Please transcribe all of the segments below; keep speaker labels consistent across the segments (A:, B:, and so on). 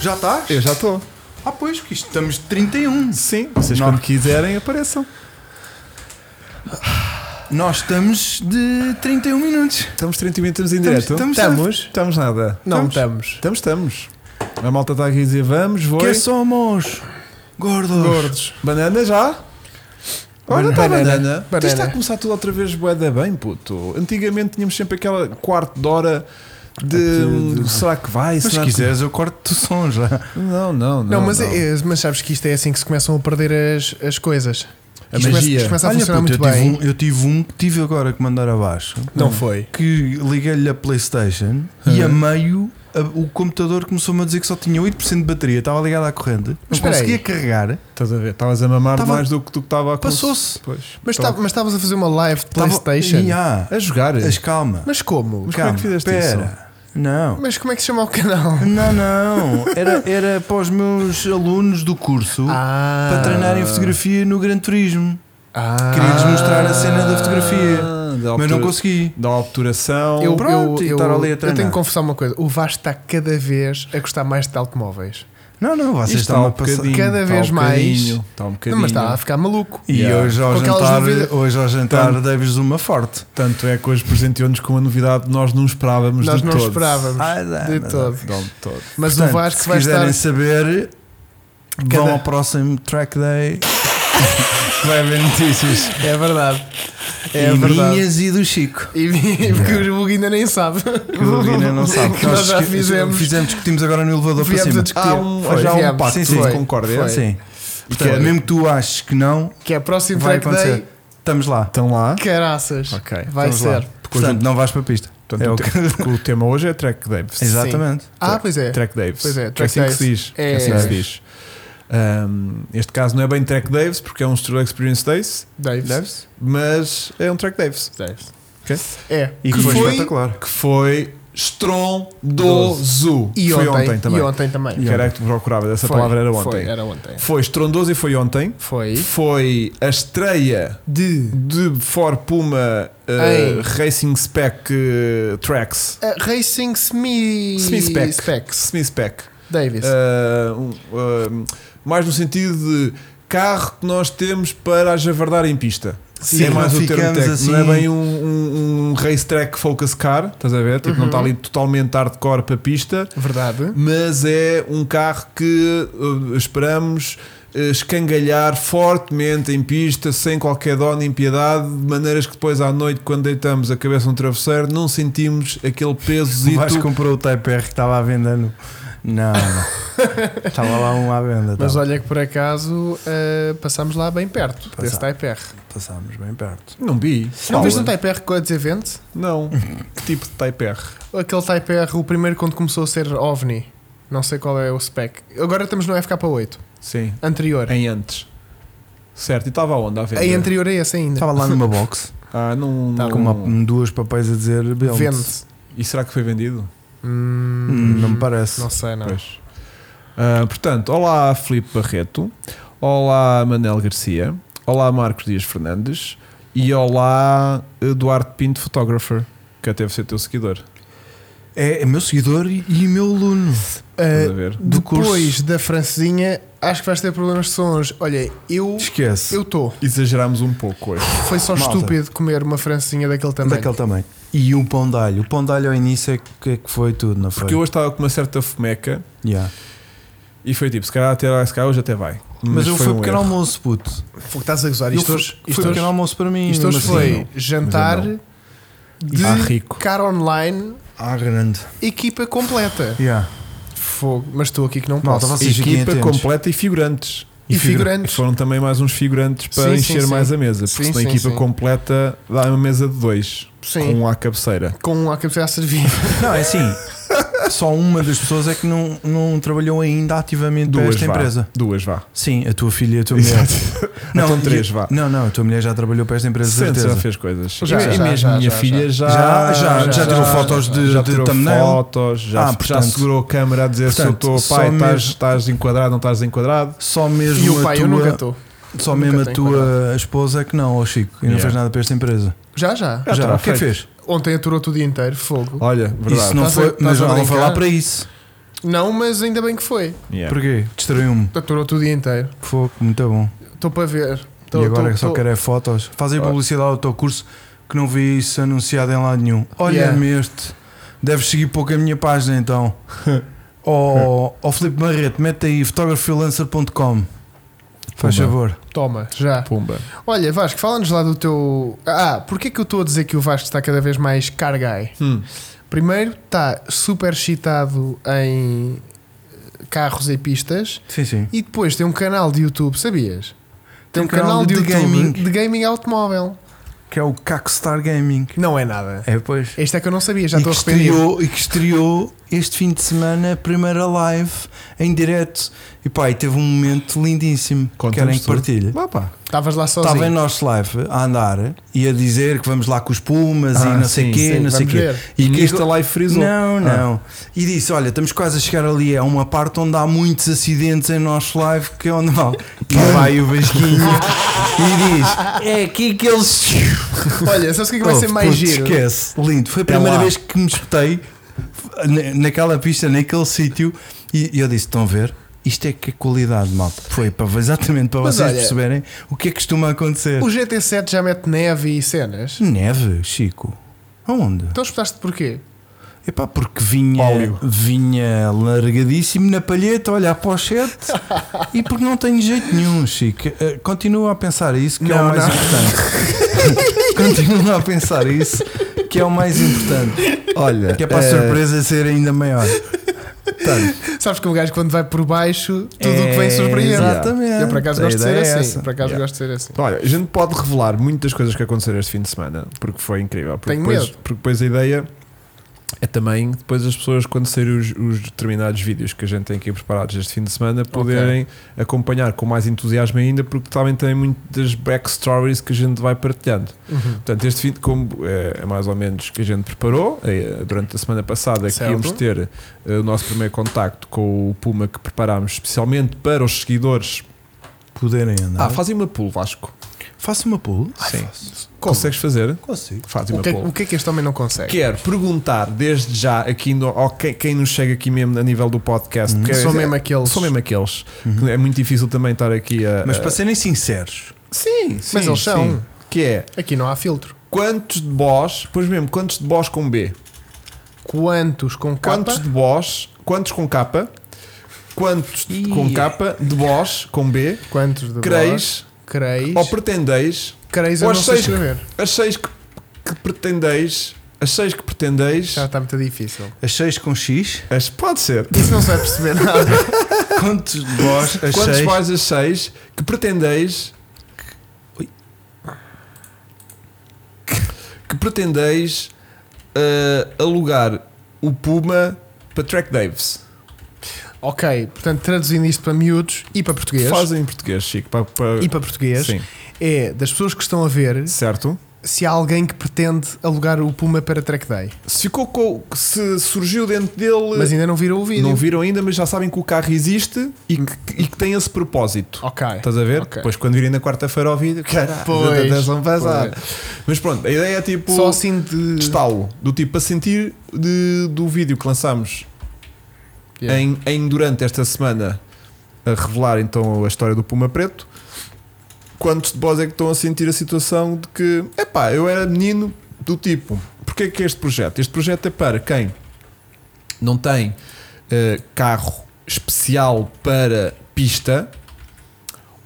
A: Já tá?
B: Eu já estou.
A: Ah, pois, que estamos 31.
B: Sim, vocês
A: Não.
B: quando quiserem apareçam.
A: Nós estamos de 31 minutos.
B: Estamos 30 minutos, estamos em
A: Estamos-
B: direto.
A: estamos-
C: Estamos?
B: Estamos nada.
C: Não
B: estamos.
C: estamos.
B: Estamos, estamos. A malta está aqui a dizer vamos, vou.
A: Que somos gordos.
B: Gordos. Banana já? Olha, está
C: Banana.
B: banana. Isto
C: Banana.
B: está a começar tudo outra vez bué da bem, puto. Antigamente tínhamos sempre aquela quarto de hora de será que vai?
A: Mas se
B: será que-
A: quiseres, eu corto o som já.
B: Não, não, não.
C: Não, mas, é- mas sabes que isto é assim que se começam a perder as, as coisas.
B: A
C: isto começa,
B: magia.
C: isto começa a
A: Olha,
C: funcionar
A: puto,
C: muito
A: eu
C: bem.
A: Tive um, eu tive um que tive agora que mandar abaixo.
C: Não foi.
A: Que liguei-lhe a Playstation e a meio a- o computador começou-me a dizer que só tinha 8% de bateria. Estava ligado à corrente.
C: Mas
A: Mas
C: espera
A: conseguia
C: aí.
A: carregar.
B: Estás a ver? Estavas a mamar
A: Tava-
B: mais do que do que estava a cons-
A: Passou-se.
B: Pois.
C: Mas tá- mas estavas a fazer uma live de
A: Tava-
C: Playstation.
A: Ya.
B: A jogar.
A: Mas calma.
C: Mas como?
B: Mas como é que fizeste
A: Pera. Não.
C: Mas como é que se chama o canal?
A: Não, não. Era, era para os meus alunos do curso
C: Ah.
A: para treinarem fotografia no Gran Turismo.
C: Ah.
A: Queria-lhes mostrar a cena da fotografia.
B: Ah, da
A: mas
B: obtura-
A: não consegui.
B: Da obturação.
C: Eu,
A: Pronto,
C: eu,
A: e
C: eu,
A: estar ali a
C: eu
A: treinar.
C: tenho que confessar uma coisa: o Vasco está cada vez a gostar mais de automóveis.
A: Não, não, vocês
B: Isto está
A: estão
B: um
A: a passar.
B: bocadinho.
C: Cada
B: está
C: vez
B: um
C: mais.
B: bocadinho, Está um bocadinho.
C: Não, mas tá. está a ficar maluco.
A: E
B: Yeah.
A: hoje, ao
C: Com aquelas
A: jantar,
C: novidades-
A: hoje ao jantar
B: Tanto.
A: deves uma forte.
B: Tanto é que hoje presenteou-nos com uma novidade que nós não esperávamos
C: Nós
B: de
C: não
B: todo.
C: esperávamos
A: Ah, não,
C: de
A: não,
C: todo.
B: De todo.
C: Mas
A: Portanto,
C: o Vasco
A: se
C: vai estar.
A: quiserem saber, vão
C: Cada-
A: ao próximo track day que vai haver notícias.
C: É verdade. É
A: e
C: verdade.
A: minhas e do Chico.
C: E porque o Hugo ainda nem sabe.
A: Que o Lina não sabe.
C: Que nós já
A: esque-
C: fizemos.
A: fizemos, discutimos agora no elevador para
C: Viemos
A: cima.
C: a discutir.
B: Há um,
C: Foi.
B: já há um
C: Viemos.
B: pacto
A: Sim,
B: de
A: sim.
B: concórdia.
C: Foi.
A: Sim. Porque
C: Foi.
A: mesmo que tu aches que não,
C: Que é próximo
A: vai
C: track
A: acontecer.
C: day.
A: Estamos lá.
B: Estão lá.
C: Caraças.
B: Ok, Então
C: Vai
A: Estamos lá.
C: ser.
A: Portanto, não vais para a pista.
B: Portanto,
A: É
B: o
A: o
B: te-
A: que-
B: porque o tema hoje é Track Davis.
C: Exato.
A: Exatamente.
C: Ah, pois é.
B: Track Davis.
C: Pois é,
B: é,
C: Track
B: assim que se
C: Davis.
B: diz. É assim
C: É.
B: que se diz. Ahm, este caso não é bem Track Davis porque é um Studio Experience Days,
C: Davis.
A: Deves?
B: mas é um Track Davis.
C: Davis.
B: Ok?
C: É.
A: E
B: Que
A: que foi
B: foi-
A: espetacular.
B: Que foi estrondoso.
C: E
B: foi
C: ontem,
B: ontem também.
C: E ontem também.
B: Que era a que tu procuravas, essa
C: Foi,
B: palavra era ontem.
C: Foi, era ontem.
B: Foi estrondoso e foi ontem.
C: Foi.
B: Foi a estreia
C: De.
B: de For Puma eh,
C: Ei.
B: Racing Spec eh, Tracks.
C: Uh, Racing Smi...
B: Smith Spec.
C: Specs.
B: Smith Spec.
C: Davis.
B: Eh, um, eh, mais no sentido de carro que nós temos para a javardar em pista.
A: Sim,
B: é mais
A: não
B: o termo
A: ficamos
B: técnico.
A: assim-
B: Não é bem um, um, um racetrack focus car, estás a ver? Tipo,
C: Uhum.
B: não está ali totalmente hardcore para pista,
C: Verdade.
B: mas é um carro que eh, esperamos eh, escangalhar fortemente em pista, sem qualquer dó nem piedade, de maneiras que depois à noite, quando deitamos a cabeça no travesseiro, não sentimos aquele peso
A: O Vasco comprou o Type R que estava à venda no. Não, não. estava lá um à venda.
C: Mas
A: estava.
C: olha que por acaso uh, passámos lá bem perto desse Type R.
A: Passámos bem perto.
B: Não vi.
C: Não
B: Fala.
C: viste um Type R com a desevente?
B: Não. que tipo de Type R?
C: Aquele Type R, o primeiro quando começou a ser OVNI. Não sei qual é o spec. Agora estamos no FK8.
B: Sim.
C: Anterior.
B: Em antes. Certo, e estava onde a venda?
C: A anterior é esse ainda.
A: Estava lá numa box
B: Ah, não. não-
A: com uma, duas papéis a dizer Belmont.
C: Vende.
B: E será que foi vendido?
C: Hum,
A: Não me parece.
C: Não sei, não.
B: Pois. Ah, portanto, olá Filipe Barreto, olá Manel Garcia, olá Marcos Dias Fernandes e olá Eduardo Pinto, photographer, que até deve ser teu seguidor.
A: É, é meu seguidor e, e meu aluno.
B: Estás a
C: Uh,
B: ver?
A: Do
C: depois
A: curso.
C: da francesinha, acho que vais ter problemas de sons. Olha, eu.
A: Esquece.
C: Eu estou.
B: Exagerámos um pouco hoje.
C: Foi só
A: Malta.
C: estúpido comer uma francesinha daquele tamanho.
A: Daquele tamanho. E o pão de alho. O pão de alho ao início é que, é que foi tudo, não foi?
B: Porque eu hoje estava com uma certa fomeca
A: Yeah.
B: e foi tipo, se calhar, até, se calhar hoje até vai.
A: Mas, eu fui
B: um
A: pequeno
B: erro.
A: almoço, puto.
C: Fogo, estás a gozar.
A: Eu
C: Isto
A: fui-
C: hoje,
A: foi
C: isto
A: um
C: hoje,
A: pequeno almoço para mim.
C: isto hoje
A: mesmo
C: foi
A: assim.
C: jantar
B: Mas eu
C: um de
B: Ah, rico.
C: cara online,
A: Ah, grande.
C: equipa completa.
A: Yeah.
C: Fogo, mas estou aqui que não
A: Malta,
C: posso.
A: vocês- Seja, quem
B: Equipa
A: entende?
B: completa e figurantes.
C: E
B: figu-
C: figurantes.
B: Foram também mais uns figurantes para
C: Sim, sim,
B: encher
C: sim.
B: mais a mesa. Porque
C: Sim,
B: senão a
C: sim,
B: equipa
C: sim.
B: completa dá uma mesa de dois.
C: Sim.
B: Com um à cabeceira.
C: Com a cabeça a servir.
A: Não, é assim. Só uma das pessoas é que não, não trabalhou ainda ativamente para
B: Duas
A: esta
B: vá.
A: empresa.
B: Duas vá.
A: Sim, a tua filha e a tua mulher.
B: Exato.
A: Não,
B: Então três,
A: e-
B: vá.
A: Não, não, a tua mulher já trabalhou para esta empresa, de
B: Sente, já
A: certeza.
B: fez coisas.
C: Já,
B: e
C: já,
B: mesmo
C: já,
B: minha
C: já,
B: filha já.
A: Já, já, já tirou fotos de-
B: já
A: de
B: tirou
A: thumbnail?
B: fotos, já,
A: Ah,
B: já
A: portanto-
B: segurou a câmera a dizer se eu
A: portanto,
B: estou,
A: só
B: pai, estás,
A: mesmo-
B: estás enquadrado, não estás enquadrado.
A: Só mesmo
C: e o pai,
A: a tua,
C: eu nunca estou.
A: só
C: nunca
A: mesmo a
C: tenho
A: tua esposa é que não, ó Chico, e não
B: Yeah.
A: fez nada para esta empresa.
C: Já, já.
B: Já terá
A: o que é que
B: feito.
A: fez?
C: Ontem aturou-te o dia inteiro, fogo.
B: Olha, verdade. Tá
A: Isso não
C: Estás a-
A: foi,
C: estás
A: mas
C: a
A: ela não foi
C: brincar?
A: lá para isso.
C: Não, mas ainda bem que foi.
B: Yeah.
A: Porquê? Distraiu-me.
C: Aturou-te o dia inteiro.
A: Fogo, muito bom.
C: Estou para ver. Tô-
A: e agora
C: tô-
A: só
C: tô-
A: quero é fotos. Fazem
B: Ah.
A: publicidade ao teu curso que não vi isso anunciado em lado nenhum. Olha-me este. Deves seguir pouco a minha página então. Ó oh, Filipe Marrete, mete aí photographerfreelancer.com. Faz
B: Pumba.
A: favor.
C: Toma, já.
B: Pumba.
C: Olha, Vasco, fala-nos lá do teu. Ah, porquê que eu estou a dizer que o Vasco está cada vez mais cargai?
B: Hum.
C: Primeiro, está super chitado em eh, carros e pistas.
A: Sim, sim.
C: E depois tem um canal de YouTube, sabias? Tem um
A: Tem canal
C: canal de,
A: de
C: YouTube
A: gaming.
C: de gaming automóvel.
A: Que é o Cackstar Gaming.
C: Não é nada.
A: É, pois.
C: Este é que eu não sabia, já
A: e, que
C: estou arrependido.
A: estreou, e que estreou este fim de semana a primeira live em direto. E pá, e teve um momento lindíssimo.
B: Conta-nos
A: Querem que
B: tudo.
A: partilhe?
B: Vá pá.
C: Estavas lá sozinho.
A: Estava em nosso live a andar e a dizer que vamos lá com os Pumas
B: Ah,
A: e não
B: sim,
A: sei quê,
C: Sim,
A: não sei
C: vamos
A: quê.
C: ver. Ah.
B: E
A: que-
B: neste live frisou.
A: Não, não. E disse: Olha, estamos quase a chegar ali a uma parte onde há muitos acidentes em nosso live, que é onde mal. E vai o Vasquinho e diz: É aqui que eles.
C: Olha, sabes o que, é que vai
A: Oh,
C: ser mais
A: puto,
C: giro?
A: Esquece, lindo. Foi a primeira
B: lá.
A: vez que me espetei na- naquela pista, naquele sítio, e e eu disse: Estão a ver? Isto é que é qualidade, malta. Foi para, exatamente para
C: Mas
A: vocês
C: olha,
A: perceberem o que é que costuma acontecer.
C: O GT7 já mete neve e cenas.
A: Neve, Chico. Aonde?
C: Então espetaste porquê?
A: Epá, porque vinha,
B: Óleo.
A: vinha largadíssimo na palheta, a olhar para o chat e porque não tenho jeito nenhum, Chico. Eh, Continua a pensar isso, que é
C: Não,
A: o mais
C: não.
A: importante. Continua a pensar isso, que é o mais importante.
B: Olha.
A: Que é para a
B: eh,
A: surpresa ser ainda maior. Portanto,
C: Sabes que o gajo quando vai por baixo, tudo o que
A: É,
C: vem surpreende.
A: exatamente.
C: Eu por acaso
A: A
C: gosto de ser
A: ideia é
C: assim.
A: essa.
C: Por acaso
B: Yeah.
C: gosto de ser assim.
B: Olha, a gente pode revelar muitas coisas que aconteceram este fim de semana, porque foi incrível. Porque
C: Tenho
B: depois,
C: medo.
B: Porque depois a ideia é também depois as pessoas, quando saírem os, os determinados vídeos que a gente tem aqui preparados este fim de semana, poderem acompanhar com mais entusiasmo ainda, porque também tem muitas backstories que a gente vai partilhando. Portanto, este fim de combo é, é mais ou menos que a gente preparou é, durante a semana passada que
C: Certo.
B: íamos ter é, o nosso primeiro contacto com o Puma que preparámos especialmente para os seguidores.
A: poderem andar.
C: Uhum.
B: Ah, fazem uma pool, Vasco.
A: Faço uma pull?
B: Sim. Consegues fazer?
A: Consigo.
B: Fazem
C: O
B: uma
C: que, é,
B: poll.
C: o que é que este homem não consegue?
B: Quero perguntar desde já aqui no, ao que- quem nos chega aqui mesmo a nível do podcast. que é-
C: São mesmo aqueles.
B: são mesmo aqueles. Que É muito difícil também estar aqui a.
A: Mas
B: a-
A: para serem sinceros,
B: sim, sim,
C: Mas eles são.
B: sim. Que é
C: Aqui não há filtro.
B: quantos de boss, pois mesmo, quantos de boss com B?
C: Quantos com
B: Quantos
C: capa?
B: de boss, quantos com K, quantos de- com K, de boss com B,
C: Quantos de
B: creis
C: bola? Creis.
B: ou pretendeis,
C: Creis eu
B: ou
C: não sei
B: seis-
C: escrever.
B: as seis que, que pretendeis, as seis que pretendeis,
C: Já está muito difícil.
A: as 6 com X,
B: as, pode ser.
C: Isso não se vai perceber nada.
A: quantos de vós as
B: Quantos
A: 6?
B: vais a 6 que pretendeis
A: Ui.
B: que pretendeis eh, alugar o Puma para Track Davis?
C: ok, portanto, traduzindo isto para miúdos e para português.
B: Fazem em português, Chico. Para, para-
C: E para português
B: Sim,
C: é das pessoas que estão a ver
B: certo.
C: se há alguém que pretende alugar o Puma para track day,
B: Se, ficou com- se surgiu dentro dele,
C: mas ainda não viram o vídeo.
B: não viram ainda, mas já sabem que o carro existe e que, e que tem esse propósito.
C: Ok.
B: Estás a ver?
C: Ok.
B: Depois, quando virem na quarta-feira ao vídeo, caralho,
C: Pois,
B: atenção passada. Mas pronto, a ideia é tipo.
C: Só assim de.
B: estalo do tipo a sentir de- do vídeo que lançámos
C: Yeah.
B: em, em- durante esta semana a revelar então a história do Puma Preto. Quantos de vós é que estão a sentir a situação de que epá, eu era menino do tipo, porque é que é este projeto? Este projeto é para quem não tem eh, carro especial para pista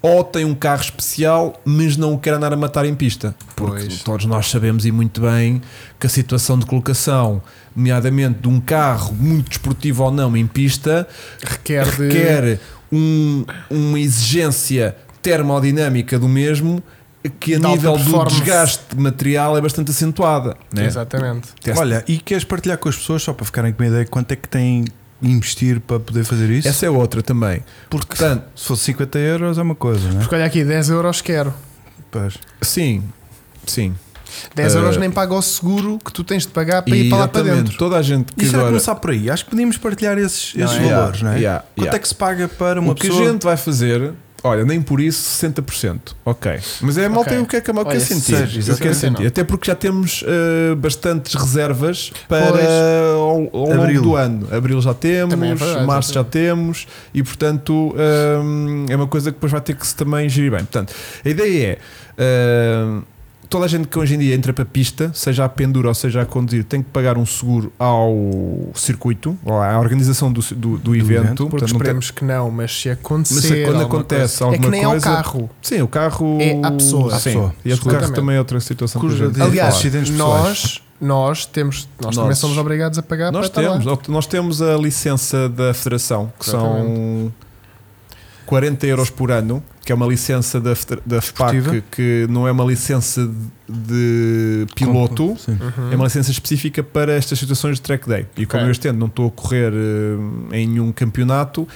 B: ou tem um carro especial, mas não o quer andar a matar em pista. Porque
C: Pois.
B: todos nós sabemos e muito bem que a situação de colocação, nomeadamente de um carro muito desportivo ou não em pista,
C: Requer de.
B: requer um- uma exigência termodinâmica do mesmo que a
C: De alta
B: nível do
C: performance.
B: desgaste de material é bastante acentuada. né?
C: Exatamente.
B: Teste-
A: Olha, e queres partilhar com as pessoas só para ficarem com uma ideia quanto é que têm de investir para poder fazer isso?
B: Essa é outra também. Porque, portanto,
A: Se fosse 50 euros é uma coisa, não é?
C: Porque olha aqui, 10 euros quero.
A: Pois.
B: sim, sim.
C: 10
B: Eh,
C: euros nem paga o seguro que tu tens de pagar para ir para lá para
B: Exatamente.
C: dentro.
B: Toda a gente que
A: E será
B: agora...
A: é começar por aí? Acho que podíamos partilhar esses, esses
B: é?
A: valores, não é?
B: Yeah,
A: Quanto
B: yeah.
A: é que se paga para uma
B: o que
A: pessoa?
B: a gente vai fazer Olha, nem por isso 60%. Ok. Mas é mal
C: Ok.
B: tem o que é que a mal
C: Olha,
B: quer sentir.
A: seja,
B: Eu quero sentir.
C: 69.
B: Até porque já temos eh, bastantes reservas para
C: Pois.
B: ao, ao longo
A: Abril.
B: do ano. Abril já temos,
C: Também é verdade,
B: março já temos e portanto hum, é uma coisa que depois vai ter que se também gerir bem. Portanto, a ideia é. hum, Toda a gente que hoje em dia entra para a pista, seja a pendura ou seja a conduzir, tem que pagar um seguro ao circuito, ou à organização do, do, do evento.
A: evento,
C: Porque
B: Então, Portanto, não tem-
C: esperemos que não, mas se acontecer.
B: Mas se quando
C: alguma
B: acontece
C: coisa, é que
B: alguma
C: nem
B: coisa-
C: ao carro.
B: Sim, o carro.
C: É à pessoa.
A: À
B: Sim.
A: pessoa.
B: E o carro
C: Exatamente.
B: também é outra situação. que a
A: Cuja
B: gente
A: de-
B: pode
A: Aliás,
B: falar.
A: acidentes
C: nós, nós temos, nós, também
B: Nós.
C: somos obrigados a pagar
B: nós
C: para estar
B: temos,
C: lá.
B: nós temos a licença da Federação, que são 40 euros por ano, que é uma licença da, Feder- da FPAC,
A: Esportiva.
B: que não é uma licença de, de piloto.
A: Sim.
C: Uhum.
B: É uma licença específica para estas situações de track day. E como
C: Ok.
B: eu este ano não estou a correr eh, em nenhum campeonato,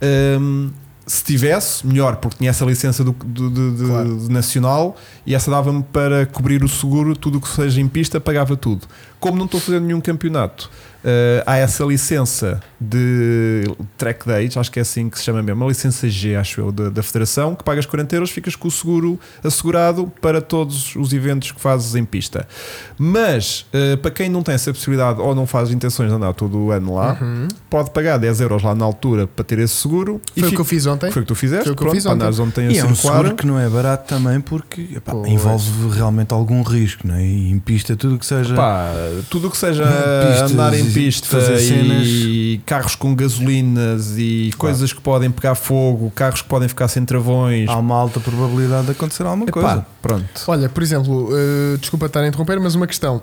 B: ehm, se tivesse, melhor, porque tinha essa licença do, do- do- do-
C: Claro.
B: de nacional e essa dava-me para cobrir o seguro, tudo o que seja em pista, pagava tudo. Como não estou a fazer nenhum campeonato, eh, há essa licença de track days, acho que é assim que se chama mesmo, uma licença G, acho eu, da, da Federação, que pagas 40 euros, ficas com o seguro assegurado para todos os eventos que fazes em pista. Mas, eh, para quem não tem essa possibilidade ou não faz intenções de andar todo o ano lá,
C: Uhum.
B: pode pagar 10 euros lá na altura para ter esse seguro
C: Foi o
B: fica-
C: que eu fiz ontem.
B: foi o que tu fizeste,
C: Foi o que eu
B: pronto,
C: fiz
B: para
C: ontem.
B: andares onde tem a
A: E é um
B: circular.
A: seguro que não é barato também porque epá,
C: Pois.
A: envolve realmente algum risco, não é? E em pista tudo que seja.
B: Pá, tudo o que seja
A: Pistas
B: andar em
A: e
B: pista
A: fazer
B: e carros com gasolinas e coisas que podem pegar fogo, carros que podem ficar sem travões.
C: Ah,
A: Há uma alta probabilidade de acontecer alguma
B: Epá,
A: coisa.
B: pronto.
C: Olha, por exemplo, eh, desculpa estar a interromper, mas uma questão.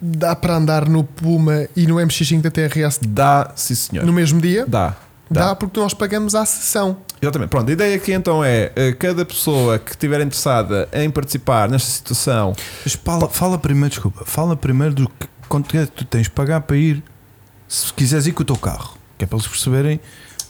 C: Dá para andar no Puma e no MX5 da TRS
B: Dá, sim senhor.
C: no mesmo dia?
B: Dá.
C: Dá, porque nós pagamos à sessão.
B: Exatamente. Pronto, a ideia aqui então é eh, cada pessoa que estiver interessada em participar nesta situação
A: Mas fala, fala primeiro, desculpa, fala primeiro do que, quanto é que tu tens de pagar para ir se quiseres ir com o teu carro, que é para eles perceberem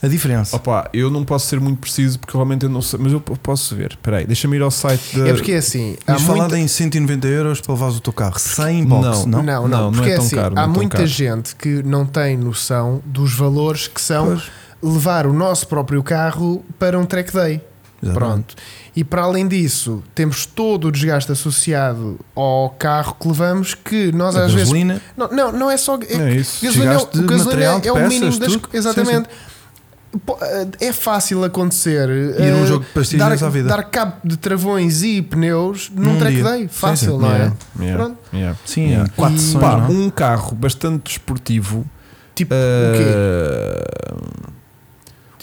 A: a diferença.
B: Opa, eu não posso ser muito preciso porque realmente eu não sei, mas eu p- posso ver. Espera aí, deixa-me ir ao site da.
C: É porque é assim. Há
A: Mas
C: muita...
A: falado em 190 euros para levares o teu carro sem box, não?
C: Não, não,
B: Não, não
C: porque
B: é
C: é,
B: tão
C: assim.
B: caro, não é
C: há
B: tão
C: muita
B: caro.
C: gente que não tem noção dos valores que são
A: Pois,
C: levar o nosso próprio carro para um track day.
A: exatamente.
C: Pronto. E para além disso, temos todo o desgaste associado ao carro que levamos que nós
A: A
C: às vezes.
A: gasolina,
C: Não, não, não é só.
B: Não é isso.
C: Gasolina, é-
A: Desgaste de
C: o gasolina
A: material,
C: é,
A: de
C: o
A: peças,
C: mínimo das
A: tudo.
C: co- Exatamente. Pô, É fácil acontecer.
A: ir a um
C: eh,
A: jogo de pastilhas
C: dar,
A: à vida.
C: dar cabo de travões e pneus num
A: Num
C: track
A: dia.
C: day.
A: Sim,
C: Fácil,
A: sim.
C: não
A: Yeah.
C: é?
B: Yeah,
C: Pronto.
B: yeah.
A: Sim,
B: Yeah.
A: quatro
C: E-
A: sessões,
B: Pá,
A: não é?
B: um carro bastante desportivo.
C: Tipo, o quê?
B: eh,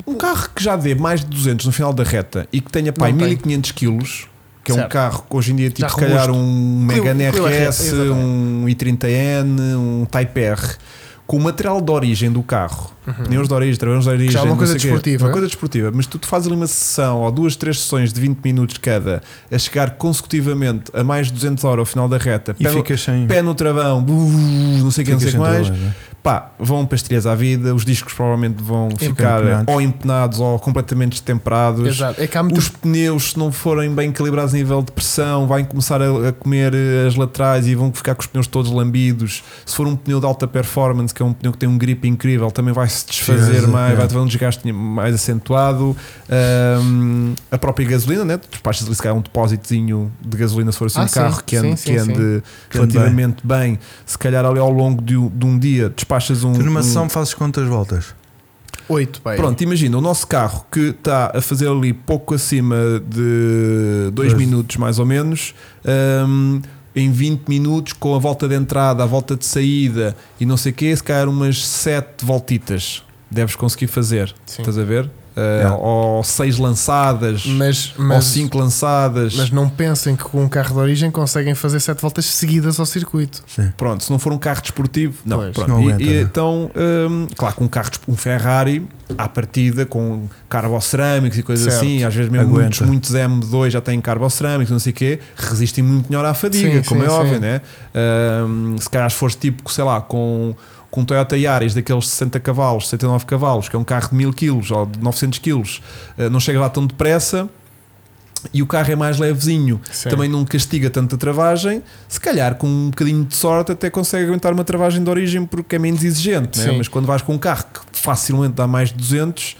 B: um carro que já dê mais de 200 no final da reta e que tenha pai
C: Não tem.
B: 1500 quilos, que é um
C: Certo.
B: carro que hoje em dia, tipo,
C: Já
B: se calhar,
C: robusto.
B: um
C: Clio-
B: Megane
C: Clio RS,
B: RS,
C: exatamente.
B: um i30N, um Type R, com o material de origem do carro, pneus de origem, travões de origem,
C: Uhum. Já é uma
B: não
C: coisa
B: sei o quê,
C: desportiva.
B: uma coisa desportiva, mas tu te fazes ali uma sessão ou duas, três sessões de 20 minutos cada a chegar consecutivamente a mais de 200 horas ao final da reta,
A: E
B: pé, no,
A: ficas sem.
B: pé no travão, bu- não sei o que,
A: ficas
B: não sei o que
A: sem
B: mais
A: trabalho, não é?
B: pá, vão pastilhas à vida, os discos provavelmente vão ficar
A: Empenados.
B: ou empenados ou completamente destemperados.
C: Exato. É que há muito.
B: Os pneus, se não forem bem calibrados a nível de pressão, vão começar a, a comer eh, as laterais e vão ficar com os pneus todos lambidos. Se for um pneu de alta performance, que é um pneu que tem um grip incrível, também vai se desfazer
A: Sim,
B: mais,
A: é.
B: vai ter um desgaste mais acentuado. Ahm, a própria gasolina, né? tu despachas ali se calhar um depósitozinho de gasolina se for assim
C: Ah,
B: um
C: sim.
B: carro que ande,
C: Sim, sim,
B: que
C: sim.
B: ande
A: Que ande bem.
B: relativamente bem. Se calhar ali ao longo de, um- de um dia despachas um.
A: Tu numa
B: um-
A: sessão fazes quantas voltas?
C: Oito, é. bem.
B: Pronto, imagina o nosso carro que está a fazer ali pouco acima de 2
A: Pois.
B: minutos mais ou menos, hum, em 20 minutos, com a volta de entrada, a volta de saída e não sei o quê, se calhar umas 7 voltitas deves conseguir fazer.
C: Sim.
B: Estás a ver? Uh,
A: Yeah.
B: Ou 6 lançadas,
C: Mas,
B: ou
C: mas,
B: 5 lançadas.
C: mas não pensem que com um carro de origem conseguem fazer sete voltas seguidas ao circuito.
B: Pronto, se não for um carro desportivo, não.
C: Pois,
B: pronto.
A: não
B: E-
A: aguenta,
B: e
C: é?
A: não.
B: então, hum, claro, com um carro, desp- um Ferrari, à partida, com carbocerâmicos e coisas
C: Certo.
B: assim, às vezes mesmo muitos,
A: Aguenta.
B: muitos M2 já têm carbocerâmicos, não sei o quê, resistem muito melhor à fadiga,
C: Sim,
B: como
C: sim,
B: é óbvio,
C: sim.
B: né? Hum, se calhar se fores tipo, sei lá, com. Com um Toyota Yaris daqueles 60 cavalos, 69 cavalos, que é um carro de 1000 kg ou de 900 kg, eh, não chega lá tão depressa e o carro é mais levezinho
C: Sim.
B: também não castiga tanto a travagem. Se calhar, com um bocadinho de sorte, até consegue aguentar uma travagem de origem porque é menos exigente. né?
C: Sim.
B: Mas quando vais com um carro que facilmente dá mais de 200,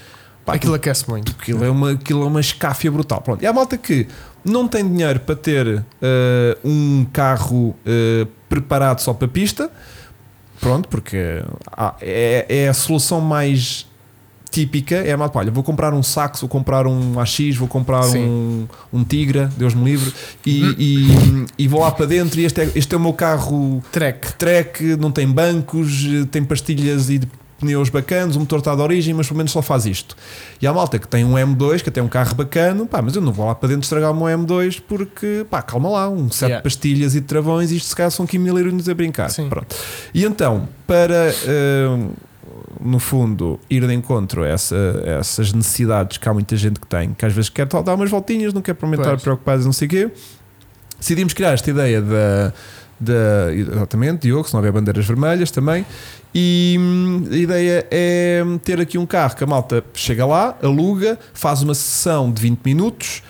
B: pá, Pá,
C: Aquilo aquece muito.
B: Aquilo é uma, aquilo é uma escáfia brutal. Pronto. E há malta que não tem dinheiro para ter eh, um carro eh, preparado só para pista, pronto, porque há- é, é a solução mais típica. É a malta, olha, vou comprar um saxo, vou comprar um AX, vou comprar um,
C: Sim.
B: um Tigra, Deus me livre, e, e, e vou lá para dentro. E este é, este é o meu carro
C: Trek.
B: track, não tem bancos, eh, tem pastilhas e de pneus bacanos, o motor está de origem, mas pelo menos só faz isto. E há malta que tem um M2, que até é um carro bacano, pá, mas eu não vou lá para dentro estragar o meu M2 porque, pá, calma lá, um set de
C: Yeah.
B: pastilhas e de travões, isto se calhar são 15 mil euros a brincar.
C: Sim.
B: Pronto. E então, para, eh, no fundo, ir de encontro a essa- a essas necessidades que há muita gente que tem, que às vezes quer dar umas voltinhas, não quer prometer
C: Pois.
B: preocupados, não sei o quê, decidimos criar esta ideia da. da exatamente, Diogo, se não houver bandeiras vermelhas também. E hum, a ideia é ter aqui um carro que a malta chega lá, aluga, faz uma sessão de 20 minutos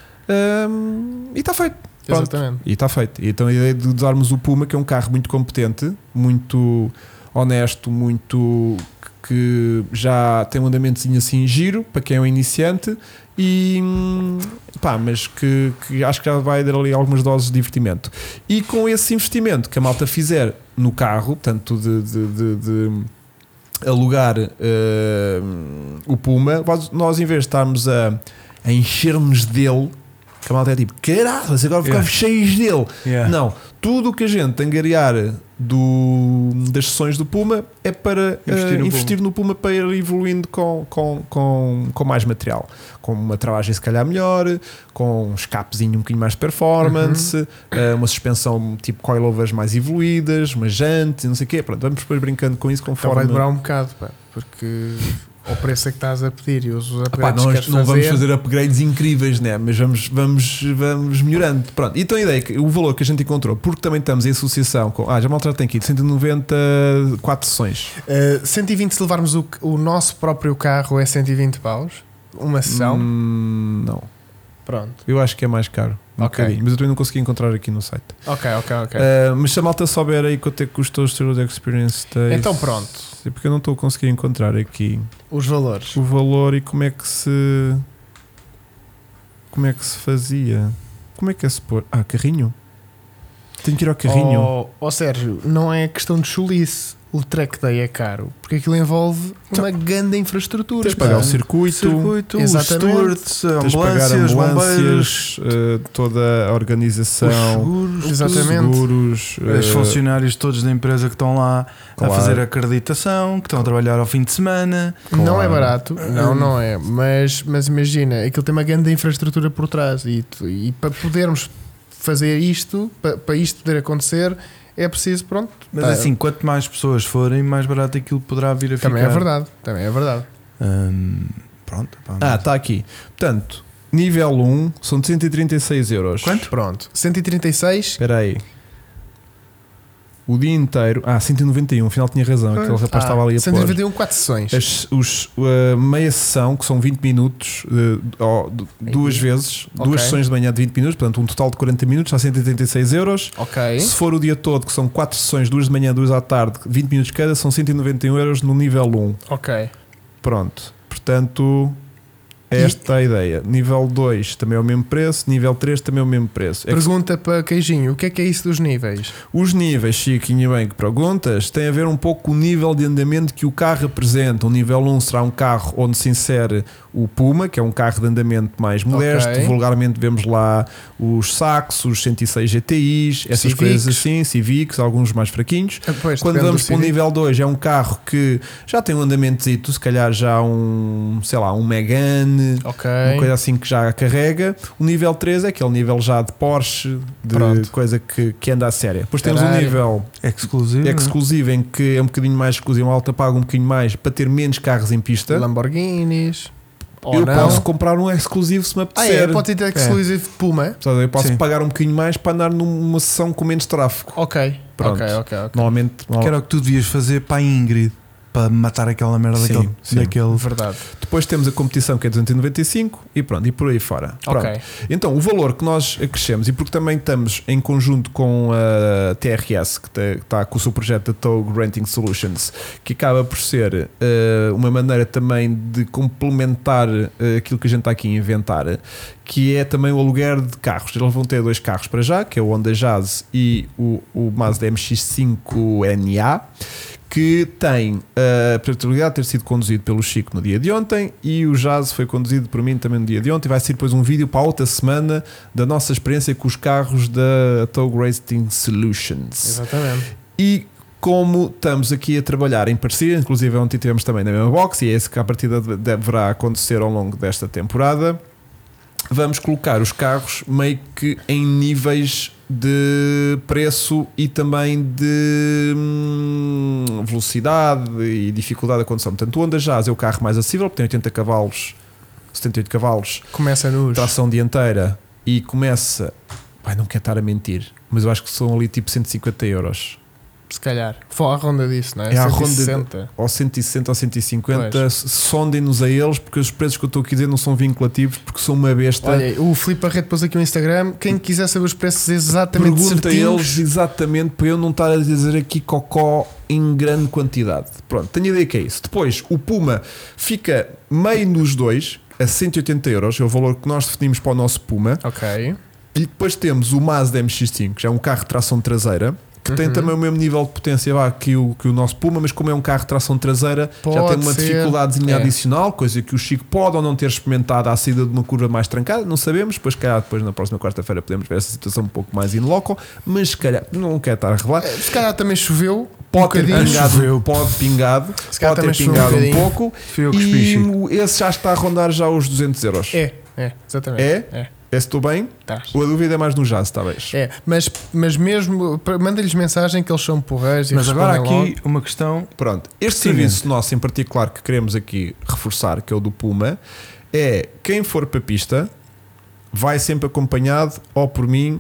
B: hum, e está feito. Pronto.
C: Exatamente.
B: E está feito. E Então a ideia de usarmos o Puma, que é um carro muito competente, muito honesto, muito que já tem um andamentozinho assim giro para quem é um iniciante e hum, pá, mas que, que acho que já vai dar ali algumas doses de divertimento. E com esse investimento que a malta fizer no carro, portanto, de, de- de- de alugar eh, o Puma, vós- nós em vez de estarmos a, a enchermos dele, que a malta é tipo, caralho, agora ficamos cheios dele.
A: Yeah.
B: Não, tudo o que a gente angariar do, das sessões do Puma é para eh, investir,
A: Investir no
B: no Puma para ir evoluindo com, com, com, com mais material. Com uma travagem se calhar melhor, com um escapezinho um bocadinho mais de performance, eh, uma suspensão tipo coilovers mais evoluídas, uma jante, não sei o quê. Pronto, vamos depois brincando com isso
C: Então
B: conforme.
C: vai demorar um bocado, pá, porque ao preço é que estás a pedir e os
B: Epá,
C: upgrades
B: nós
C: que queres
B: não vamos
C: fazer,
B: fazer upgrades incríveis, né? mas vamos, vamos, vamos melhorando. Pronto, então a ideia é que o valor que a gente encontrou, porque também estamos em associação com. Ah, já maltrato tem aqui 194 sessões.
C: eh, 120 se levarmos o, o nosso próprio carro é 120 paus, uma sessão,
B: Hum, não,
C: pronto.
B: eu acho que é mais caro. Um
C: Ok.
B: bocadinho, mas eu também não consegui encontrar aqui no site.
C: Ok, ok, ok.
B: Ah, mas se a malta souber aí quanto é que custou os Tour Experience Days.
C: Então pronto.
B: É Porque eu não estou a conseguir encontrar aqui
C: Os valores.
B: o valor e como é que se. Como é que se fazia? Como é que é se pôr? Ah, carrinho? Tenho que ir ao carrinho.
A: Oh,
C: Ó ó, Oh, Sérgio, não é questão de chulice. O track day é caro, porque aquilo envolve uma grande infraestrutura.
B: Então,
C: é?
B: Tens de
C: pá.
B: pagar o circuito,
A: Circuito, os
C: Exatamente.
A: stewards,
B: tens de pagar
A: ambulâncias, bombeiros,
B: ambulâncias, eh, toda a
A: os
B: organização,
A: seguros,
C: Exatamente.
B: seguros,
A: os
B: eh,
A: funcionários todos da empresa que estão lá
B: claro.
A: a fazer acreditação, que estão a trabalhar ao fim de semana.
C: Não é
B: Claro.
C: barato, não, não é. Mas, mas imagina, aquilo tem uma grande infraestrutura por trás e, tu- e para podermos fazer isto, pa- para, isto poder acontecer, é preciso, pronto.
A: Mas
C: tá.
A: assim, quanto mais pessoas forem, mais barato aquilo poderá vir a ficar.
C: Também é verdade, também é verdade.
A: Hum, pronto. pá,
B: Ah, está aqui. Portanto, nível 1 são de 136 euros.
C: Pronto, 136,
B: Espera aí. O dia inteiro. Ah, 191, afinal tinha razão. Aquele rapaz
C: ah,
B: estava ali a
A: um
B: pôr.
C: 191, 4 sessões.
B: As, os, a meia sessão, que são 20 minutos, eh, ó, du- duas vezes, duas
C: Ok.
B: sessões de manhã de 20 minutos, portanto, um total de 40 minutos, a 186 euros.
C: Ok,
B: Se for o dia todo, que são quatro sessões, duas de manhã, duas à tarde, 20 minutos cada, são 191 euros no nível 1.
C: ok.
B: Pronto. Portanto, esta é a ideia. Nível 2 também é o mesmo preço, nível 3 também é o mesmo preço. É que
C: Pergunta para Queijinho: o que é que é isso dos níveis?
B: Os níveis, Chiquinho, bem que perguntas, têm a ver um pouco com o nível de andamento que o carro apresenta. O nível 1 será um carro onde se insere o Puma, que é um carro de andamento mais modesto.
C: Ok.
B: Vulgarmente vemos lá os Saxos, os 106 GTIs, essas
C: Civics.
B: coisas assim, Civics, alguns mais fraquinhos.
C: Ah, pois,
B: Quando
C: depende
B: vamos
C: do
B: para o
C: CD.
B: nível 2, é um carro que já tem um andamentozito, se calhar já um, sei lá, um Megane,
C: Ok,
B: uma coisa assim que já carrega. O nível 3 é aquele nível já de Porsche, de
C: Pronto.
B: coisa que, que anda a sério. Depois temos um
C: Ferrari.
B: nível
C: Uhum.
A: Exclusivo. é?
B: exclusivo em que é um bocadinho mais exclusivo, a alta paga um bocadinho mais para ter menos carros em pista.
C: Lamborghinis. Ou
B: assim. eu
C: não.
B: posso comprar um exclusivo se me
C: ah,
B: apetecer.
C: é, pode ter exclusivo de Puma.
B: Sabe, Eu posso
A: Sim.
B: pagar um bocadinho mais para andar numa sessão com menos tráfego.
C: Ok,
B: Pronto.
C: ok, ok, ok.
B: Normalmente,
A: Que era o que tu devias fazer para a Ingrid. para matar aquela merda
B: Sim,
A: daquele,
B: sim.
A: daquele-
C: Verdade.
B: Depois temos a competição que é 295 e pronto, e por aí fora. Pronto.
C: Ok.
B: Então, o valor que nós acrescemos, e porque também estamos em conjunto com a TRS, que está com o seu projeto da Tog Renting Solutions, que acaba por ser eh, uma maneira também de complementar eh, aquilo que a gente está aqui a inventar, que é também o aluguer de carros. Eles vão ter dois carros para já, que é o Honda Jazz e o, o Mazda MX-5NA, que tem eh, a particularidade de ter sido conduzido pelo Chico no dia de ontem e o Jazz foi conduzido por mim também no dia de ontem. Vai ser depois um vídeo para a outra semana da nossa experiência com os carros da Tog Racing Solutions.
C: Exatamente.
B: E como estamos aqui a trabalhar em parceria, inclusive ontem tivemos também na mesma box, e é isso que a partida de- deverá acontecer ao longo desta temporada, vamos colocar os carros meio que em níveis de preço e também de hum, velocidade e dificuldade da condução. Portanto, o Honda Jazz é o carro mais acessível, porque tem 80 cavalos, 78 cavalos,
C: Começa nos.
B: tração dianteira e começa. Pai, não quero estar a mentir, mas eu acho que são ali tipo 150 euros.
C: Se calhar. Foi à ronda disso, não é?
B: É à ronda de-
C: 160.
B: ou 160 ou 150, sondem-nos a eles, porque os preços que eu estou aqui a dizer não são vinculativos, porque sou uma besta.
C: Olha, o Filipe Arreto pôs aqui o Instagram. Quem quiser saber os preços exatamente
B: Pergunta a
C: certinhos,
B: eles exatamente para eu não estar a dizer aqui cocó em grande quantidade. Pronto, tenho ideia que é isso. Depois, o Puma fica meio nos dois, a 180 euros, é o valor que nós definimos para o nosso Puma.
C: Ok.
B: E depois temos o Mazda MX-5, que já é um carro de tração traseira, que
C: Uhum.
B: tem também o mesmo nível de potência vá, que, o, que o nosso Puma, mas como é um carro de tração traseira, já
C: Pode
B: tem uma
C: ser.
B: dificuldadezinha
C: É.
B: adicional, coisa que o Chico pode ou não ter experimentado à saída de uma curva mais trancada, não sabemos, pois calhar depois na próxima quarta-feira podemos ver essa situação um pouco mais in loco, mas se calhar, não quero estar a revelar,
C: Eh, Se calhar também choveu. um
B: pode ter
C: bocadinho.
B: pingado, pode pingado,
C: Se calhar
B: pode ter
C: também choveu um
B: pingado um,
C: bocadinho.
B: pouco,
A: Fui eu que
B: e
A: espichi.
B: o- esse já está a rondar já os 200 euros.
C: É, é, exatamente.
B: É?
C: É,
B: Esse estou bem?
C: tá.
B: A dúvida é mais no jazz, talvez.
C: É, mas, mas mesmo, pra- manda-lhes mensagem que eles são porreiros e
A: Mas agora aqui
C: respondem
A: uma questão.
B: Pronto, este
A: Sim,
B: serviço nosso em particular que queremos aqui reforçar, que é o do Puma, é quem for para a pista vai sempre acompanhado ou por mim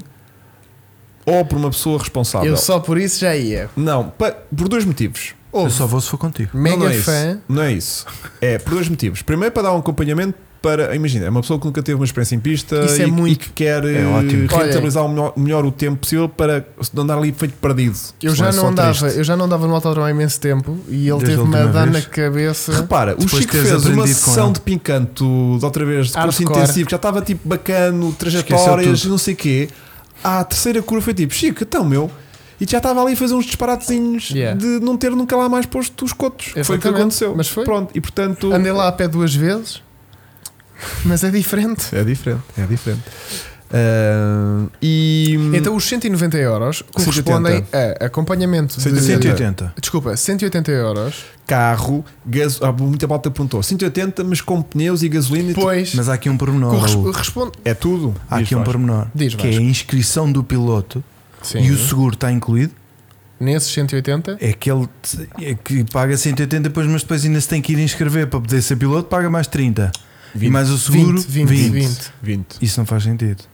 B: ou por uma pessoa
C: logo.
B: responsável.
C: Eu só por isso já ia.
B: Não, pa- por dois motivos.
A: Eu
C: Ouve,
A: só vou se for contigo.
C: mega
B: não, não é
C: fã.
B: Isso. Não é isso. É por dois motivos. Primeiro, para dar um acompanhamento para. Imagina, é uma pessoa que nunca teve uma experiência em pista
C: Isso
B: e,
C: é muito.
B: e que quer eh,
A: É ótimo.
B: rentabilizar o melhor, melhor o tempo possível para não andar ali feito perdido. Senão
C: Eu já,
B: é só
C: não andava,
B: triste.
C: eu já não andava no autódromo há imenso tempo e ele
A: Desde a
C: teve-me a
A: última
C: dar
A: vez.
C: na cabeça.
B: Repara, o
A: Depois de
B: Chico
A: teres
B: fez uma
A: aprendido com
B: sessão
A: ele.
B: de pincanto de outra vez, de curso
C: Hardcore.
B: intensivo, que já estava tipo bacano,
A: Esqueceu
B: trajetórias,
A: tudo.
B: não sei o quê. À terceira curva foi tipo, Chico, então meu. E já estava ali a fazer uns disparatezinhos
C: Yeah.
B: de não ter nunca lá mais posto os cotos. Foi o que
C: Exatamente,
B: aconteceu.
C: mas foi.
B: Pronto, e portanto.
C: Andei lá a pé duas vezes, mas é diferente.
B: É diferente, é diferente. Ah, e.
C: Então os 190 euros correspondem a acompanhamento de.
A: 180.
C: Desculpa, 180 euros.
B: carro, gaso, ah, muita malta perguntou: 180, mas com pneus e gasolina. e tudo.
C: Pois,
A: Mas há aqui um pormenor.
C: corres-
A: Raul.
C: responde.
B: É tudo.
A: Há
B: Diz
A: aqui um
B: Vasco.
A: pormenor.
C: Diz,
A: que é a
C: Vasco.
A: inscrição do piloto e o seguro está incluído.
C: Nesses 180?
A: É que ele te- é que paga 180 depois, mas depois ainda se tem que ir inscrever para poder ser piloto, paga mais 30. E
B: 20,
A: mais o seguro,
C: 20,
A: 20.
C: 20.
B: 20.
A: Isso não faz sentido.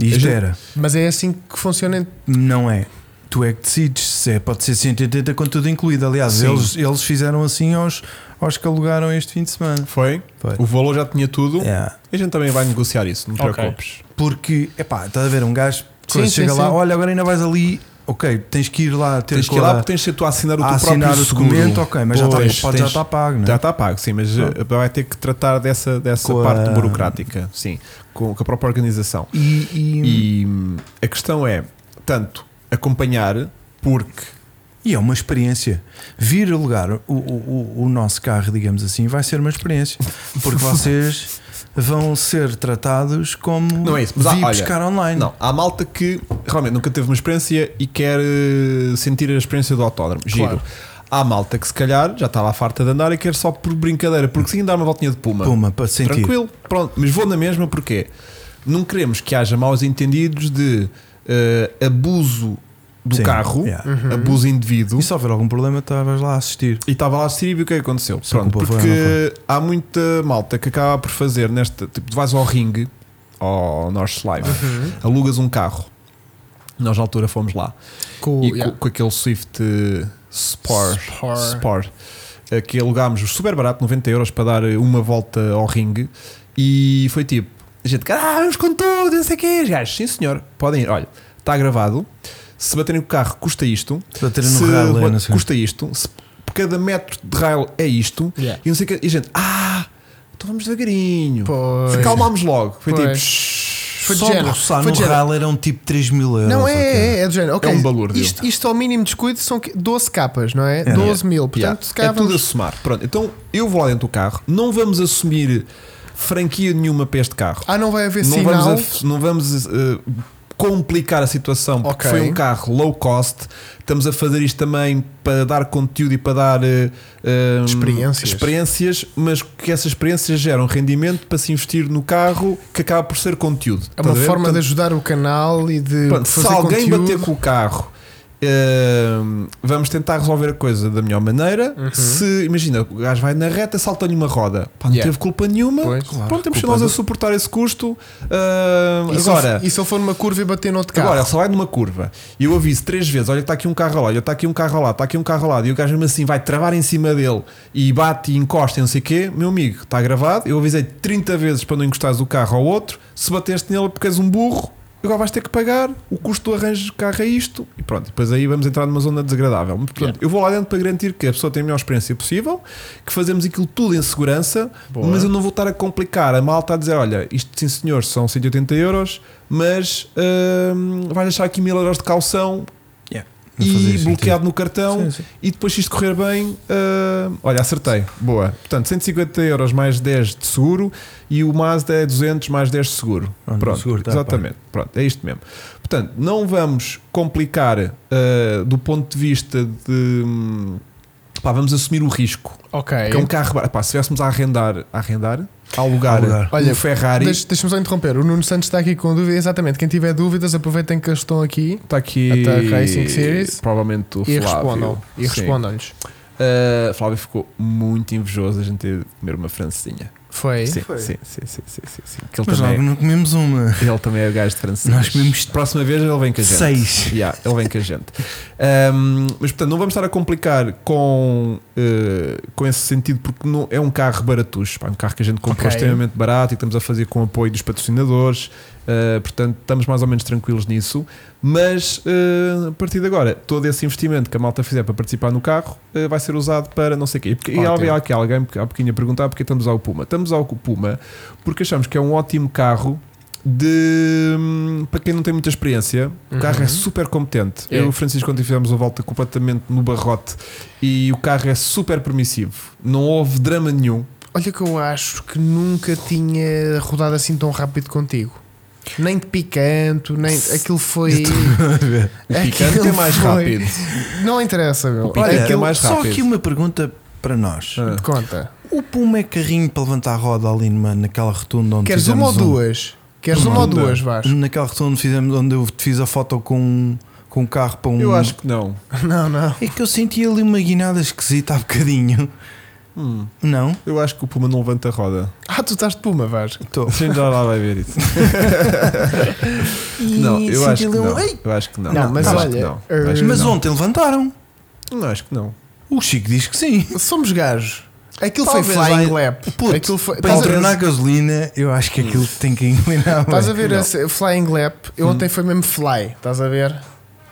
A: Isto
B: gente-
A: era.
C: Mas é assim que funciona. em-
A: Não é. Tu é que decides se é, pode ser 180 com tudo incluído. Aliás,
B: Sim.
A: eles, eles fizeram assim aos, aos que alugaram este fim de semana.
B: Foi?
A: Foi.
B: O valor já tinha tudo.
A: É.
B: A gente também vai negociar isso, não te
C: Ok.
B: preocupes.
A: Porque, epá, estás a ver, um gajo quando
C: sim,
A: chega lá,
C: sim.
A: olha, agora ainda vais ali, ok, tens que ir lá ter
B: Tens que ir lá porque tens de ser tu a assinar o
A: a
B: teu
A: assinar
B: próprio
A: o
B: seguro.
A: documento, ok, mas já,
B: Pois,
A: está, pode, já
B: tens- tá.
A: está pago, não
B: Já
A: é?
B: está pago, sim, mas eh, vai ter que tratar dessa, dessa
A: Com a-
B: parte burocrática, sim, com, com a própria organização.
A: E, e,
B: E hum, a questão é, tanto acompanhar, porque
A: e é uma experiência. Vir alugar o, o, o- o nosso carro, digamos assim, vai ser uma experiência. Porque vocês vão ser tratados como
B: Não é isso, mas há-
A: vi
B: olha,
A: buscar online.
B: Não, há malta que realmente nunca teve uma experiência e quer eh, sentir a experiência do autódromo. Giro.
C: Claro.
B: Há malta que se calhar já está lá farta de andar e quer só por brincadeira, porque sim, dar uma voltinha de puma.
A: Puma, para sentir.
B: Tranquilo, pronto. Mas vou na mesma porque é, não queremos que haja maus entendidos de eh, abuso do
A: Sim,
B: carro,
A: yeah.
B: abuso indevido.
A: E se houver algum problema, estavas lá a assistir.
B: E estava lá a assistir e vi o que é que aconteceu.
A: Só
B: Pronto,
A: culpa foi,
B: porque há muita malta que acaba por fazer nesta. Tipo, tu vais ao ringue, ao North Live, alugas um carro Nós na altura fomos lá
C: Com, o-
B: e co-
C: yeah.
B: com, aquele Swift eh, Spar,
C: Spar.
B: Spar eh, que alugámos super barato, 90 euros, para dar eh, uma volta ao ringue. E foi tipo: a gente, ah, vamos com tudo, não sei o quê. Os Gajos, sim senhor, podem ir. Olha, está gravado. Se baterem o carro, custa isto.
A: Bater
B: Se
A: no
C: é,
A: rally,
B: bat-
A: não sei.
B: custa isto. Se por cada metro de rail é isto.
C: Yeah.
B: E não sei o quê. E a gente, ah, então vamos devagarinho.
C: Pois.
B: Calmámos logo. Foi
C: Pois.
B: tipo: "Shhh,
C: Foi de
A: Só
C: género,
A: roçar
C: foi
A: no
C: de género.
A: rally eram tipo 3 mil euros.
C: Não, é,
A: ok.
C: é, é do género. ok,
B: É um balúrdio.
C: Isto, isto ao mínimo descuido são que- 12 capas, não é? 12 mil. Portanto,
B: Yeah.
C: se calhar
B: é tudo a
C: vamos-
B: somar. Pronto, então eu vou lá dentro do carro, não vamos assumir franquia nenhuma para este carro.
C: Ah, não vai haver
B: não,
C: sinal.
B: vamos ass- não vamos eh, complicar a situação, porque
C: Ok.
B: foi um carro low cost. Estamos a fazer isto também para dar conteúdo e para dar eh, eh,
C: Experiências.
B: experiências, mas que essas experiências geram rendimento para se investir no carro que acaba por ser conteúdo.
C: É
B: Estás Tá a
C: uma
B: ver?
C: forma
B: Portanto,
C: de ajudar o canal e de
B: Pronto, se
C: fazer
B: alguém
C: conteúdo.
B: bater com o carro, hum, vamos tentar resolver a coisa da melhor maneira.
C: Uhum.
B: Se, imagina, o gajo vai na reta, salta-lhe uma roda. Pá, não
C: Yeah.
B: teve culpa nenhuma.
C: Pois.
A: Claro,
B: Pronto, temos que
A: culpa
B: nós a
A: do-
B: suportar esse custo. Hum,
C: E se
B: agora,
C: ele- E se ele for numa curva e bater no outro carro?
B: agora, ele só vai numa curva. E eu aviso três vezes: olha, está aqui um carro lá, olha, está aqui um carro lá, está aqui um carro lá. E o gajo mesmo assim vai travar em cima dele e bate e encosta e não sei o quê. Meu amigo, está gravado. Eu avisei 30 vezes para não encostares o carro ao outro. Se bateste nele porque és um burro, agora vais ter que pagar. O custo do arranjo de carro é isto. E pronto, depois aí vamos entrar numa zona desagradável. Mas, Portanto,
C: Yeah.
B: eu vou lá dentro para garantir que a pessoa tem a melhor experiência possível, que fazemos aquilo tudo em segurança,
C: Boa.
A: é.
B: mas eu não vou estar a complicar. A malta a dizer: olha, isto sim senhor, são 180 euros, mas hum, vais deixar aqui 1000 euros de calção
A: Não fazia
B: e
A: sentido.
B: bloqueado no cartão.
A: Sim, sim.
B: E depois, se isto correr bem, ah, olha, acertei. Boa. Portanto, 150 euros mais 10 de seguro e o Mazda é 200 mais 10 de seguro.
A: Ah, no
B: Pronto,
A: seguro, tá,
B: exatamente. Pronto, é isto mesmo. Portanto, não vamos complicar ah, do ponto de vista de. hum, Pá, vamos assumir o risco.
C: Ok. então
B: Porque é um carro. bar- Pá, se estivéssemos a arrendar, a arrendar, a alugar,
A: Alugar.
B: um
C: Olha,
B: Ferrari,
C: Deix- Deixa-me só interromper. O Nuno Santos está aqui com dúvida. Exatamente. Quem tiver dúvidas, aproveitem que eles estão aqui
B: está tá aqui.
C: Attack Racing Series,
B: provavelmente o
C: e
B: Flávio.
C: respondam. E
B: Sim.
C: respondam-lhes.
B: Uh, Flávio ficou muito invejoso a gente ter de comer uma francesinha.
C: Foi.
B: Sim,
A: Foi.
B: sim, sim, sim, sim, sim, sim. Que ele,
A: Mas
B: também
A: logo não comemos uma.
B: é, ele também é gajo de francesinha.
A: Nós comemos
B: Próxima vez ele vem com a gente.
A: seis.
B: Yeah, ele vem com a gente. Um, mas portanto, não vamos estar a complicar com, uh, com esse sentido, porque não, é um carro baratucho. Pá, um carro que a gente comprou
C: Ok.
B: extremamente barato e que estamos a fazer com o apoio dos patrocinadores. Uh, portanto, estamos mais ou menos tranquilos nisso. Mas uh, a partir de agora, todo esse investimento que a malta fizer para participar no carro uh, vai ser usado para não sei o quê. E porque- E
C: Ótimo.
B: havia aqui alguém há pouquinho a perguntar porque estamos ao Puma. Estamos ao Puma porque achamos que é um ótimo carro de hum, para quem não tem muita experiência, o
C: Uhum.
B: carro é super competente.
C: É.
B: Eu e o Francisco ontem fizemos uma volta completamente no barrote e o carro é super permissivo. Não houve drama nenhum.
C: Olha que eu acho que nunca tinha rodado assim tão rápido contigo. Nem de picanto, nem. Aquilo foi.
B: O
C: Aquilo
B: picante é mais
C: foi-
B: rápido.
C: Não interessa, meu.
B: O picante
C: Olha,
B: é
A: Aquilo-
B: mais
A: só
B: rápido.
A: aqui uma pergunta para nós.
B: Ah.
C: de conta.
A: O Puma é carrinho para levantar a roda ali numa, naquela rotunda onde
C: Queres uma
A: fizemos
C: ou duas? Queres
B: Uma
C: uma ou
B: onda.
C: duas, Vasco?
A: Um, naquela rotunda onde, fizemos, onde eu te fiz a foto com, com um carro para um.
B: Eu acho que não.
C: Não, não.
A: É que eu senti ali uma guinada esquisita há bocadinho.
B: Hum,
A: Não?
B: eu acho que o Puma não levanta a roda.
C: Ah, tu estás de puma, Vasco.
A: Estou.
B: A gente já lá vai ver isso. Não, eu acho que não. Eu acho que não.
C: um Não, mas
B: Eu acho
C: olha, eh,
B: que não. Eu acho que
A: Mas
B: não.
A: ontem levantaram.
B: Não, acho que não.
A: O Chico diz que sim.
C: Somos gajos. Aquilo
A: Talvez
C: foi flying
A: vai-
C: lap.
A: Puto,
C: aquilo foi.
A: Para
B: é.
C: Estás a-
A: drenar gasolina, eu acho que aquilo tem que engolinar.
C: Estás a
A: bem.
C: ver esse flying lap? Eu ontem foi mesmo fly, estás a ver?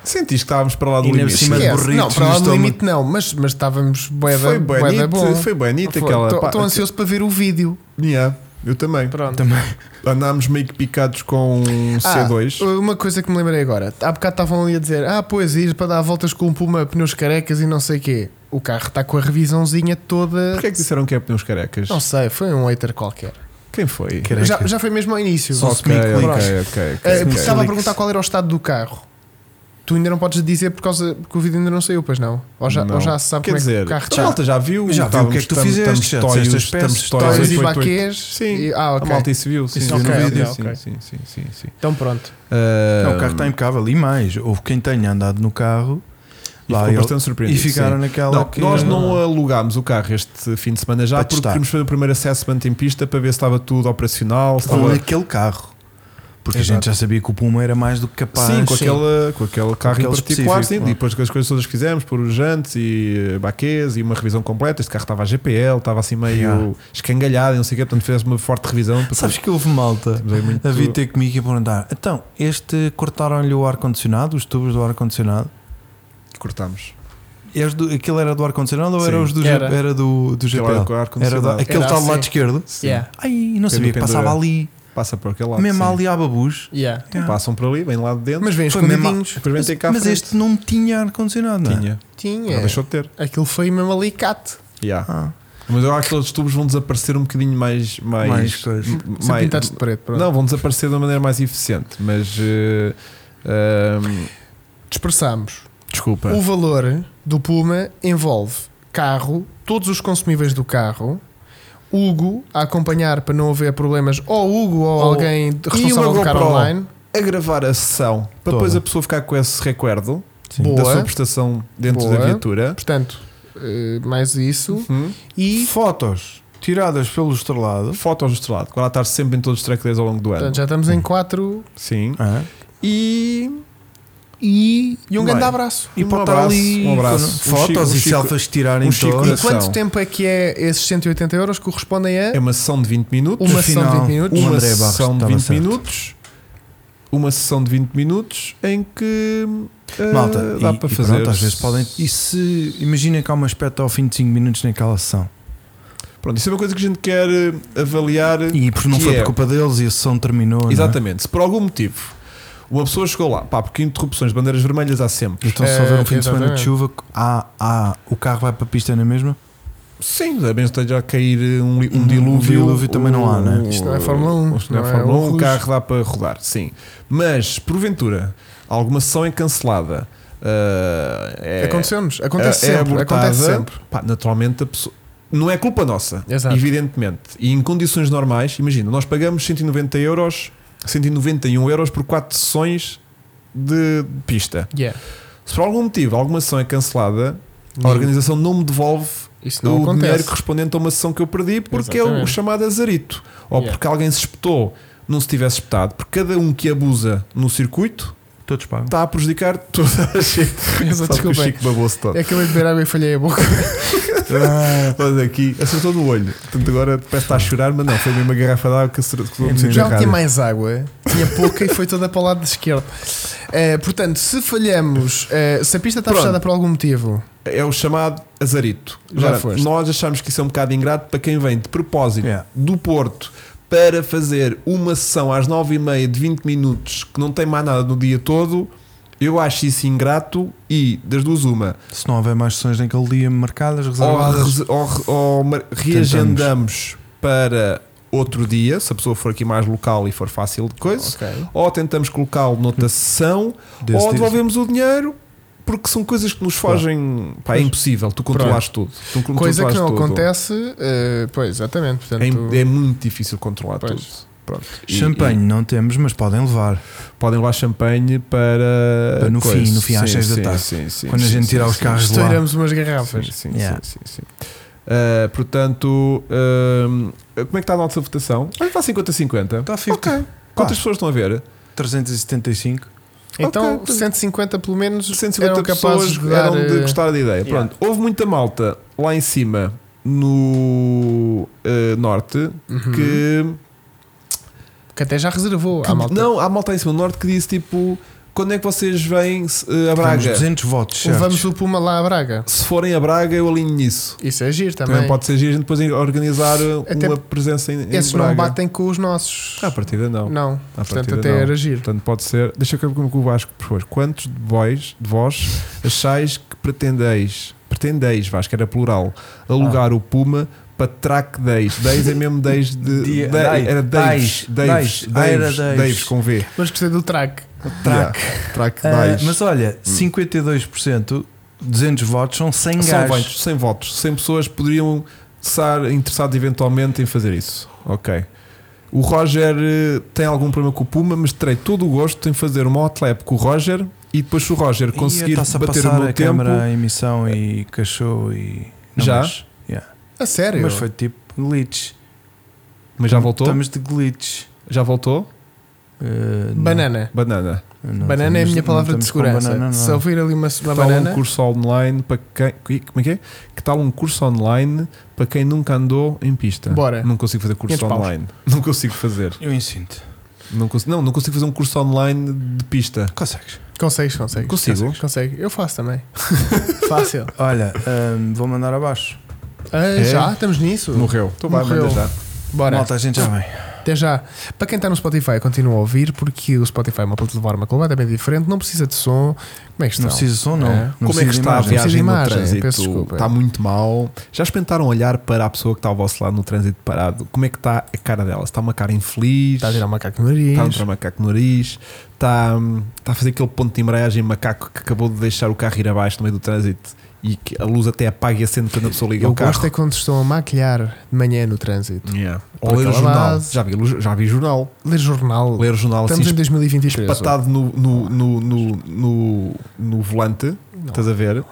B: Sentiste que estávamos para lá do
A: E ainda por
B: limite.
A: cima- Mas
C: Esquece.
A: burritos
C: não, para
A: no
C: lá do
A: estômago.
C: limite não, mas, mas estávamos bué da-
B: Foi
C: bué da bom.
B: bonito, foi bonito aquela. pá,
C: Estou ansioso para ver o vídeo.
B: Yeah, eu também.
C: Pronto.
A: Também.
B: Andámos meio que picados com um
C: Ah,
B: C2.
C: uma coisa que me lembrei agora. Há bocado estavam ali a dizer: Ah, pois, ir para dar voltas com um puma, pneus carecas e não sei o quê. O carro está com a revisãozinha toda.
B: Porquê é que disseram que é pneus carecas?
C: Não sei, foi um hater qualquer.
B: Quem foi?
A: Careca.
C: Já, já foi mesmo ao início.
A: Só
B: Ok,
A: se me
B: ok,
A: incluir.
B: ok, ok,
C: Ah, porque
B: ok.
C: estava a
A: Netflix.
C: perguntar qual era o estado do carro. Tu ainda não podes dizer por causa porque o vídeo ainda não saiu, pois não? Ou já,
B: Não.
C: ou já se sabe
B: Quer
C: como
B: dizer,
C: é que o carro
B: a
C: está.
B: malta já viu?
A: Já viu o que é que tu fizeste, já
B: Estamos
A: disseste as
B: estamos
A: peças,
B: toys,
C: Toys e
B: oito, oito, oito.
C: baquês.
B: Sim.
C: E, ah,
B: A
C: ok.
B: malta isso viu, sim,
A: Isso
B: viu no
C: ok,
B: vídeo.
C: ok,
B: sim,
C: ok.
B: Sim, sim, sim, sim.
C: Então pronto.
B: Ah,
A: Não, o carro tá está impecável. E mais, houve quem tenha andado no carro
B: Um. E
A: lá
B: ficou
A: ele-
B: bastante
A: e
B: surpreendido.
A: ficaram
B: sim.
A: naquela.
B: Não,
A: que-
B: nós não alugámos o carro este fim de semana já
A: Para
B: porque
A: testar.
B: queríamos fazer o primeiro assessment em pista para ver se estava tudo operacional, se
A: com
B: estava
A: aquele carro. Porque a
B: Exato.
A: gente já sabia que o Puma era mais do que capaz.
B: sim, com, Aquela, com aquele carro em
A: aquele
B: particular,
A: específico, é?
B: sim,
A: claro.
B: e depois com as coisas todas que fizemos, por jantes e eh, baquês e uma revisão completa. Este carro estava a GPL, estava assim meio
A: Yeah.
B: escangalhado e não sei o quê, portanto fez uma forte revisão. porque
A: Sabes que houve malta
B: temos aí muito-
A: a vir ter comigo e a perguntar: então, este cortaram-lhe o ar-condicionado, os tubos do ar-condicionado?
B: cortámos.
A: És do- Aquilo era do ar-condicionado ou
B: Sim.
A: era, os do, G-
C: Era.
A: era do, do
B: Aquele
A: GPL?
B: ar-
A: Era do-
B: ar-condicionado.
A: aquele
C: Era
A: está do lado
C: assim.
A: esquerdo?
B: Sim.
C: Yeah.
A: Ai, não sabia que
B: Pendura.
A: passava ali,
B: Passa por aquele lado.
A: mesmo
B: sim.
A: ali à babus.
C: Yeah.
A: Yeah.
B: Passam por ali, vêm lá de dentro.
C: Mas vem
A: Foi mesmo a-
C: escondidinhos.
B: depois vêm
A: Mas,
B: ter cá à
A: mas
B: frente.
A: este não tinha ar-condicionado, não é?
B: tinha.
C: Tinha.
B: Agora deixou de ter.
C: Aquilo foi mesmo alicate.
B: Yeah.
A: Ah,
B: Mas eu acho que aqueles tubos vão desaparecer um bocadinho mais. Mais.
A: Mais coisa.
B: m-
C: Sempre
B: mais-
C: pintaste de preto. Pronto.
B: não, vão desaparecer de uma maneira mais eficiente. Mas. eh, ehm,
C: Dispersámos.
B: desculpa.
C: O valor do Puma envolve carro, todos os consumíveis do carro, Hugo a acompanhar para não haver problemas, ou Hugo ou,
B: Ou-
C: alguém de- responsável
B: uma
C: do carro
B: GoPro.
C: online.
B: a gravar a sessão para
A: Toda.
B: depois a pessoa ficar com esse recuerdo
A: Sim.
C: Boa.
B: da sua prestação dentro
C: Boa.
B: da viatura.
C: Portanto, eh, mais isso.
A: Uhum. E fotos tiradas pelo estrelado.
B: Fotos do estrelado, que lá estar sempre em todos os track days ao longo do ano.
C: Portanto, já estamos em quatro
B: Sim.
A: Ah,
B: E.
C: e, e um
B: Bem.
C: grande abraço.
A: E
B: Um
A: pode estar
B: abraço,
A: ali
B: um abraço.
A: foram
B: Um
A: fotos
B: Chico-
A: e
B: um Chico-
A: selfies que tirarem
B: um Chico-
A: todos.
C: E
B: Coração.
C: quanto tempo é que é esses 180 euros correspondem a
B: É uma sessão de 20 minutos.
C: uma
A: afinal,
C: sessão de 20 minutos?
A: o
B: uma
A: André Barros
B: sessão de
A: estava
B: 20
A: certo.
B: minutos. Uma sessão de 20 minutos em que eh,
A: Malta,
B: dá
A: e,
B: para
A: e
B: fazer.
A: pronto, às vezes podem. E se imaginem que há uma espeta ao fim de 5 minutos naquela sessão.
B: Pronto, isso é uma coisa que a gente quer eh, avaliar.
A: E porque não
B: Que
A: foi
B: é-
A: por culpa deles e a sessão terminou. não é?
B: Exatamente. Se por algum motivo uma pessoa chegou lá, pá, porque interrupções, bandeiras vermelhas há sempre.
A: Então, se
B: É,
A: houver um fim de semana de
C: Exatamente.
A: chuva, há, há, o carro vai para a pista, não é mesmo?
B: Sim, é bem esteja a cair eh, um, li-
A: Um
B: um dilúvio. Um-
A: dilúvio também não há, né?
C: Isto não é Fórmula 1,
B: Isto não,
C: não
B: é
C: é
B: Fórmula 1, o
C: Urus.
B: carro dá para rodar, sim. Mas, porventura, alguma sessão é cancelada. ah, é,
C: Aconteceu-nos. Acontece
B: é- é
C: sempre.
B: abortada,
C: acontece sempre.
B: pá, naturalmente, a pessoa. Não é culpa nossa,
C: Exato.
B: evidentemente. E em condições normais, imagina, nós pagamos 190 euros, 191 euros por 4 sessões de pista.
C: Yeah.
B: Se por algum motivo alguma sessão é cancelada, a
C: Não.
B: organização não me devolve
C: Isso Hum. não
B: o dinheiro
C: acontece.
B: correspondente a uma sessão que eu perdi porque é o
C: Exatamente.
B: chamado azarito. Ou
C: Yeah.
B: porque alguém se espetou, não se tivesse espetado. Porque cada um que abusa no circuito
A: Todos pagam.
B: está a prejudicar toda a gente. Só que o
C: Desculpem. É
B: Chico babou-se todo.
C: Acabei de beber água e falhei a boca. Ah.
B: Olha aqui, acertou no olho. Portanto, agora parece que está a chorar, mas não, foi mesmo uma garrafa de água que acertou que aconteceu
C: Já
B: na
C: não tinha
B: rádio.
C: mais água, tinha pouca e foi toda para o lado de esquerda. Eh, portanto, se falhamos, eh, se a pista está
B: Pronto.
C: fechada por algum motivo,
B: É o chamado azarito.
C: Já
B: Ora,
C: foste. É.
B: Nós achamos que isso é um bocado ingrato para quem vem de propósito
A: Yeah.
B: do Porto para fazer uma sessão às 9h30 de 20 minutos que não tem mais nada no dia todo. Eu acho isso ingrato e, das duas, uma,
A: Se não houver mais sessões naquele dia marcadas,
B: ou,
A: reservadas.
B: re- ou re- ou mar- reagendamos para outro dia, se a pessoa for aqui mais local e for fácil de coisa,
C: ok.
B: ou tentamos colocá-lo
A: Hum.
B: noutra sessão,
A: Desse
B: ou
A: dia.
B: devolvemos o dinheiro. Porque são coisas que nos fogem. Pá, é impossível, tu controlas tudo. Tu con-
C: Coisa que
B: controlas
C: não
B: tudo.
C: acontece, eh, pois, exatamente. Portanto,
B: É, im- é muito difícil controlar
C: Pois.
B: tudo. Pronto. E-
A: Champanhe não temos, mas podem levar.
B: e podem levar champanhe para.
A: Para no
B: coisa.
A: fim, no fim, às
B: Sim,
A: seis da
B: sim,
A: tarde.
B: sim, sim,
A: Quando a
B: sim,
A: gente
B: sim,
A: tirar os
B: sim,
A: carros de lá.
C: estouramos umas garrafas.
B: Sim, sim,
A: Yeah.
B: sim, sim, sim. Ah, portanto, ahm, como é que está a nossa votação? Olha, está 50-50.
A: Está 50.
B: Ok. Quantas pessoas estão a ver?
A: 375.
C: Então,
B: Ok.
C: 150 pelo menos
B: 150
C: eram capazes
B: pessoas
C: de dar.
B: eram de
C: eh,
B: gostar da ideia.
C: yeah.
B: Pronto, houve muita malta lá em cima no eh, norte
C: uhum, que,
B: que,
C: até já reservou
B: que-
C: à malta. Um
B: não há malta lá em cima no norte que disse tipo quando é que vocês vêm eh, a
A: Temos
B: Braga?
A: 200 votos. certos.
C: Levamos o Puma lá à Braga.
B: Se forem a Braga eu alinho nisso.
C: Isso é giro também.
B: Também, pode ser giro a gente depois organizar eh,
C: Até
B: uma presença em, em
C: Esses
B: Braga.
C: não batem com os nossos.
B: À partida não.
C: Não.
B: À
C: Portanto,
B: partida,
C: até
B: não.
C: era giro.
B: Portanto, pode ser. Deixa eu ver como que o Vasco, por favor. Quantos de vós, de vós achais que pretendeis, pretendeis, Vasco, era plural, alugar
A: Ah.
B: o Puma para track 10? 10 é mesmo 10 de.
A: Dia-
B: de-
A: dai-
B: era Daves.
A: dais,
B: Daves.
A: dais, ah, era
B: Daves.
A: dais.
B: Daves com V.
C: Mas gostei do track.
A: Track.
B: Yeah, track
A: Ah,
B: 10.
A: mas olha,
B: Hum.
A: 52%, 200 votos são 100
B: São
A: gajos.
B: votos, 100 votos. 100 pessoas poderiam estar interessadas eventualmente em fazer isso. Ok. O Roger eh, tem algum problema com o Puma, mas terei todo o gosto em fazer uma hot lap com o Roger e depois se o Roger
A: Ih,
B: conseguir
A: está-se a
B: bater o
A: passar
B: meu
A: a
B: tempo.
A: câmara, a emissão e cachorro e. Não,
B: Já?
A: Mas, yeah.
C: A sério?
A: Mas foi tipo glitch.
B: Mas já voltou?
A: Estamos de glitch.
B: Já voltou?
A: Eh, não.
C: Banana.
B: Banana.
A: Não
C: banana é a
A: estamos-
C: minha
A: não
C: palavra de
A: estamos com
C: segurança.
A: banana, não. é?
C: Se ouvir ali uma, uma
B: é? Está
C: banana.
B: um curso online para quem. Como é que é? Que tal um curso online para quem nunca andou em pista?
C: Bora.
B: Não consigo fazer curso
C: 500 paus.
B: online. Não consigo fazer.
A: Eu ensino-te.
B: Não, consigo, não, não consigo fazer um curso online de pista.
A: Consegues.
C: Consegues, consegues.
B: Consigo.
C: Consegue. Eu faço também. Fácil.
A: Olha, ahm, vou mandar abaixo.
C: Ah,
B: É?
C: Já, estamos nisso.
B: Morreu. Então vai,
C: Morreu.
B: manda já.
C: Bora.
A: Malta, a gente já vem.
C: Até já. Para quem está no Spotify, continua a ouvir, porque o Spotify é uma plataforma completamente diferente, não precisa de som. Como é que
A: Não
C: estão?
A: precisa som, não.
C: É.
A: Não
B: Como
A: precisa
B: é que
A: de
B: está a
A: imagem.
B: viagem
C: Não
B: no
C: precisa de imagem, peço
B: trânsito?
C: desculpa.
B: Está muito mal. Já experimentaram olhar para a pessoa que está ao vosso lado no trânsito parado? Como é que está a cara dela? Se Está uma cara infeliz?
C: Está a tirar macaco no nariz.
B: Está Tá a entrar macaco no nariz? Está, hum, está a fazer aquele ponto de embreagem macaco que acabou de deixar o carro ir abaixo no meio do trânsito e que a luz até apaga e acende quando a pessoa liga
C: Eu
B: o carro?
C: gosto é quando estão a maquilhar de manhã no trânsito.
B: Yeah.
C: Por
B: Ou ler o
C: aquela
B: jornal.
C: base.
B: Já vi, já vi jornal.
C: Ler jornal.
B: Ler o jornal
C: Estamos em
B: assim
C: 2023.
B: espatado no, no, no, no, no- no volante,
C: Não.
B: estás a ver?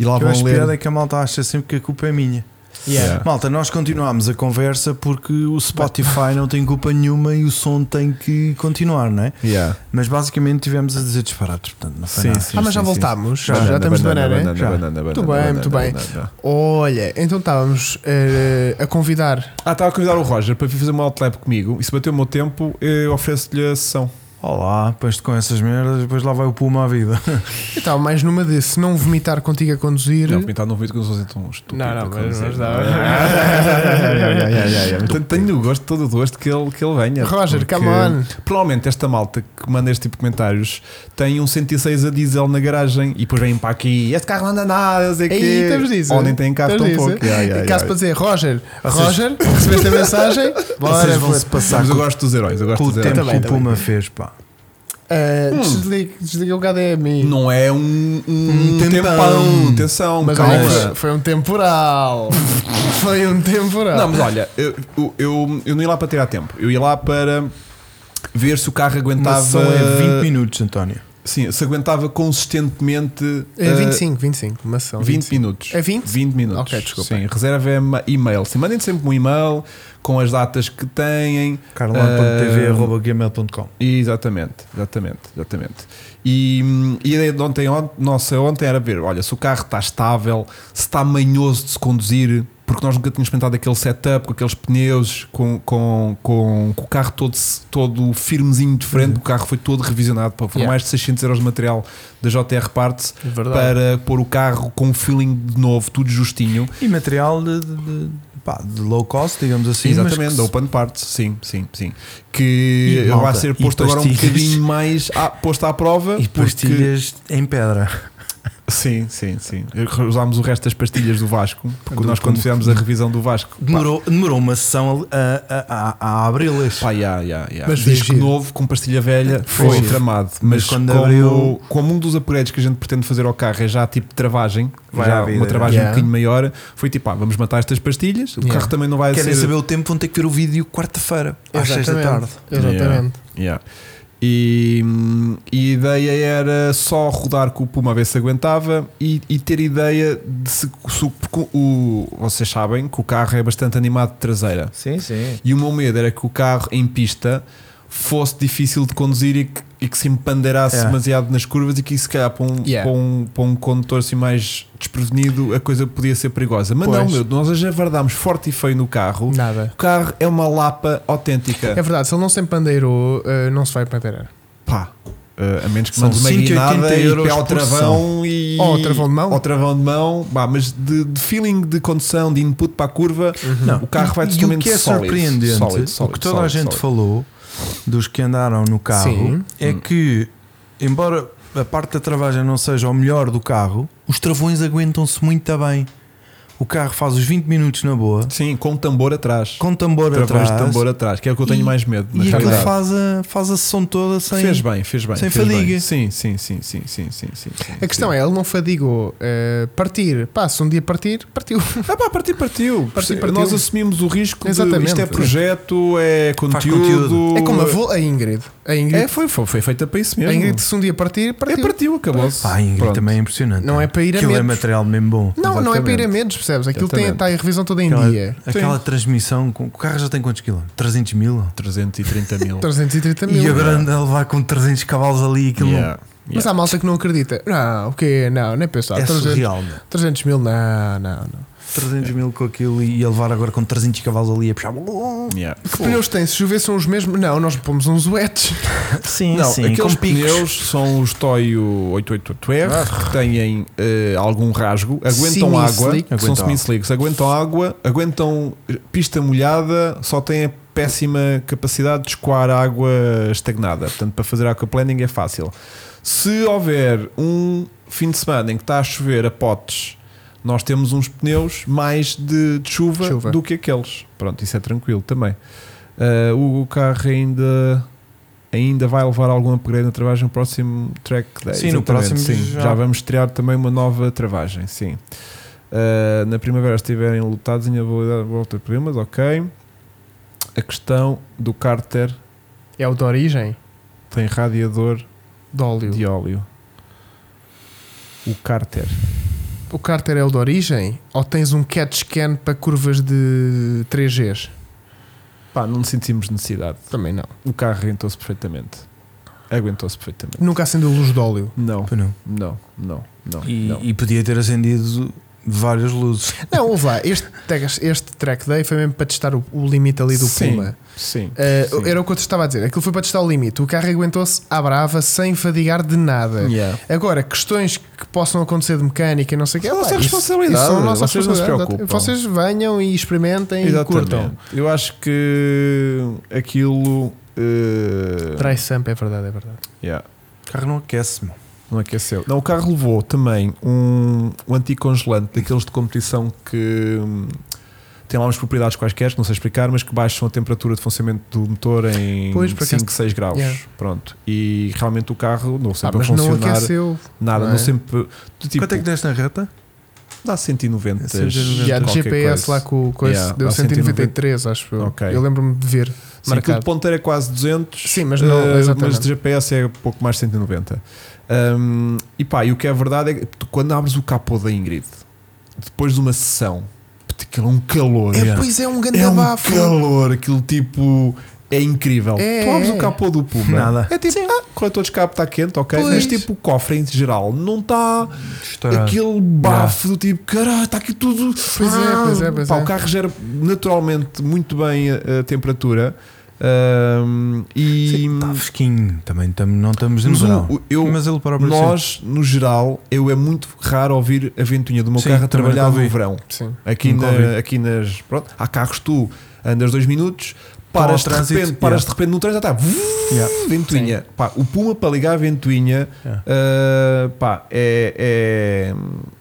B: E lá
A: O que eu
B: vão
A: acho
B: ler.
A: piada é que a malta acha sempre que a culpa é minha.
B: Yeah.
A: Malta, nós continuámos a conversa porque o Spotify não tem culpa nenhuma e o som tem que continuar, não é?
B: Yeah.
A: Mas basicamente tivemos a dizer disparados, portanto não foi
B: Sim,
A: nada.
B: sim,
C: Ah, mas já
B: sim, sim.
C: voltámos. Já,
B: Banana,
C: já estamos de banana, hein?
B: banana,
A: Já.
B: banana,
C: Muito
B: banana,
C: bem, muito
B: banana,
C: bem.
B: banana.
C: Olha, então estávamos eh, a convidar.
B: Ah, estava a convidar o Roger para vir fazer uma outlap comigo. E se bater o meu tempo, eu ofereço-lhe a sessão.
A: Olá, depois com essas merdas, depois lá vai o Puma à vida.
C: Eu estava Então, mais numa de se não vomitar contigo a conduzir.
B: Não, comentar não vídeo que eu sou assim tão estúpido.
C: Não, não, mas-
B: quer dizer.
C: mas dá.
B: Ah, é, é, é, é, é. Portanto, Tenho o gosto, todo o gosto que ele, que ele venha.
C: Roger,
B: porque
C: come on.
B: Provavelmente esta malta que manda este tipo de comentários tem um 106 a diesel na garagem e depois vêm para aqui. Este carro não anda nada, não sei o
C: Aí
B: quê.
C: temos disso.
B: Ou nem É tem carro
C: Temos
B: tão
C: disso.
B: pouco. Yeah, yeah,
C: E caso
B: yeah.
C: para dizer, Roger, Roger, recebeste a mensagem? Bora,
A: Vocês vão-se
C: puto.
A: passar
B: Mas eu
A: com,
B: gosto dos heróis. Eu gosto
A: com o
B: dos
A: tempo
B: heróis.
C: Também,
A: que o
C: também.
A: Puma fez, pá.
C: Ah,
B: Hum.
C: desliga, desliga o HDMI.
B: Não é um, um,
A: Um
B: tempão.
A: tempão.
B: Atenção,
C: Mas
B: calma.
C: olha, foi, foi um temporal. foi um temporal.
B: Não, mas olha, eu, eu, eu, eu não ia lá para tirar tempo. Eu ia lá para ver se o carro
A: Uma
B: aguentava.
A: sessão é 20 minutos, António.
B: Sim, se aguentava consistentemente.
C: é
B: eh,
C: 25, 25, mas são
B: 20 minutos.
C: É 20?
B: 20 minutos.
C: Ok, desculpa.
B: Sim, reserva é ma- e-mail. Sim, mandem sempre um e-mail com as datas que têm. Ah,
A: Carlão.tv.gmail.com
B: Exatamente, exatamente, exatamente. E, hum, e a ideia de ontem, on- nossa, ontem era ver, olha, se o carro está estável, se está manhoso de se conduzir, porque nós nunca tínhamos experimentado aquele setup com aqueles pneus, com, com, com, com o carro todo, se- todo firmezinho de frente, o carro foi todo revisionado, pá, foram
C: Uhum. Yeah.
B: mais de 600 euros de material da JR Parts
C: É verdade.
B: para pôr o carro com um feeling de novo, tudo justinho.
A: E material de, de- de- pá, de low cost, digamos assim. mas
B: Exatamente,
A: que
B: da
A: se-
B: Open Parts, sim, sim, sim. Que
A: E
B: vai
A: malta,
B: ser
A: e
B: posto agora um
A: pastilhas.
B: bocadinho mais à, posto à prova.
A: E
B: porque-
A: pastilhas em pedra.
B: Sim, sim, sim. Usámos o resto das pastilhas do Vasco, porque
A: Do
B: nós quando
A: Puma.
B: fizemos a revisão do Vasco. pá,
A: Demorou, demorou uma sessão a, a, a, a abri-las.
B: Pá, yeah, yeah, yeah.
C: Mas foi
B: Disco
C: giro.
B: novo com pastilha velha
C: Foi
B: foi
C: giro.
B: tramado. Mas,
A: Mas quando
B: como,
A: abriu-
B: como um dos upgrades que a gente pretende fazer ao carro é já tipo travagem,
A: Vai
B: já
A: à vida,
B: uma travagem
C: yeah.
B: um bocadinho maior, foi tipo, ah, vamos matar estas pastilhas, o
C: Yeah.
B: carro também não vai
A: Querem
B: ser.
A: saber o tempo, vão ter que ver o vídeo quarta-feira, às seis da tarde.
C: Exatamente. Exatamente.
B: Yeah. E, hum, e a ideia era só rodar com o Puma a ver se aguentava e, e ter ideia de se, se o- porque o, vocês sabem que o carro é bastante animado de traseira.
A: Sim, sim.
B: E o meu medo era que o carro em pista fosse difícil de conduzir e que, e que se empandeirasse
A: Yeah.
B: demasiado nas curvas e que isso, se calhar, para um,
C: Yeah.
B: para um, para um condutor assim mais desprevenido, a coisa podia ser perigosa. Mas não,
C: Pois.
B: meu, nós já verdámos forte e feio no carro.
C: Nada.
B: O carro é uma lapa autêntica.
C: É verdade, se ele não se empandeirou, eh, não se vai empandeirar.
B: Pá, eh, a menos que
A: São
B: mandes uma
A: 180
B: guinada e
A: euros
B: pé ao
A: por
B: travão
A: sessão.
B: e.
C: Ou ao travão de mão.
B: Ao travão de mão, pá, mas de, de feeling de condução, de input para a curva,
A: Não,
B: o carro vai
A: e- e o
B: totalmente
A: que é
B: sólido,
A: surpreendente,
B: sólido,
A: o
B: sólido,
A: que toda a
B: sólido,
A: gente
B: sólido. Hum.
A: falou dos que andaram no carro
C: Sim.
A: é que, embora a parte da travagem não seja o melhor do carro, os travões aguentam-se muito bem. O carro faz os 20 minutos na boa,
B: Sim, com tambor atrás.
A: com tambor
B: Travões
A: atrás,
B: de tambor atrás, que é o que eu tenho
A: E-
B: mais medo. Na
A: e aquilo
B: realidade.
A: faz a, faz a sessão toda sem.
B: fez bem, fez bem.
A: sem
B: fez bem.
A: fadiga.
B: Sim, sim, sim, sim, sim, sim, sim.
C: A questão é, ele não fadigou eh, partir. Pá, se um dia partir, partiu.
B: Ah, pá, partiu, partiu.
C: Partiu,
B: Nós
C: partiu.
B: assumimos o risco de
C: Exatamente.
B: isto é projeto, é conteúdo.
A: conteúdo.
C: É como a, vo- a Ingrid. A Ingrid,
B: É, foi, foi, foi feita para isso
C: a
B: mesmo.
C: Ingrid se um dia partir,
B: É,
C: partiu.
B: partiu, acabou-se.
A: Pá, Ingrid
B: Pronto.
A: também é impressionante.
C: Não é para ir a
A: Aquilo é
C: menos.
A: material mesmo bom.
C: Não, não é para ir a
B: Exatamente.
C: medos, percebes? Aquilo tem,
B: Exatamente.
C: está em revisão toda em
A: Aquela-
C: dia.
A: Aquela transmissão, com- o carro já tem quantos quilos? 300 mil?
B: 330 mil.
C: 330 mil.
A: E agora anda a levar com 300 cavalos ali e aquilo
B: Yeah,
C: Mas
B: yeah.
C: há malta que não acredita. Não, o quê? Não, nem pensar.
A: não- é
C: 300,
A: surreal. meu.
C: 300 mil, não, não, não.
A: 300 mil com aquilo e a levar agora com 300 cavalos ali a puxar.
B: Yeah.
C: Que pneus tem? Se chover são os mesmos? Não, nós pomos uns wets.
A: Sim,
B: Não,
A: sim,
B: aqueles
A: assim, com picos. Ah.
B: pneus são os Toyo 888R que têm eh, algum rasgo, aguentam água,
C: Semi-slick.
B: são
A: Aguentam
B: semi-slicks, aguentam água, aguentam eh, pista molhada, só têm a péssima capacidade de escoar água estagnada. Portanto, para fazer aquaplaning é fácil. Se houver um fim de semana em que está a chover a potes, nós temos uns pneus mais de, de chuva,
C: Chuva.
B: do que aqueles. Pronto, isso é tranquilo também. Ah, o, o carro ainda ainda vai levar algum upgrade na travagem no próximo track day.
A: Sim, no
B: Exatamente,
A: próximo
B: sim.
A: já-
B: já... vamos estrear também uma nova travagem, sim. Ah, na primavera se estiverem lutados ainda vou dar volta a problemas, ok. A questão do cárter
C: É o de origem
B: tem radiador
C: de óleo.
B: de óleo. O cárter.
C: O cárter é o de origem? Ou tens um CAT scan para curvas de 3Gs?
B: Pá, não sentimos necessidade.
C: Também não.
B: O carro aguentou-se perfeitamente. Aguentou-se perfeitamente.
C: Nunca acendeu luz de óleo.
B: Não,
A: Pois não.
B: não, não, não.
A: E,
B: não.
A: e podia ter acendido várias luzes.
C: Não, ouve lá. Este, este track day foi mesmo para testar o, o limite ali do
B: Sim.
C: Puma.
B: Sim. sim.
C: Uh, era o que eu te estava a dizer. Aquilo foi para testar o limite. O carro aguentou-se à brava, sem fadigar de nada.
B: Yeah.
C: Agora, questões que possam acontecer de mecânica e não sei o que.
B: São nossa é responsabilidade.
C: Isso são nossa
B: Vocês não se
C: responsabilidade.
B: preocupam.
C: Vocês venham e experimentem e curtam.
B: Eu acho que aquilo. eh,
C: Trai Samp, é verdade, é verdade.
B: yeah,
A: O carro não aquece, meu.
B: não aqueceu. Não, o carro levou também um, um anticongelante daqueles de competição que hum, tem lá umas propriedades quaisquer, que não sei explicar, mas que baixam a temperatura de funcionamento do motor em
C: Pois, por acaso-
B: 5, 6 graus.
C: Yeah.
B: Pronto. E realmente o carro não
C: Ah,
B: sempre a
C: mas não
B: funcionar
C: aqueceu.
B: nada.
C: não
B: Não,
C: é?
B: sempre. do Tipo,
A: Quanto é que deste na reta?
B: dá 190.
A: É 190.
C: Já de
B: qualquer
C: GPS
B: coisa.
C: lá com, com
B: Yeah,
C: esse, deu
B: dá
C: 193, acho eu.
B: Ok.
C: Eu lembro-me de ver
B: Sim, aquilo
C: marcado.
B: de ponteiro é quase 200.
C: Sim, mas não,
B: eh,
C: exatamente.
B: mas de GPS é pouco mais de 190. Um, e pá, e o que é verdade é que tu, quando abres o capô da Ingrid, depois de uma sessão, puto, aquilo é um calor.
C: É, pois é um grande
B: É um
C: abafo.
B: calor, aquilo tipo. É incrível.
C: É,
B: tu abres
C: é.
B: o capô do Puma.
A: Nada.
B: É tipo, ah, o coletor de escape está quente, ok.
C: Pois.
B: Mas tipo, o cofre em geral não tá está
A: Estourado.
B: aquele bafo do tipo, caralho, está aqui tudo. Ah,
C: Pois é, pois é, pois
B: Pá,
C: é.
B: O carro gera naturalmente muito bem a, a temperatura. ahm, e
A: Está hum, fresquinho. Também tam- não estamos no
B: Mas o-
A: tá verão.
B: o- eu-
A: mas ele próprio
B: nós, no geral, eu é muito raro ouvir a ventoinha do meu
A: Sim,
B: carro a
A: também nunca
B: trabalhar no
A: ouvi.
B: verão.
C: Sim.
B: Aqui,
A: Nunca
B: na-
A: ouvi.
B: aqui nas. Pronto, há carros que tu andas dois minutos,
A: Pau ao
B: paras, de,
A: trânsito,
B: repente, paras
A: yeah.
B: de repente no trânsito, já está.
A: assim- Yeah.
B: Ventoinha. Pá, o Puma para ligar a ventoinha
A: Yeah.
B: ah, pá, é, é-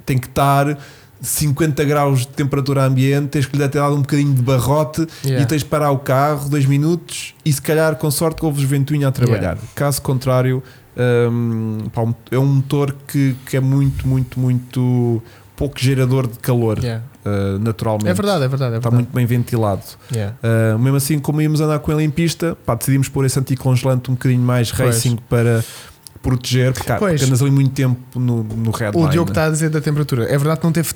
B: tem que estar 50 graus de temperatura ambiente, tens que lhe ter dado um bocadinho de barrote
C: Yeah.
B: e tens de parar o carro dois minutos e se calhar com sorte ouves ventoinha a trabalhar. Caso contrário, hum, pá, um- é um motor que, que é muito, muito, muito pouco gerador de calor
C: Yeah.
B: ah, naturalmente.
C: É verdade, é verdade. É
B: Está
C: verdade.
B: Tá muito bem ventilado.
C: Yeah.
B: Uh, mesmo assim, como íamos andar com ele em pista, pá, decidimos pôr esse anticongelante um bocadinho mais
C: Pois.
B: racing para proteger, porque, há-
C: Pois.
B: porque andas ali muito tempo no, no red
C: O
B: line,
C: Diogo
B: né?
C: está a dizer da temperatura. É verdade que não teve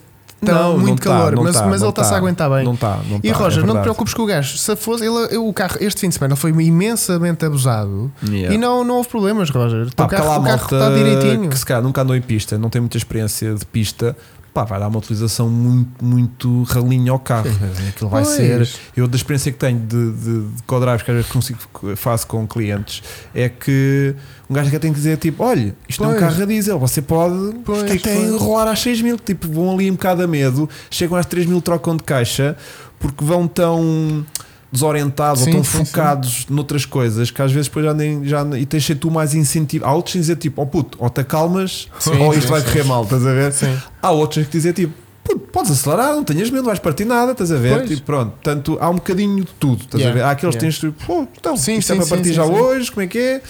B: Não,
C: tão muito
B: não tá,
C: calor,
B: não
C: mas,
B: tá,
C: mas
B: não
C: ele está-se
B: tá.
C: a aguentar bem.
B: Não está, não
C: E
B: tá,
C: Roger,
B: é
C: não te
B: verdade.
C: preocupes com o gajo. Se fosse, ele, o carro este fim de semana foi imensamente abusado
B: Yeah.
C: e não, não houve problemas, Roger. O
B: Pá,
C: teu
B: porque há
C: carro,
B: lá
C: o carro
B: malta
C: está direitinho.
B: Que se calhar nunca andou em pista, não tem muita experiência de pista, pá, vai dar uma utilização muito, muito ralinha ao carro. Aquilo vai
C: Pois.
B: ser. Eu, da experiência que tenho de, de, de co-drives que às vezes consigo, faço com clientes, é que um gajo que tem que dizer tipo: olha, isto é um
C: Pois.
B: carro a diesel, você pode
C: Pois,
B: até
C: pois.
B: enrolar às 6 mil. Tipo, vão ali um bocado a medo, chegam às 3 mil, trocam de caixa, porque vão tão desorientados
C: Sim,
B: ou tão
C: sim, sim.
B: focados noutras coisas que às vezes depois já nem, já nem- e tens de ser tu mais incentivo. Há outros que dizem tipo, oh puto, ou te acalmas
C: Sim,
B: ou isto
C: sim,
B: vai
C: sim.
B: correr mal, estás a ver?
C: Sim.
B: Há outros que dizem tipo, puto, podes acelerar, não tenhas medo, não vais partir nada, estás a ver?
C: Pois.
B: Tipo, pronto, portanto há um bocadinho de tudo, estás
C: Yeah,
B: a ver? Há aqueles
C: yeah.
B: que tens tipo, pô, então,
C: Sim,
B: isto é
C: sim,
B: para
C: sim,
B: partir
C: sim,
B: já
C: sim.
B: hoje, como é que é?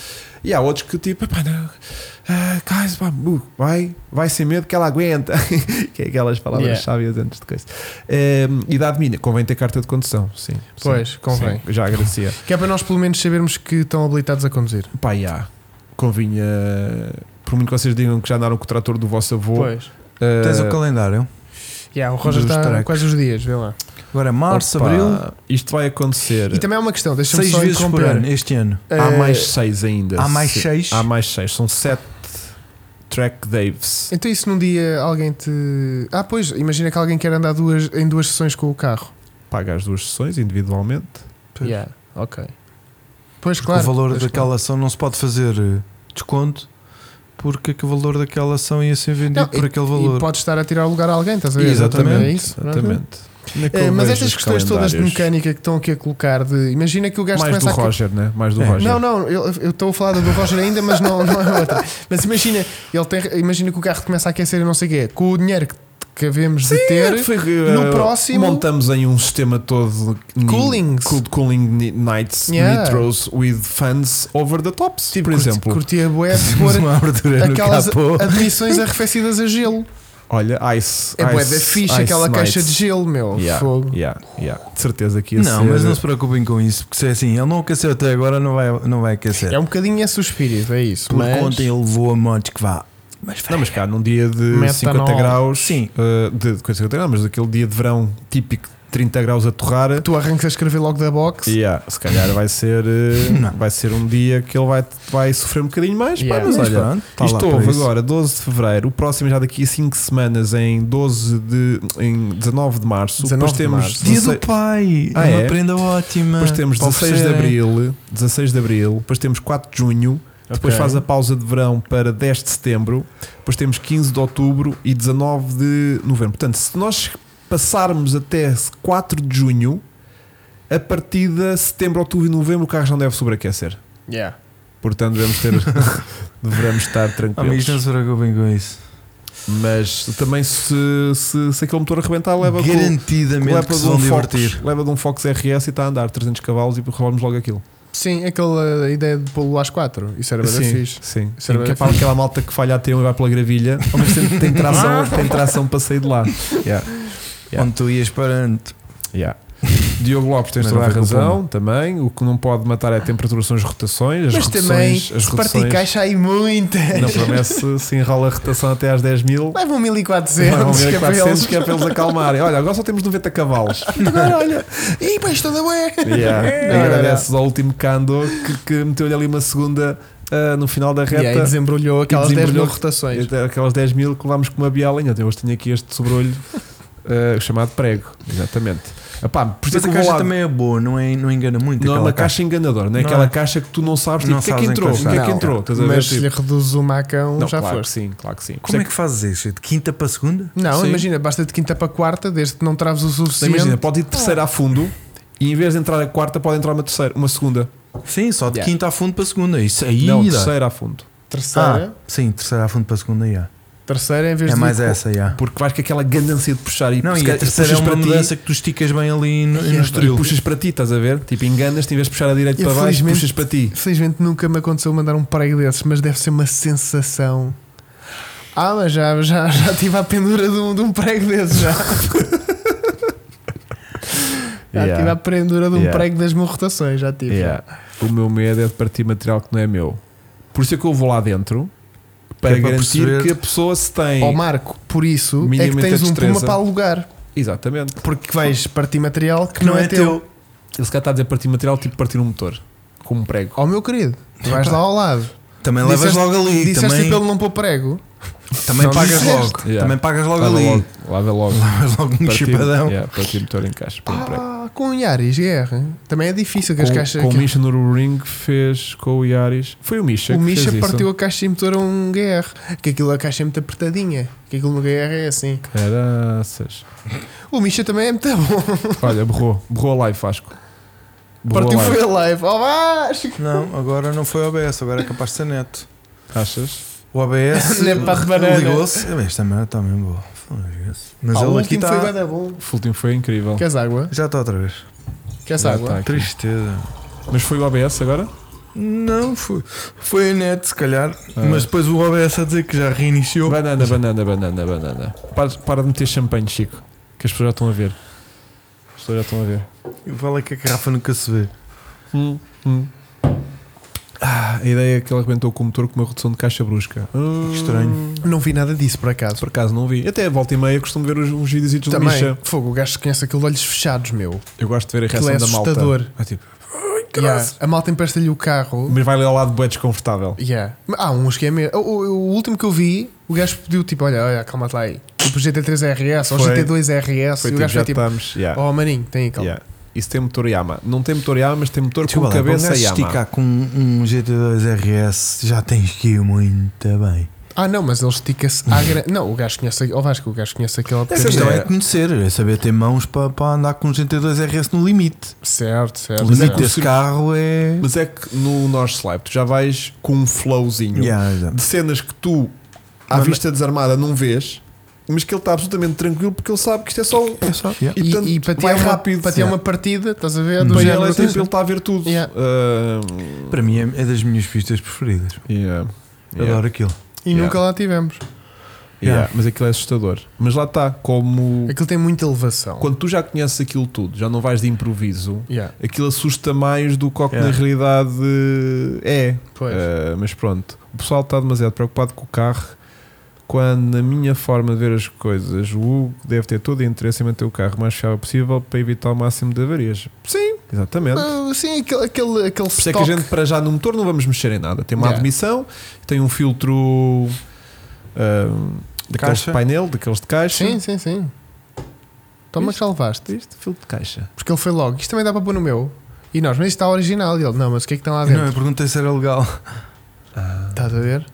B: E há outros que tipo, "Epá, não, ah, guys, pá, bu, vai, vai sem medo que ela aguenta, que é aquelas palavras
C: Yeah.
B: sábias antes de coisa. Ehm, idade mínima, convém ter carta de condução, sim. sim,
C: Pois, convém.
B: sim, já agradecia.
C: Que é para nós pelo menos sabermos que estão habilitados a conduzir.
B: Pá, já. Convinha. Por muito que vocês digam que já andaram com o trator do vosso avô.
C: Pois.
B: eh,
A: Tens o calendário?
C: Yeah, o Roger
A: Dos
C: está
A: tracks.
C: quase os dias, vê lá.
A: Agora é março,
B: Opa,
A: abril,
B: Isto vai acontecer.
C: E também é uma questão, deixa-me
A: seis
C: só
A: vezes por
C: interromper.
A: ano este ano.
B: Há
C: Eh,
B: mais seis ainda.
A: há mais
B: Sim.
A: seis?
B: Há mais seis. São sete track daves.
C: Então e se num dia alguém te. Ah, pois, imagina que alguém quer andar duas, em duas sessões com o carro.
B: Paga as duas sessões individualmente.
A: Pois.
C: Yeah, ok. Pois claro.
A: o valor
C: pois,
A: daquela ação não se pode fazer eh, desconto porque é que o valor daquela ação ia ser vendido
C: Não,
A: por aquele
C: claro. E
A: valor.
C: pode estar a tirar o lugar a alguém, estás a ver? É isso? Pronto.
B: exatamente. Onde é que
C: Eh,
B: eu
C: mas
B: vejo
C: estas
B: os
C: questões todas de
B: calendários?
C: mecânica que estão aqui a colocar de. Imagina que o gajo
B: Mais do
C: começa a.
B: Roger, né? Mais do
A: É.
B: Roger.
C: Não, não, eu eu estou a falar do Roger ainda, mas não, não é outra. Mas imagina, ele tem, imagina que o carro começa a aquecer e não sei o quê, com o dinheiro que, que havemos de ter.
B: Foi,
C: no
B: eh,
C: próximo-
B: montamos em um sistema todo
C: Coolings.
B: cool- cooling ni- nights
C: Yeah.
B: nitros with fans over the tops
C: Tipo,
B: por
C: curti-
B: exemplo é-
C: curti a bué de pôr
A: uma abertura no
C: aquelas
A: capô.
C: admissões arrefecidas a gelo.
B: olha ice
C: É bué
B: ice-
C: da ficha
B: ice
C: aquela caixa
B: nights.
C: de gelo, meu.
B: Yeah,
C: Fogo.
B: yeah, yeah. de certeza que ia
A: Não,
B: ser-
A: mas não se preocupem com isso, porque se é assim, ele não aqueceu até agora, não vai, não vai aquecer.
C: É um bocadinho esse o espírito, é isso.
A: Porque
C: mas-
A: ontem ele levou a montes que vá. Mas
B: Não, mas cá num dia de
C: Metanol.
B: 50 graus
A: Sim.
B: eh, de, de 50 graus mas daquele dia de verão típico de 30 graus a torrar
C: Tu arrancas a escrever logo da box.
B: Yeah, se calhar vai ser, eh,
A: Não.
B: vai ser um dia que ele vai, vai sofrer um bocadinho mais. pá,
C: Yeah.
B: mas
A: Mas
B: olha,
A: pronto, tá lá
B: isto
A: para
B: houve
A: isso.
B: agora, 12 de fevereiro. O próximo, é já daqui a 5 semanas, em, 12 de, em 19 de março.
C: 19
B: depois
C: de
B: temos
C: março.
A: Dia
B: 16
A: do pai!
B: Ah,
A: é uma
B: é?
A: prenda ótima.
B: Depois temos
A: para
B: 16 de
A: oferecerem.
B: abril. 16 de abril. Depois temos 4 de junho. Depois
C: Ok.
B: faz a pausa de verão para 10 de setembro. Depois temos 15 de outubro e 19 de novembro. Portanto, se nós passarmos até 4 de junho, a partir de setembro, outubro e novembro, o carro já não deve sobreaquecer.
C: Yeah.
B: Portanto, devemos, ter, devemos estar
A: Amigos, Ah, não
B: tranquilos.
A: se preocupem com isso.
B: Mas também, se, se, se aquele motor arrebentar,
C: é
B: leva com-
A: Garantidamente
B: leva
A: que
B: de
A: se vão
B: um
A: divertir.
B: Fox, leva de um Fox RS e está a andar 300 cavalos e roubamos logo aquilo.
C: Sim, aquela ideia de pô-lo às quatro. Isso era bem
B: sim,
C: fixe.
B: sim.
C: Isso
B: sim
C: era
B: que é
C: bem
B: para aquela malta que falha a T1 e vai pela gravilha, ao mesmo tempo tem tração, tem tração para sair de lá. Yeah, Yeah.
A: Onde tu ias parando.
B: yeah. Diogo Lopes, tens
A: Mas
B: toda a
A: não foi com o
B: razão também. O que não pode matar é a temperatura, são as rotações. As
C: Mas também,
B: rotações, as
C: se partir
B: rotações.
C: caixa aí muita.
B: Não promete se enrola a rotação até às 10 mil.
C: Levam
B: Vão
C: 1400,
B: ver
C: que
B: a
C: é para
B: 400
C: eles.
B: que é para eles acalmarem. Olha, agora só temos 90 cavalos.
C: Agora olha. Ih, pá, isto anda bué.
B: Yeah.
C: Yeah.
B: Agradeces ao último Cando que, que meteu-lhe ali uma segunda ah, no final da reta.
C: E aí desembrulhou aquelas 10 mil
B: desembrulhou-
C: rotações.
B: Até Então, Aquelas 10 mil que levámos com uma bielinha. Até hoje tenho aqui este sobrolho ah, chamado prego. Exatamente. Epá, por isso é
A: Mas
B: que
A: a
B: eu vou
A: caixa
B: lá-
A: também é boa, não, é, não engana muito.
B: Não é
A: aquela
B: uma caixa enganadora, não é
A: Não
B: aquela
A: é.
B: caixa que tu não sabes
A: Não
B: tipo, o que é
A: sabes
B: que entrou, o que é que
A: encaixar.
B: entrou. Estás a ver?
C: Mas se
B: Tipo,
C: lhe reduz o macão,
B: não,
C: já
B: claro que
C: foste.
B: sim, claro que sim. Por isso
A: Como
B: é
A: é que fazes isso? De quinta para segunda?
C: Não,
B: Sim.
C: imagina, basta de quinta para quarta, desde que não traves o
B: Sim,
C: suficiente.
B: Então, imagina, pode ir de terceira a fundo e em vez de entrar a quarta, pode entrar uma terceira, uma segunda.
A: Sim, só de
C: Yeah.
A: quinta a fundo para segunda. Isso aí
B: Não,
A: dá.
B: terceira a fundo.
A: Ah,
C: Terceira, né?
A: sim, terceira a fundo para segunda, já.
B: Ah.
C: terceira em vez
A: É
C: de.
A: mais essa, já.
B: Porque vais com aquela ganância de puxar e,
A: Não,
B: se
A: e
B: calhar
A: a terceira é
B: puxas
A: uma
B: para ti,
A: mudança é. que tu esticas bem ali no,
B: e
A: no estrilo.
B: puxas para ti, estás a ver? Tipo, enganas-te em vez de puxar a direita
C: Eu,
B: para baixo,
C: felizmente-
B: puxas para ti.
C: Felizmente nunca me aconteceu mandar um prego desses, mas deve ser uma sensação. Ah, mas já, já, já tive a pendura de um, de um prego desses já. Já
B: Yeah.
C: tive a pendura de um
B: Yeah.
C: prego das mil rotações, já tive.
B: Yeah. O meu medo é de partir material que não é meu. Por isso é que eu vou lá dentro para
C: é
A: para
B: garantir
A: perceber-
B: que a pessoa se tem.
C: Ó Marco, por isso é que
B: Minimamente
C: tens
B: a
C: um puma
B: destreza.
C: para alugar.
B: Exatamente.
C: Porque vais partir material que não, é, teu.
B: Ele se calhar está a dizer partir material, tipo partir um motor, com um prego.
C: Ó meu querido, tu vais lá ao lado.
A: Também
C: Disseste-
A: levas logo ali.
C: Disseste
A: Também,
C: para ele não pôr prego.
A: também
C: não
A: pagas
C: disseste.
A: logo.
B: Yeah.
A: Também pagas logo
B: Lava
A: ali.
B: logo, lava logo.
A: Levas logo um
B: Partir-
A: chupadão.
B: yeah, partir motor em caixa, por um prego.
C: Ah, com o Yaris Guerra. Também é difícil que as
B: Com-
C: caixas.
B: com o
C: que-
B: Misha no Ring fez com o Yaris. Foi o Misha
C: o
B: que
C: Misha
B: fez
C: partiu a caixa de motor a um GR. Que aquilo a caixa é muito apertadinha. Que aquilo no GR é assim.
B: isso. Caraças.
C: O Misha também é muito bom.
B: Olha, borrou. Borrou a live, Vasco. Borrou
C: Partiu
B: a live.
C: foi a live. Ó Vasco!
A: Não, agora não foi OBS, agora é capaz de ser neto.
B: Achas?
A: O ABS
C: Não é para de banana.
A: ligou-se. Ah, bem, Esta merda está mesmo boa. Foda-se. Mas
C: Ah, o
A: ele aqui
C: último
B: tá-
C: foi
A: está.
C: bada bom.
B: O Fulton foi incrível.
C: Queres água?
A: Já está outra vez.
C: Queres
B: Já
C: água?
B: tá aqui.
A: Tristeza.
B: Mas foi o ABS agora?
A: Não, foi, foi a net, se calhar.
B: Ah.
A: Mas depois o OBS a dizer que já reiniciou.
B: Banana, banana, banana, banana. Para, para de meter champanhe, Chico. Que as pessoas já estão a ver. As pessoas já estão a ver.
A: é E fala que a garrafa nunca se vê.
B: Hum, hum. Ah, a ideia é que ele arrebentou com o motor com uma redução de caixa brusca. Hum,
A: Que estranho.
C: Não vi nada disso, por acaso.
B: Por acaso não vi. Até volta e meia costumo ver uns, uns vídeos de
C: Também,
B: lixa.
C: fogo, o gajo conhece aquilo de olhos fechados, meu.
B: Eu gosto de ver a
C: Aquilo
B: reação
C: é
B: da malta.
C: assustador.
B: Ah, tipo, "Ai,
C: Yeah.
B: caralho."
C: A malta empresta-lhe o carro.
B: Mas vai ali ao lado bem desconfortável.
C: Yeah. Mas Há uns que é mesmo. O, o- o último que eu vi, o gajo pediu tipo: olha, olha, calma-te lá aí. Tipo GT3 RS ou
B: Foi.
C: GT2 RS.
B: Foi
C: e o
B: tipo,
C: gajo
B: já
C: foi tipo:
B: estamos. Yeah.
C: oh maninho, tem aí calma.
B: Yeah. Isso tem motor Yamaha. Não tem motor Yamaha, mas tem motor
A: Desculpa
B: com
A: lá, para um
B: cabeça
A: gajo
B: Yamaha.
A: esticar com um GT2 RS já tens que ir muito bem.
C: Ah não, mas ele estica-se à grande. Não, o gajo conhece. Ó Vasco, o gajo conhece aquela.
A: Essa questão é
C: porcaria.
A: conhecer, é saber ter mãos para, para andar com um GT2 RS no limite.
B: é
C: Certo, certo.
A: o limite
C: certo.
A: desse carro é.
B: Mas é que no North Slide tu já vais com um flowzinho
A: Yeah, yeah.
B: de cenas que tu, à
C: Mas-
B: vista desarmada, não vês, mas que ele está absolutamente tranquilo porque ele sabe que isto é só um.
A: É só. yeah.
B: E,
C: E,
B: portanto,
C: e para ti é
B: vai
C: uma,
B: rápido.
C: para ti é uma partida, estás a ver? Do
B: Para ele
C: género,
B: é tipo,
C: tipo,
B: ele está a ver tudo.
C: Yeah.
B: Ah,
A: Para mim é, é das minhas pistas preferidas.
B: yeah. Yeah.
A: Adoro aquilo.
C: e
B: Yeah.
C: nunca lá tivemos.
B: Yeah, Mas aquilo é assustador. Mas lá está, como
C: Aquilo tem muita elevação.
B: Uhum. quando tu já conheces aquilo tudo, já não vais de improviso,
C: Yeah,
B: aquilo assusta mais do que o que
A: Yeah.
B: na realidade é.
C: pois.
B: Ah, mas pronto, o pessoal está demasiado preocupado com o carro. Quando, na minha forma de ver as coisas, o Hugo deve ter todo o interesse em manter o carro o mais fiável possível para evitar o máximo de avarias. Sim, exatamente.
C: Ah, sim, aquele, aquele, aquele
B: Por isso é que a
C: stock.
B: gente, para já, no motor não vamos mexer em nada. Tem uma
C: Yeah.
B: admissão, tem um filtro ah, daqueles
A: Caixa.
B: de painel, daqueles de caixa.
C: Sim, sim, sim. Toma que já levaste.
B: Este filtro de caixa.
C: Porque ele foi logo. Isto também dá para pôr no meu. E nós, mas isto está original. E ele, não, mas o que é que tem lá
A: Não,
B: Uhum.
C: dentro?
A: eu perguntei se era legal. Ah.
C: Estás a ver?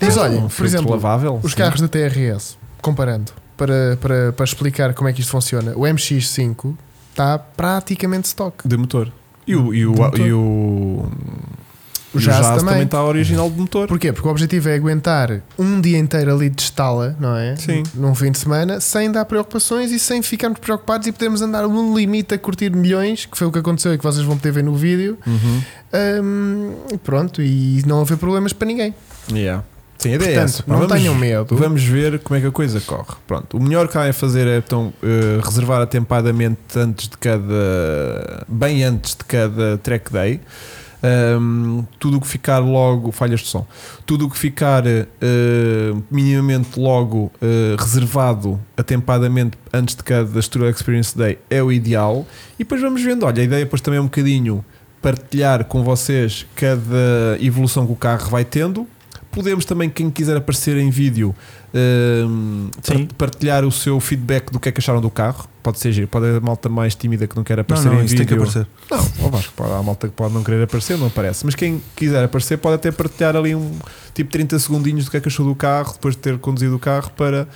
C: Mas
B: É
C: olha,
B: um
C: por
B: filtro
C: exemplo,
B: lavável,
C: os
B: sim.
C: carros da TRS, comparando, para, para, para explicar como é que isto funciona, o MX5 está praticamente stock.
B: de motor. E o, e o,
C: De motor.
B: E o,
C: O
B: e o
C: Jazz
B: Jazz
C: também.
B: também tá- está original de motor.
C: Porquê? Porque o objetivo é aguentar um dia inteiro ali de estala, não é?
B: Sim.
C: Num fim de semana, sem dar preocupações e sem ficarmos preocupados e podermos andar um limite a curtir milhões, que foi o que aconteceu e que vocês vão poder ver no vídeo.
B: Uhum.
C: Hum, pronto, e não haver problemas para ninguém.
B: Yeah. Sim, a ideia é essa.
C: Portanto,
B: Pá,
C: não
B: vamos,
C: tenham medo.
B: vamos ver como é que a coisa corre. Pronto, o melhor que há a fazer é então, eh, reservar atempadamente antes de cada. bem antes de cada track day. Ahm, tudo o que ficar logo. falhas de som. Tudo o que ficar eh, minimamente logo eh, reservado atempadamente antes de cada Studio Experience Day é o ideal. E depois vamos vendo. Olha, a ideia depois também é um bocadinho partilhar com vocês cada evolução que o carro vai tendo. Podemos também, quem quiser aparecer em vídeo, hum, par-
A: Sim.
B: partilhar o seu feedback do que é que acharam do carro. Pode ser giro, pode haver malta mais tímida que não quer
A: Não,
B: aparecer
A: não,
B: em
A: isso
B: vídeo.
A: tem que aparecer.
B: Não, ou Vasco, pode, há malta que pode não querer aparecer, não aparece. Mas quem quiser aparecer pode até partilhar ali um tipo 30 segundinhos do que é que achou do carro, depois de ter conduzido o carro, para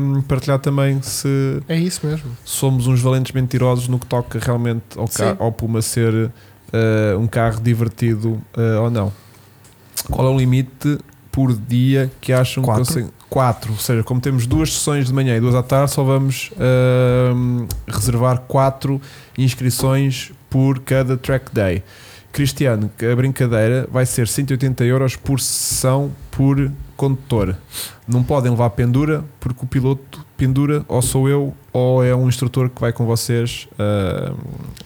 B: hum, partilhar também se
C: É isso mesmo.
B: somos uns valentes mentirosos no que toca realmente ao, ca-
C: Sim.
B: ao Puma ser eh, um carro divertido eh, ou não. Qual é o limite por dia que acham
A: Quatro.
B: que conseguem? Quatro. Ou seja, como temos duas sessões de manhã e duas à tarde, só vamos ehm, reservar quatro inscrições por cada track day. Cristiano, que a brincadeira vai ser 180 euros por sessão por condutor. Não podem levar pendura porque o piloto pendura ou sou eu ou é um instrutor que vai com vocês ah,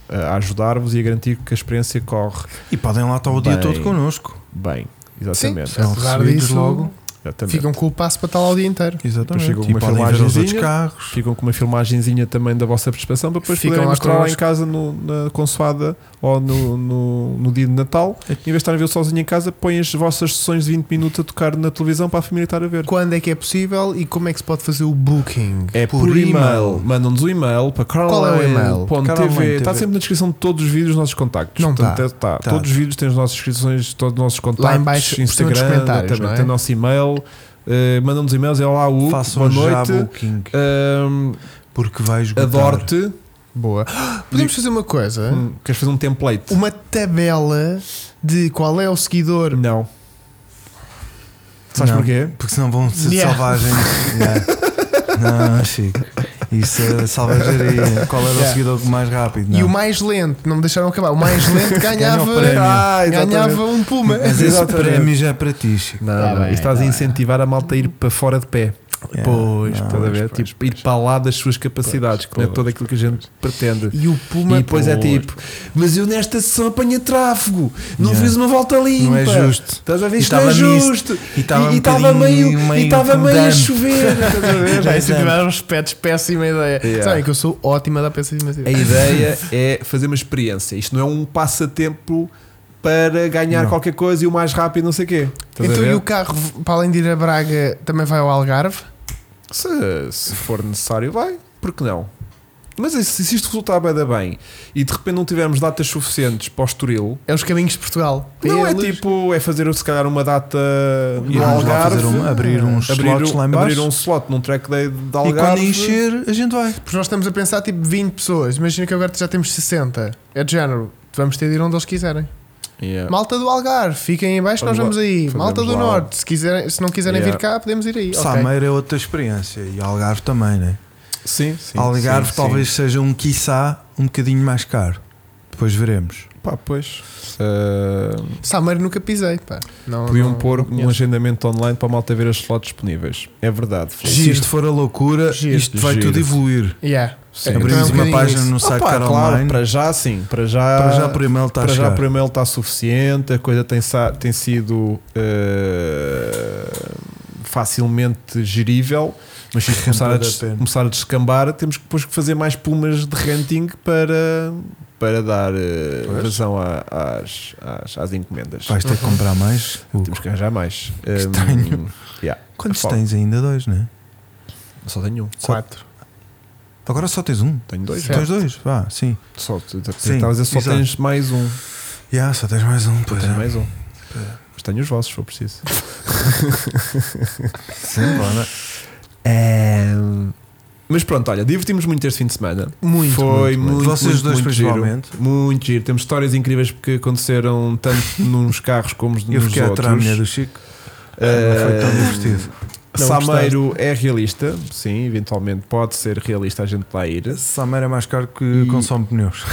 B: a ajudar-vos e a garantir que a experiência corre
A: E podem lá estar o dia
B: Bem.
A: todo connosco.
B: bem.
C: Sim,
B: Exatamente.
C: se apesar
A: recebidos
C: disso,
A: logo.
B: Exatamente.
C: ficam com o passo para estar lá o dia inteiro.
A: Exatamente.
B: chegam com
A: E
B: uma
A: podem ver os outros
B: filmagenzinha.
A: carros.
B: Ficam com uma filmagenzinha também da vossa participação para depois
C: Ficam
B: poderem
C: lá
B: mostrar lá em
C: connosco.
B: casa no- na consoada ou no, no, no dia de Natal.
C: É.
B: Em vez de estarem a ver sozinho em casa, põem as vossas sessões de 20 minutos a tocar na televisão para a família estar a ver.
C: Quando é que é possível e como é que se pode fazer o booking?
B: É por,
A: Por
B: e-mail.
A: e-mail.
B: Mandam-nos o e-mail para
C: Qual é o e-mail?
B: caroline.tv.
A: caroline.tv.
B: Está sempre na descrição de todos os vídeos os nossos contactos.
C: Não
B: Portanto, tá.
A: Tá.
B: Todos os vídeos têm as nossas inscrições, todos os nossos contactos.
C: embaixo, por cima dos
B: Instagram,
C: comentários,
B: exatamente,
C: não é?
B: tem o nosso e-mail. Eh, Mandam-nos e-mails. É olá, Hugo.
A: Façam
B: boa
A: já
B: noite. Ehm,
A: booking.
B: Ahm,
A: Porque vai esgotar.
B: Adoro-te.
C: Boa. Podemos fazer uma coisa?
B: Hum, Queres fazer um template?
C: Uma tabela de qual é o seguidor.
B: Não. Sabes
A: Não.
B: porquê?
A: Porque senão vão ser
C: Yeah.
A: selvagens. Yeah. Não, Chico. Isso é selvageria. Qual era
C: Yeah.
A: o seguidor mais rápido?
C: E
A: Não.
C: o mais lento, não me deixaram acabar. O mais lento ganhava,
A: Ganha o prémio.
B: Ah, exatamente.
C: ganhava um puma.
A: Mas esse
B: Exatamente.
A: prémio já é para ti, Chico.
B: Não,
C: Tá
B: não.
C: bem,
B: Isto estás
C: tá
B: a incentivar a malta a ir para fora de pé.
A: Yeah,
B: pois,
A: não,
B: estás a ver?
C: pois, pois,
B: tipo, ir para lá das suas capacidades, que não é
C: pois,
B: tudo aquilo que a gente pretende.
C: E o Puma.
B: e depois é
C: Pois.
B: tipo, mas eu nesta sessão apanhei tráfego, não
A: Yeah.
B: fiz uma volta limpa.
A: Não é justo.
B: Estás a ver?
A: E
B: Isto não é
A: estava misto.
B: justo.
A: E um
B: E- e estava um meio, e estava meio a chover. estás a ver?
C: Já
A: Pois é.
C: incentivaram os pets, péssima ideia.
B: Yeah.
C: Sabem que eu sou ótima a dar péssimas
B: A
C: ideias.
B: ideia é fazer uma experiência. Isto não é um passatempo para ganhar
A: Não.
B: qualquer coisa e o mais rápido, não sei o quê. Estás a
C: Então,
B: ver?
C: e o carro, para além de ir a Braga, também vai ao Algarve?
B: Se, se for necessário, vai. Porque não? Mas se, se isto resultar bem, da bem e de repente não tivermos datas suficientes para o Estoril,
C: É os caminhos de Portugal.
B: não
C: Tem a
B: é
C: luz.
B: tipo, é fazer se calhar uma data
A: E
B: no
A: vamos lá
B: Algarve,
A: fazer um, abrir uns
B: abrir
A: slots
B: um,
A: lá em
B: abrir
A: baixo.
B: um slot num track day de
A: e quando
B: Algarve.
A: encher, a gente vai.
C: Porque nós estamos a pensar tipo 20 pessoas. Imagina que agora já temos 60. É de género. Vamos ter de ir onde eles quiserem.
B: Yeah.
C: É. Malta do Algarve, fiquem aí baixo, nós
B: Vamos
C: vamos
B: lá.
C: aí.
B: Fazemos
C: Malta do
B: lá. um-
C: Norte, se, quiserem, se não quiserem
B: Yeah.
C: vir cá, podemos ir aí. Ok.
A: Sameira é outra experiência e Algarve também, né?
B: Sim, sim.
A: Algarve
B: sim,
A: talvez seja um quiçá um bocadinho mais caro. Depois veremos.
B: sim. Pá, pois. Ah,
C: Summer nunca pisei, pá. Não,
B: Podiam
C: não-
B: pôr
C: não
B: um
C: conheço.
B: agendamento online para a malta ver as slots disponíveis. É verdade. Filipe.
A: Se
C: Giro.
A: isto for a loucura,
C: Giro.
A: isto vai
B: Giro.
A: tudo evoluir.
C: Yeah.
B: Sim.
C: Então
A: Abrimos
C: é um
A: uma
C: bocadinho
A: página
C: isso.
A: no site
B: Opa,
A: Car
B: claro,
A: Online.
B: para já sim, para já,
A: Para já por e-mail está a
B: para já
A: chegar.
B: por e-mail está suficiente, a coisa tem, sa- tem sido eh, facilmente gerível, mas se isto começar a,
A: vale a
B: des-
A: pena.
B: começar a descambar, temos que depois que fazer mais pumas de renting para, para dar eh,
A: Pois.
B: razão a- às, às, às encomendas.
A: Vais ter que comprar mais. Hugo.
B: Temos que arranjar mais. Ehm,
A: Estranho.
B: Um, yeah.
A: Quantos
B: Fala.
A: tens ainda? Dois, né?
B: Só tenho um.
C: Quatro.
A: Agora só tens um.
B: Tenho dois.
C: Certo.
A: Tens dois, vá, sim.
B: Só, tu- tu-
A: Sim,
B: estavas a dizer, só
A: exato.
B: tens mais um.
A: Yeah, só tens mais um, pois
B: Tens
A: é.
B: mais um. Mas tenho os vossos, se for preciso.
A: Sim, pá, né?
B: É, Mas pronto, olha, divertimos muito este fim de semana.
C: Muito,
B: Foi muito,
A: muito.
B: muito,
A: Vocês
B: muito,
A: dois
B: giro.
A: principalmente.
B: Muito giro. Temos histórias incríveis porque aconteceram tanto nos carros como nos
A: Eu fiquei a
B: outros.
A: aturar a mulher do Chico.
B: Eh,
A: Não foi tão divertido.
C: Não
B: Sameiro é realista, sim, eventualmente pode ser realista a gente lá ir.
A: Samer é mais caro que
B: E-
A: consome pneus.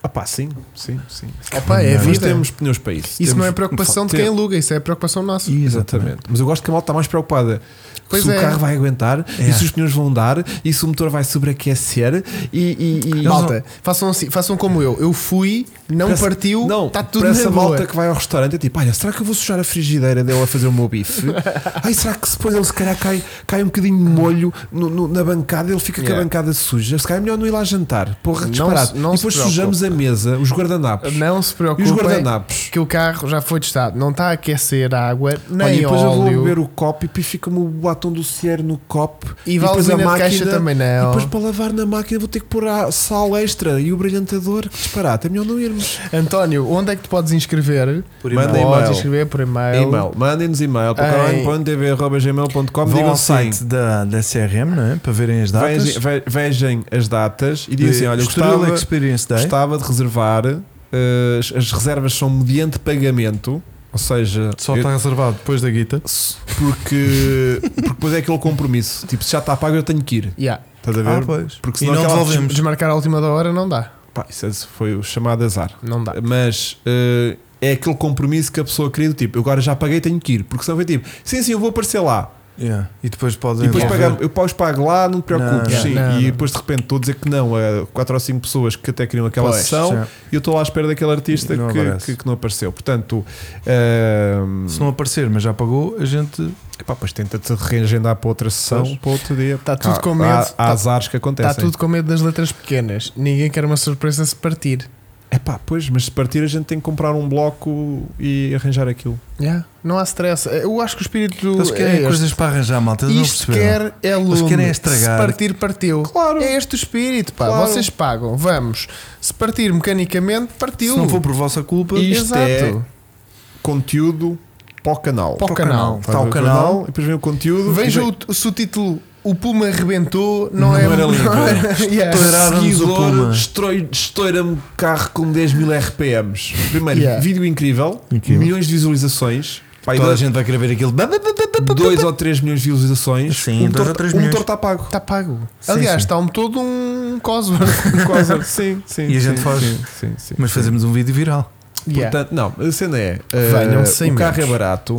B: Ah pá, sim, sim, sim.
C: Opa, é a
A: Mas
B: Nós
C: vida.
B: temos pneus para isso.
C: Isso não é
B: Temos-
C: preocupação de quem aluga, isso é preocupação nossa.
B: Exatamente. Mas eu gosto que a malta está mais preocupada.
C: Pois
B: se
C: é.
B: o carro vai aguentar,
A: É.
B: e se os pneus vão dar, e se o motor vai sobreaquecer, e. e, e-
C: Malta, façam, assim, façam como eu. Eu fui, não
B: Para essa-
C: É um partiu,
B: não,
C: está tudo
B: para
C: na
B: essa
C: boa.
B: malta que vai ao restaurante é tipo: olha, será que eu vou sujar a frigideira dele a fazer o meu bife? Ai, será que depois ele se calhar cai, cai um bocadinho de molho no- no- na bancada ele fica com a
C: Yeah.
B: bancada suja? Se calhar é melhor não ir lá jantar, porra,
C: Não
B: disparado.
C: se- não
B: e
C: se
B: depois sujamos a mesa, os guardanapos.
C: Não se
B: e os
C: preocupem
B: guardanapos.
C: que o carro já foi testado. Não está a aquecer a água, nem
B: Olha, e depois eu vou
C: óleo.
B: beber o copo e depois fica-me o batom do Cier no copo.
C: E
B: depois
C: valvulina de caixa também não.
B: E depois para lavar na máquina vou ter que pôr a sal extra e o brilhantador. Que disparate, é melhor não irmos.
C: António, onde é que te podes inscrever?
A: Por
B: Manda
A: e-mail.
B: e-mail.
C: Podes inscrever por e-mail.
B: E-mail, mandem-nos e-mail para
C: Ei.
B: caroline.tv.gmail.com.
A: Vão
B: Digam
A: ao
B: sim.
A: site da, da CRM, não é? Para verem as datas.
B: Vejam, ve- vejam as datas e
A: assim,
B: dizem: Olha, eu
A: Estoril
B: gostava,
A: Experience Day.
B: gostava de reservar. eh, as, as reservas são mediante pagamento, ou seja,
A: Só
B: eu-
A: está reservado depois da guita.
B: porque, porque depois é aquele compromisso. Tipo, se já está pago, eu tenho que ir.
C: Yeah.
B: Estás a ver?
A: Ah, pois.
B: Porque
A: e
B: senão
A: não
B: aquela-
A: devolvemos.
C: Desmarcar à última da hora não dá.
B: Pá, isso é- foi o chamado azar.
C: Não dá.
B: Mas eh, é aquele compromisso que a pessoa queria, do tipo, eu agora já paguei, tenho que ir. Porque senão foi tipo, sim, sim, eu vou aparecer lá.
A: Yeah. E depois podem
B: E depois
A: devolver.
B: pagar, eu depois pago lá, não te preocupes.
A: Não,
B: sim.
C: não, não.
B: e depois de repente estou a dizer que não a 4 ou 5 pessoas que até queriam aquela
C: Pois,
B: sessão
A: Sim.
B: e eu estou lá à espera daquele artista
A: Não
B: que,
A: aparece.
B: que, que não apareceu. Portanto, ehm,
A: Se não aparecer, mas já pagou, a gente.
B: epá, pois tenta-te reagendar para outra sessão,
A: Pois.
B: para outro dia.
C: Está tudo
B: Há-
C: com medo.
B: Há, há
C: Está
B: azares que acontecem.
C: tá tudo com medo das letras pequenas. Ninguém quer uma surpresa se partir.
B: Epá, pois, mas se partir a gente tem que comprar um bloco e arranjar aquilo.
C: Yeah. Não há stress. Eu acho que o espírito do.
A: Eles querem
C: é este.
A: coisas para arranjar, malta. Eles não
C: Isto
A: perceberam.
C: quer é lume.
A: querem estragar.
C: Se partir, partiu.
B: Claro.
C: É este o espírito, pá.
B: Claro.
C: Vocês pagam, vamos. Se partir mecanicamente, partiu.
A: Se não for por vossa culpa,
B: E- Isto
C: Exato.
B: é- Conteúdo para o canal.
C: Para o canal.
A: Está é o
B: Vai ver
A: canal.
B: e depois vem o conteúdo.
C: Vejam
B: e
C: o- se o título O Puma arrebentou, não, é.
B: era limpo.
C: não era- yeah.
A: Estouraram-nos o Puma.
B: Seguidor, estroi- estoura-me o carro com 10 mil RPMs. Primeiro,
C: Yeah.
B: vídeo incrível,
A: Incrível.
B: milhões de visualizações. Pá,
A: Toda a gente vai querer ver aquilo.
B: 2 ou 3 milhões de visualizações.
A: Sim,
B: o
A: dois ou
B: motor,
A: três
B: o
A: milhões.
B: motor está pago.
C: Está pago.
A: Sim,
C: Aliás,
A: sim.
C: está-me todo um Cosworth.
B: Quase. sim, sim.
A: E a gente
B: sim,
A: faz.
B: Sim, sim, sim,
A: Mas
B: sim.
A: fazemos um vídeo viral.
C: Yeah.
B: Portanto, não, a cena é. eh,
C: Venham sem
B: o carro é
C: medos.
B: barato.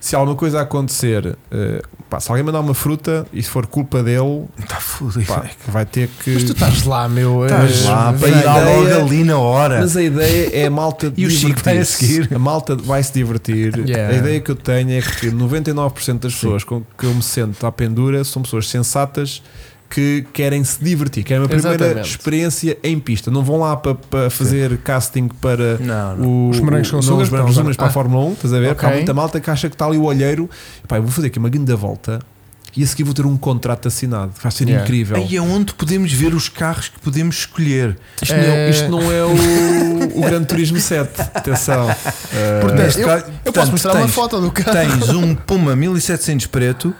B: se alguma coisa acontecer, eh, pá, se alguém mandar uma fruta e se for culpa dele,
A: Está fodido.
B: pá, que vai ter que.
C: Mas tu estás lá, meu.
A: Estás
C: eh,
B: lá,
A: para
B: Mas
A: ir
B: a ideia-
A: logo ali na hora.
B: Mas a ideia é a malta
A: E o Chico vai a
B: divertir-se.
A: seguir.
B: A malta vai se divertir.
C: Yeah.
B: A ideia que eu tenho é que 99% das pessoas com que eu me sento à pendura são pessoas sensatas que querem se divertir, querem uma primeira
C: Exatamente.
B: experiência em pista. Não vão lá para, para fazer casting para.
A: Não, não.
B: o-
C: Os morangos com
B: não,
C: açúcar,
B: os morangos
C: estamos a-
B: mas para
C: Ah.
B: a Fórmula 1, estás a ver?
C: Ok.
B: Porque Há muita malta que acha que está ali o olheiro. Pá, eu vou fazer aqui uma grande volta e a seguir vou ter um contrato assinado. Vai ser
C: Yeah.
B: incrível.
A: Aí é onde podemos ver os carros que podemos escolher.
B: Isto, não,
C: É-
B: é- isto não é o, o Gran Turismo 7. Atenção. Eh,
C: É.
A: Portanto,
C: eu-
A: ca-
C: Eu
A: portanto,
C: posso mostrar uma
A: tens-
C: foto do carro.
A: Tens um Puma 1700 preto,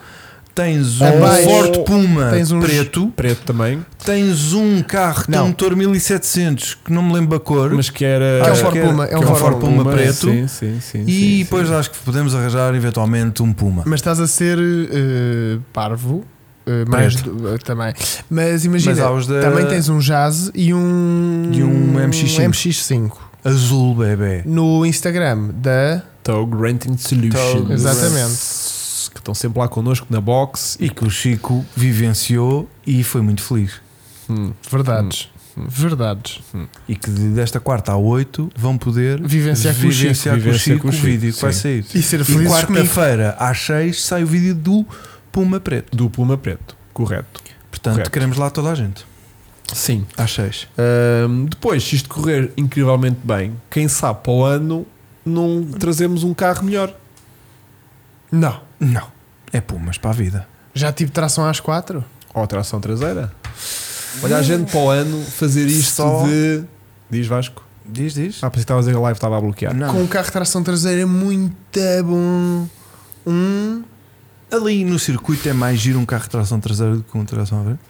A: tens um
C: Abaixo.
A: Ford Puma
C: Tens uns-
A: preto,
B: preto também,
A: tens um carro que tem
C: Não.
A: um motor 1700 que não me lembro a cor.
B: mas que era.
C: Que é um
B: que
C: Ford
B: era-
C: Puma,
B: que
C: é um
B: era
C: Ford
A: Puma preto.
B: Sim, sim, sim.
A: e
B: sim,
A: depois
B: sim.
A: acho que podemos arranjar eventualmente um Puma.
C: Mas estás a ser eh, parvo. eh, mas du- eh, também. Mas imagina,
A: Mas há os da-
C: também tens um jazz e um.
A: E um MX5.
C: MX5.
A: Azul, bebê.
C: No Instagram da.
B: Tog Renting Solutions.
A: Tog
C: Exatamente.
B: Que estão sempre lá connosco na box.
A: E que o Chico vivenciou e foi muito feliz.
B: Hum,
C: Verdades. Verdades.
A: E que de- desta quarta à oito vão poder
C: Vivenciar com o Chico.
A: vivenciar com o
B: Vivenciar
A: Chico
B: com
A: o
B: o Chico,
A: vídeo que vai
B: sim.
A: sair.
C: E ser
A: E
C: felizes comigo.
A: quarta-feira às seis sai o vídeo do Puma Preto.
B: do Puma preto, correto.
A: Portanto,
B: Correto.
A: queremos lá toda a gente.
B: Sim.
A: Às seis.
B: Ahm, depois, se isto correr incrivelmente bem, quem sabe para o ano não trazemos um carro melhor.
C: Não.
A: Não. É Pumas para a vida.
C: Já tive tração às quatro?
B: Ou tração traseira. Olha, a gente para o ano fazer isto
A: Só-
B: de. Diz Vasco.
A: Diz, diz.
B: Ah, pensei que estava a dizer que a live estava a bloquear.
A: Não.
C: Com um carro de tração traseira muito bom. Um.
A: Ali no circuito é mais giro um carro de tração traseira do que um de tração à frente?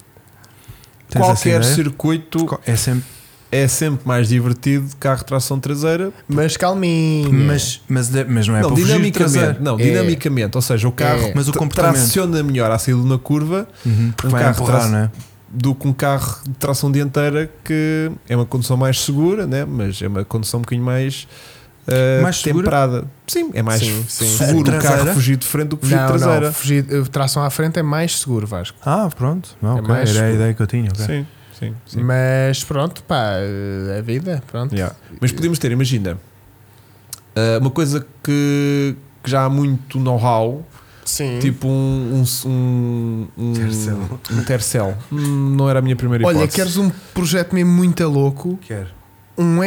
A: Tens essa
B: Qualquer
A: ideia?
B: circuito
A: É sempre.
B: é sempre mais divertido de carro de tração traseira.
C: Mas
A: é.
C: calminha.
A: Mas, mas, mas não é
B: não,
A: para fugir de
B: dinamicamente.
A: traseiro.
B: Não,
C: É.
B: dinamicamente. Ou seja, o carro
C: É.
A: Mas o
B: tra-
A: comportamento.
B: traciona melhor à saída de uma curva
A: Uhum, porque
B: Um
A: vai
B: carro
A: empurrar,
B: traça-
A: não é?
B: do que um carro de tração dianteira que é uma condução mais segura, né? mas é uma condução um bocadinho mais. ah,
A: Mais segura?
B: temperada, sim, é mais
C: Sim, sim.
B: seguro o
A: Traseira?
B: carro fugir de frente do que fugir
C: não,
B: de traseira.
C: não, fugir, eh, tração à frente é mais seguro, Vasco.
A: Ah, pronto. Não,
C: É
A: ok,
C: mais
A: Era a
C: seguro.
A: ideia que eu tinha. ok.
B: Sim, sim, sim.
C: Mas pronto, pá, eh, a vida, pronto.
B: Yeah. Mas podíamos ter, imagina, ah, uma coisa que, que já há muito know-how,
C: Sim.
B: tipo um, um, um, um
A: Tercel.
B: um tercel. Hum, não era a minha primeira
C: Olha,
B: hipótese.
C: queres um projeto mesmo muito louco?
A: Quer.
C: Um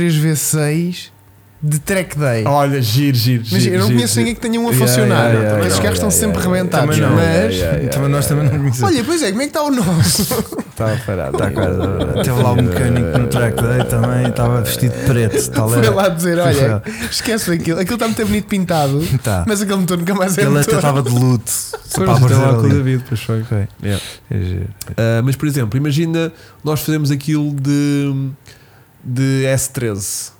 C: MX3V6 de track day.
B: Olha, giro, giro.
C: Imagina,
B: giro,
C: eu não
B: Oh, giro,
C: conheço
B: giro.
C: ninguém que tenha um a
B: Yeah,
C: funcionar.
B: yeah, yeah, yeah,
C: Esses carros
B: yeah,
C: estão sempre
B: yeah, yeah.
C: rebentados.
A: Também não.
C: mas.
B: Yeah, yeah, yeah,
A: Também nós também não conhecemos.
C: Olha, pois é, como é que está o nosso?
B: Estava parado.
A: Tá, É. cara, Teve lá um mecânico no track day também, estava vestido de preto. Tal
C: Foi
B: é?
A: era.
C: lá dizer:
A: Foi
C: olha,
A: lá.
C: esquece aquilo. Aquilo está muito bonito pintado,
A: Tá.
C: mas aquele motor nunca mais é
A: Ele até
C: motor.
A: estava de luto.
B: Pois,
A: Para aparecer
B: tem lá com o
A: ali.
B: David, pois foi.
A: Ok.
B: Yeah.
A: É giro.
B: Ah, mas, por exemplo, imagina nós fazemos aquilo de, de S13.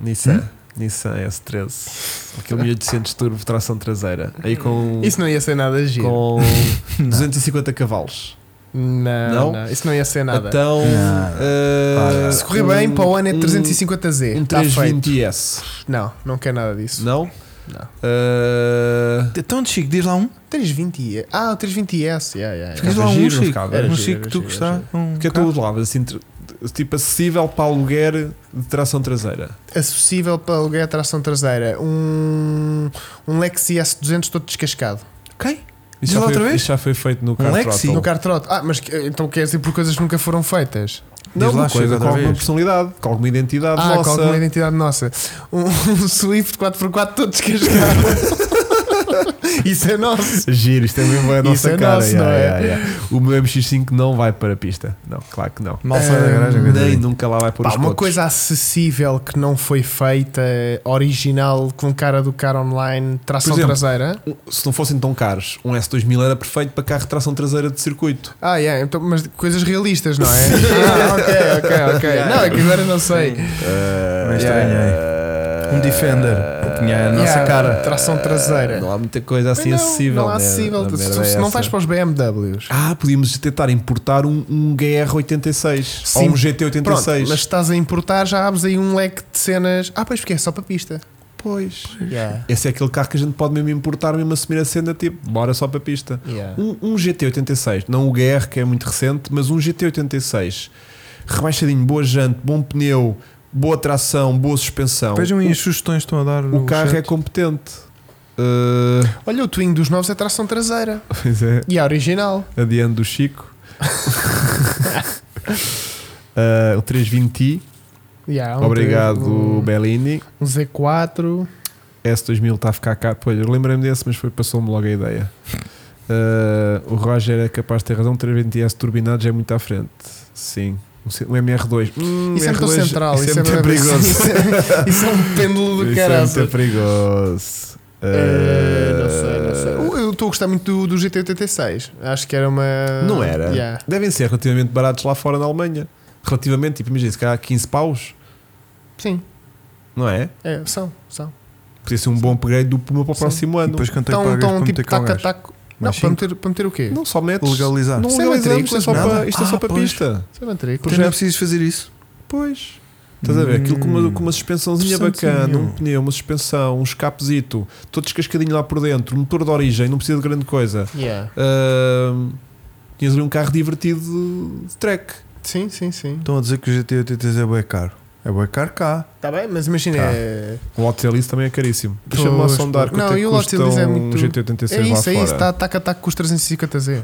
B: Nissan. Nissan S13. Aquele 1800 turbo, tração traseira. Aí com...
C: Isso não ia ser nada giro.
B: com 250 cavalos.
C: Não,
B: Não?
C: não, isso não ia ser nada.
B: Então,
A: Não.
B: eh,
A: Para.
C: Se correr bem,
B: um-
C: para o ano é
B: um-
C: 350Z.
B: Um
C: Está Tá feito.
B: 320S,
C: Não, não quer nada disso.
B: não?
C: Não.
B: Eh,
A: Então, Chico, diz lá um.
C: 320 Ah, o 320S. Yeah, yeah, yeah.
A: Diz lá
B: Ficava
A: um,
B: giro, não
A: Chico.
B: ficava?
C: Era
A: Um
C: giro,
A: Chico,
C: era
A: tu
C: giro,
A: gostar. Um
B: que é
A: carro.
B: todos lá, mas assim, tr- tipo acessível para aluguer de tração traseira.
C: Acessível para aluguer a tração traseira. Um, um Lexi S200 todo descascado.
A: Quem? Diz
B: Isso já,
A: lá
B: foi,
A: outra vez?
B: isso já foi feito no Car
A: Lexi?
B: Throttle.
C: Um No car trot. Ah, mas que- então quer dizer por coisas que nunca foram feitas?
B: Não,
A: Diz lá,
B: uma
A: Chico,
B: coisa com
A: outra
B: alguma
A: vez.
B: personalidade, com alguma identidade
C: Ah, com
B: nossa.
C: alguma identidade nossa. Um, um Swift 4x4 todo descascado. Isso é nosso.
B: Giro, isto é mesmo a
C: Isso
B: nossa
C: é
B: cara.
C: nosso,
B: yeah,
C: não é?
B: yeah, yeah. O meu MX5 não vai para a pista. Não, claro que não.
A: Mal sai da
C: Eh,
A: garagem.
B: Nem
A: coitadinho.
B: nunca lá vai pôr
C: Pá,
B: os
C: uma
B: potes.
C: coisa acessível que não foi feita, original, com cara do cara online, tração
B: Por exemplo,
C: traseira.
B: Um- se não fossem tão caros, um S2000 era perfeito para carro de tração traseira de circuito.
C: Ah, yeah, então, mas coisas realistas, não é? ah, ok, ok, ok. Não, é que agora não sei.
A: Mas
B: Yeah,
A: também é.
B: yeah.
A: Um Defender. Tinha a nossa
C: Ah, Yeah,
A: cara.
C: Tração traseira.
B: Não há muita coisa assim
C: não,
B: acessível.
C: Não há
B: né?
C: acessível.
B: A
C: Se,
B: merda
C: se
B: é
C: não
B: essa.
C: vais para os BMWs.
B: Ah, podíamos tentar importar um, um GR86
C: Sim.
B: ou um GT86.
C: Pronto, mas se estás a importar, já abres aí um leque de cenas. Ah, pois porque é só para pista.
B: Pois.
C: Yeah.
B: Esse é aquele carro que a gente pode mesmo importar, mesmo assumir a cena, tipo, bora só para a pista.
C: Yeah.
B: Um, um GT86, não o GR que é muito recente, mas um GT86 rebaixadinho, boa jante, bom pneu, boa tração, boa suspensão.
A: Vejam aí
B: O-
A: as sugestões que estão a dar.
B: o,
A: no
B: carro é
A: chat.
B: competente. Uh,
C: Olha, o Twingo dos novos é tração traseira.
B: pois é,
C: E a original.
B: adiante do Chico. Uh, o 320i,
C: Yeah, um
B: obrigado
C: Um,
B: Bellini.
C: um Z4.
B: S2000 está tá a ficar cá. Pois, eu lembrei-me desse, mas foi- passou-me logo a ideia. Uh, o Roger é capaz de ter razão. 320S turbinado já é muito à frente. Sim. Um C- Um MR2. Hum,
C: Isso é muito
B: MR2,
C: central.
B: Isso é muito perigoso.
C: Isso é, isso é um pêndulo do
B: Isso é muito
C: caralho.
B: perigoso. Uh,
C: É, não sei, não sei.
B: Eh.
C: Eu- Eu estou a gostar muito do, do GT86. Acho que era uma.
B: Não era.
C: Yeah.
B: Devem ser relativamente baratos lá fora na Alemanha. Relativamente, tipo, imagina, se calhar 15 paus,
C: Sim,
B: não é?
C: é, são. são.
B: Podia ser um bom upgrade do Puma para o
C: Sim.
B: próximo
A: E
B: ano.
A: depois quanto é que
C: Estão,
A: pagas para
C: estão
A: meter
C: tipo
A: cá o gajo?
C: taca-taco. Não,
A: Mais
C: para
A: cinco?
C: meter, para meter o quê?
B: Não só metes.
A: Legalizar.
B: Não
C: Sem
B: legalizamos, é
C: matrículas,
B: só
A: nada.
B: para, isto é só
A: Ah,
B: para
A: pois.
B: pista.
C: Isso é matrícula.
A: Pois não é preciso fazer isso.
B: Pois. Estás a ver? Aquilo com uma, com uma suspensãozinha bacana,
A: Interessantinho.
B: um pneu, uma suspensão, um escapezito, todo descascadinho lá por dentro, um motor de origem, não precisa de grande coisa.
C: Yeah.
B: Ahm, tinhas ali um carro divertido de- de track.
C: Sim, sim, sim.
A: Estão a dizer que o GT83 é bué caro. É bué caro cá.
C: Está bem, mas imagina.
B: Tá.
C: é-
B: O Lotelis também é caríssimo. Deixa-me lá
C: Pois,
B: sondar
C: pois.
B: quanto
C: Não,
B: é que
C: e o
B: custa
C: Lotelis é
B: um
C: muito-
B: GT86
C: É isso,
B: lá
C: é
B: fora.
C: isso. Está taca-taco com os 350Z.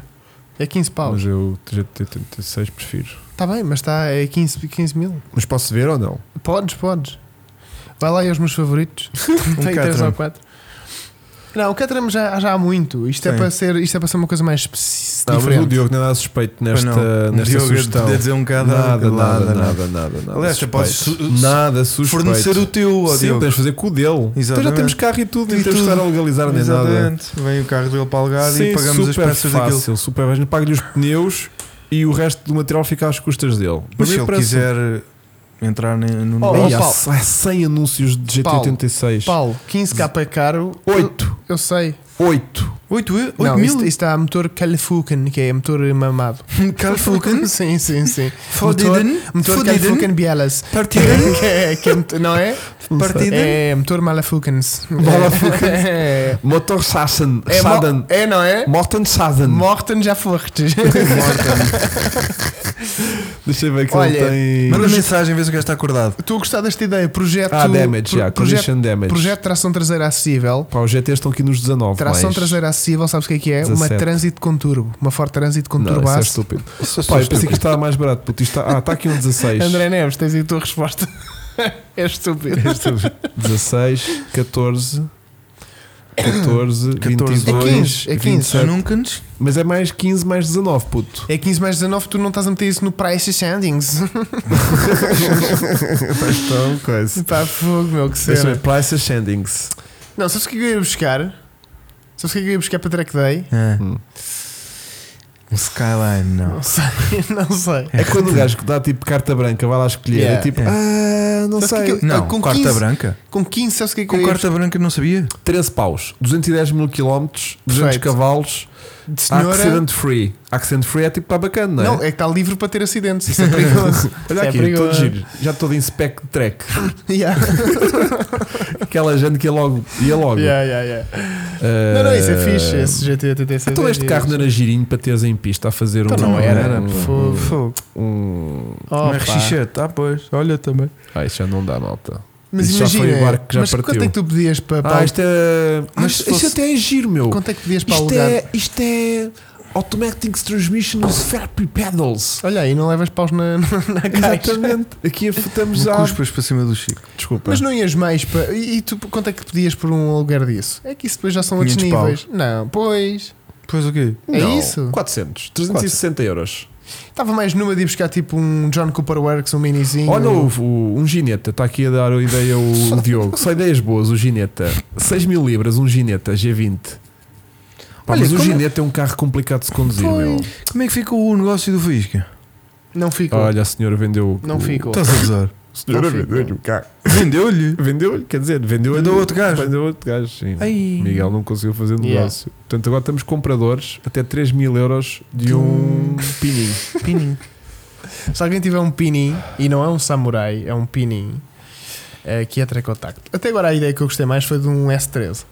C: É 15 paus.
B: Mas eu GT86 prefiro.
C: Está bem, mas está. É 15, 15 mil.
B: Mas posso ver ou não?
C: Podes, podes. Vai lá e aos meus favoritos. Tem 3
A: Um Caterham.
C: ou 4. Não, o Caterham já, já há muito. Isto é,
A: Sim.
C: para ser, isto é para ser uma coisa mais especi-
B: Não, mas o
C: diferente.
B: Diogo não é nada suspeito
A: Pois
B: nesta,
A: não. O
B: nesta
A: Diogo
B: sugestão.
A: podia dizer um bocado
B: Nada, nada,
A: não.
B: nada, nada, nada.
A: Aliás,
B: suspeito.
A: podes su-
B: nada suspeito.
A: Fornecer o teu, ó
B: Sim,
A: Diogo.
B: tens de fazer com o dele. Então já
A: Exatamente.
B: temos carro e tudo,
A: E
B: não temos de estar
A: tudo.
B: a legalizar nem nada.
A: Exatamente. Vem o carro dele para alugar
B: Sim,
A: e pagamos as
B: super
A: peças
B: fácil,
A: daquilo.
B: super fácil. Paga-lhe os pneus e o resto do material fica às custas dele.
A: Mas se
B: eu
A: ele quiser entrar ne- no
C: Oh,
B: Ei,
A: negócio.
B: há,
C: Paulo.
B: há 100 anúncios de GT86.
C: Paulo, 15k é caro.
B: 8,
C: Eu sei.
B: 8.
A: 8
C: não,
A: mil?
C: Isto, isto está a motor Califucan, que é motor mamado.
A: Carfuken?
C: sim, sim, sim.
A: Foden?
C: Motor
A: Foden?
C: Califucan Bielas.
A: Partiden?
C: que é, que é, motor- não é?
A: Partiden?
C: É motor Malafukans.
B: Malafukans.
C: É,
B: Motor Sassen.
C: é, mo-
B: Saden.
C: é, não é?
B: Morten Saden.
C: Morten já fortes.
B: Deixa eu ver que
C: Olha,
B: ele tem.
A: Manda mensagem, vê se o gajo está acordado.
C: Estou a gostar desta ideia. Projeto.
B: Ah, damage, já.
C: pro- projeto,
B: Condition damage.
C: projeto de tração traseira acessível.
B: Pá, os GTs estão aqui nos 19.
C: Tração
B: mais.
C: traseira acessível, sabes o que é que é? Uma
B: 17.
C: trânsito com turbo. Uma Ford Transit com
B: Não,
C: turbo
B: isso é
C: aço.
B: estúpido. Pá, eu pensei que isto estava mais barato. Puto, isto está... Ah, está aqui um 16.
C: André Neves, tens aí a tua resposta. é estúpido.
B: 16, 14, 14,
A: 14,
B: 22,
A: é
C: 15, é 15.
B: 27.
A: Nuncans?
B: Mas é mais 15 mais 19, puto.
C: É 15 mais 19, tu não estás a meter isso no Price Sandings.
B: Então, coisa.
C: Pá, fogo, meu, que
B: Deixa eu
C: cena.
B: ver, é Price Ascendings.
C: Não, sabes o que é que eu ia buscar? Sabes o que é que eu ia buscar para Track Day?
A: É.
B: Hum.
A: Um Skyline, não.
C: Não sei, não sei.
B: É quando o gajo que dá tipo carta branca vai lá escolher.
C: Yeah.
B: É tipo,
A: É.
B: ah, não
C: Sabe o que
B: sei.
C: é que
A: Não,
C: com
A: quarta
C: 15.
A: branca.
C: Com 15, sabes o que é que
A: Com
C: eu ia
A: quarta branca não sabia.
B: 13 paus, 210 mil quilómetros, 200
C: Perfeito.
B: cavalos,
C: buscar? De senhora.
B: accident free. Accident free é tipo, está bacana, Ah, não é?
C: Não, é que está livre para ter acidentes. Isso é perigoso.
B: Olha
C: Isso é
B: aqui,
C: perigoso.
B: todo giro. Já todo em spec de track.
C: Yeah.
B: Aquela gente que ia logo. Ia logo.
C: Yeah, yeah, yeah.
B: Ah,
C: Não, não, isso é fixe. Esse GT86.
B: Então este carro não era girinho para teres em pista a fazer
C: Então
B: um.
C: não era,
B: um,
C: fogo.
A: Fogo.
B: um-
C: Oh,
A: Uma RX7. Ah, pois. Olha também.
B: Ah, isso já não dá, malta.
C: Mas
B: Isso já foi
C: imagina.
B: o barco que já
C: mas quanto é
B: partiu.
C: que tu pedias para. para
B: Ah, isto é.
C: Mas
B: Mas
C: se
B: isto
C: fosse-
B: até é giro, meu.
C: Quanto é que pedias para
B: Isto
C: alugar?
B: é, isto é. Automatic Transmission with Therapy Pedals.
C: Olha aí, não levas paus na, na caixa.
B: Exatamente. Aqui estamos a.
A: Um Cuspas para cima do Chico.
B: Desculpa.
C: Mas não ias mais para. E, e tu quanto é que pedias por um lugar disso? É que isso depois já são outros
A: 500
C: níveis. Não, pois.
A: Pois o quê?
C: É
B: Não,
C: isso.
B: 400. 360 euros.
C: Estava mais numa de ir buscar tipo um John Cooper Works, um minizinho.
B: Olha o, o- um gineta, está aqui a dar a ideia o Diogo. Só ideias boas, o gineta. 6 mil libras, um gineta G20. Pá,
A: Olha,
B: mas o
A: como-
B: gineta é um carro complicado de se conduzir, meu.
A: Como é que fica o negócio do Fisca?
C: Não ficou.
B: Ah, Olha, a senhora vendeu.
C: Tipo, Não
B: o-
C: ficou.
A: Estás a gozar?
B: A senhora
C: Não ficou.
B: vendeu-lhe o carro.
A: Vendeu-lhe?
B: Vendeu-lhe, quer dizer, vendeu-lhe.
A: Vendeu a outro gajo.
B: Vendeu a outro gajo, sim.
A: Ai.
B: Miguel
C: tá
B: não conseguiu fazer
C: Yeah.
B: negócio. Portanto, agora estamos compradores até 3 mil euros de um pininho.
C: Se alguém tiver um pininho, e não é um samurai, é um pininho, eh, que é Trecotact. Até agora a ideia que eu gostei mais foi de um S13.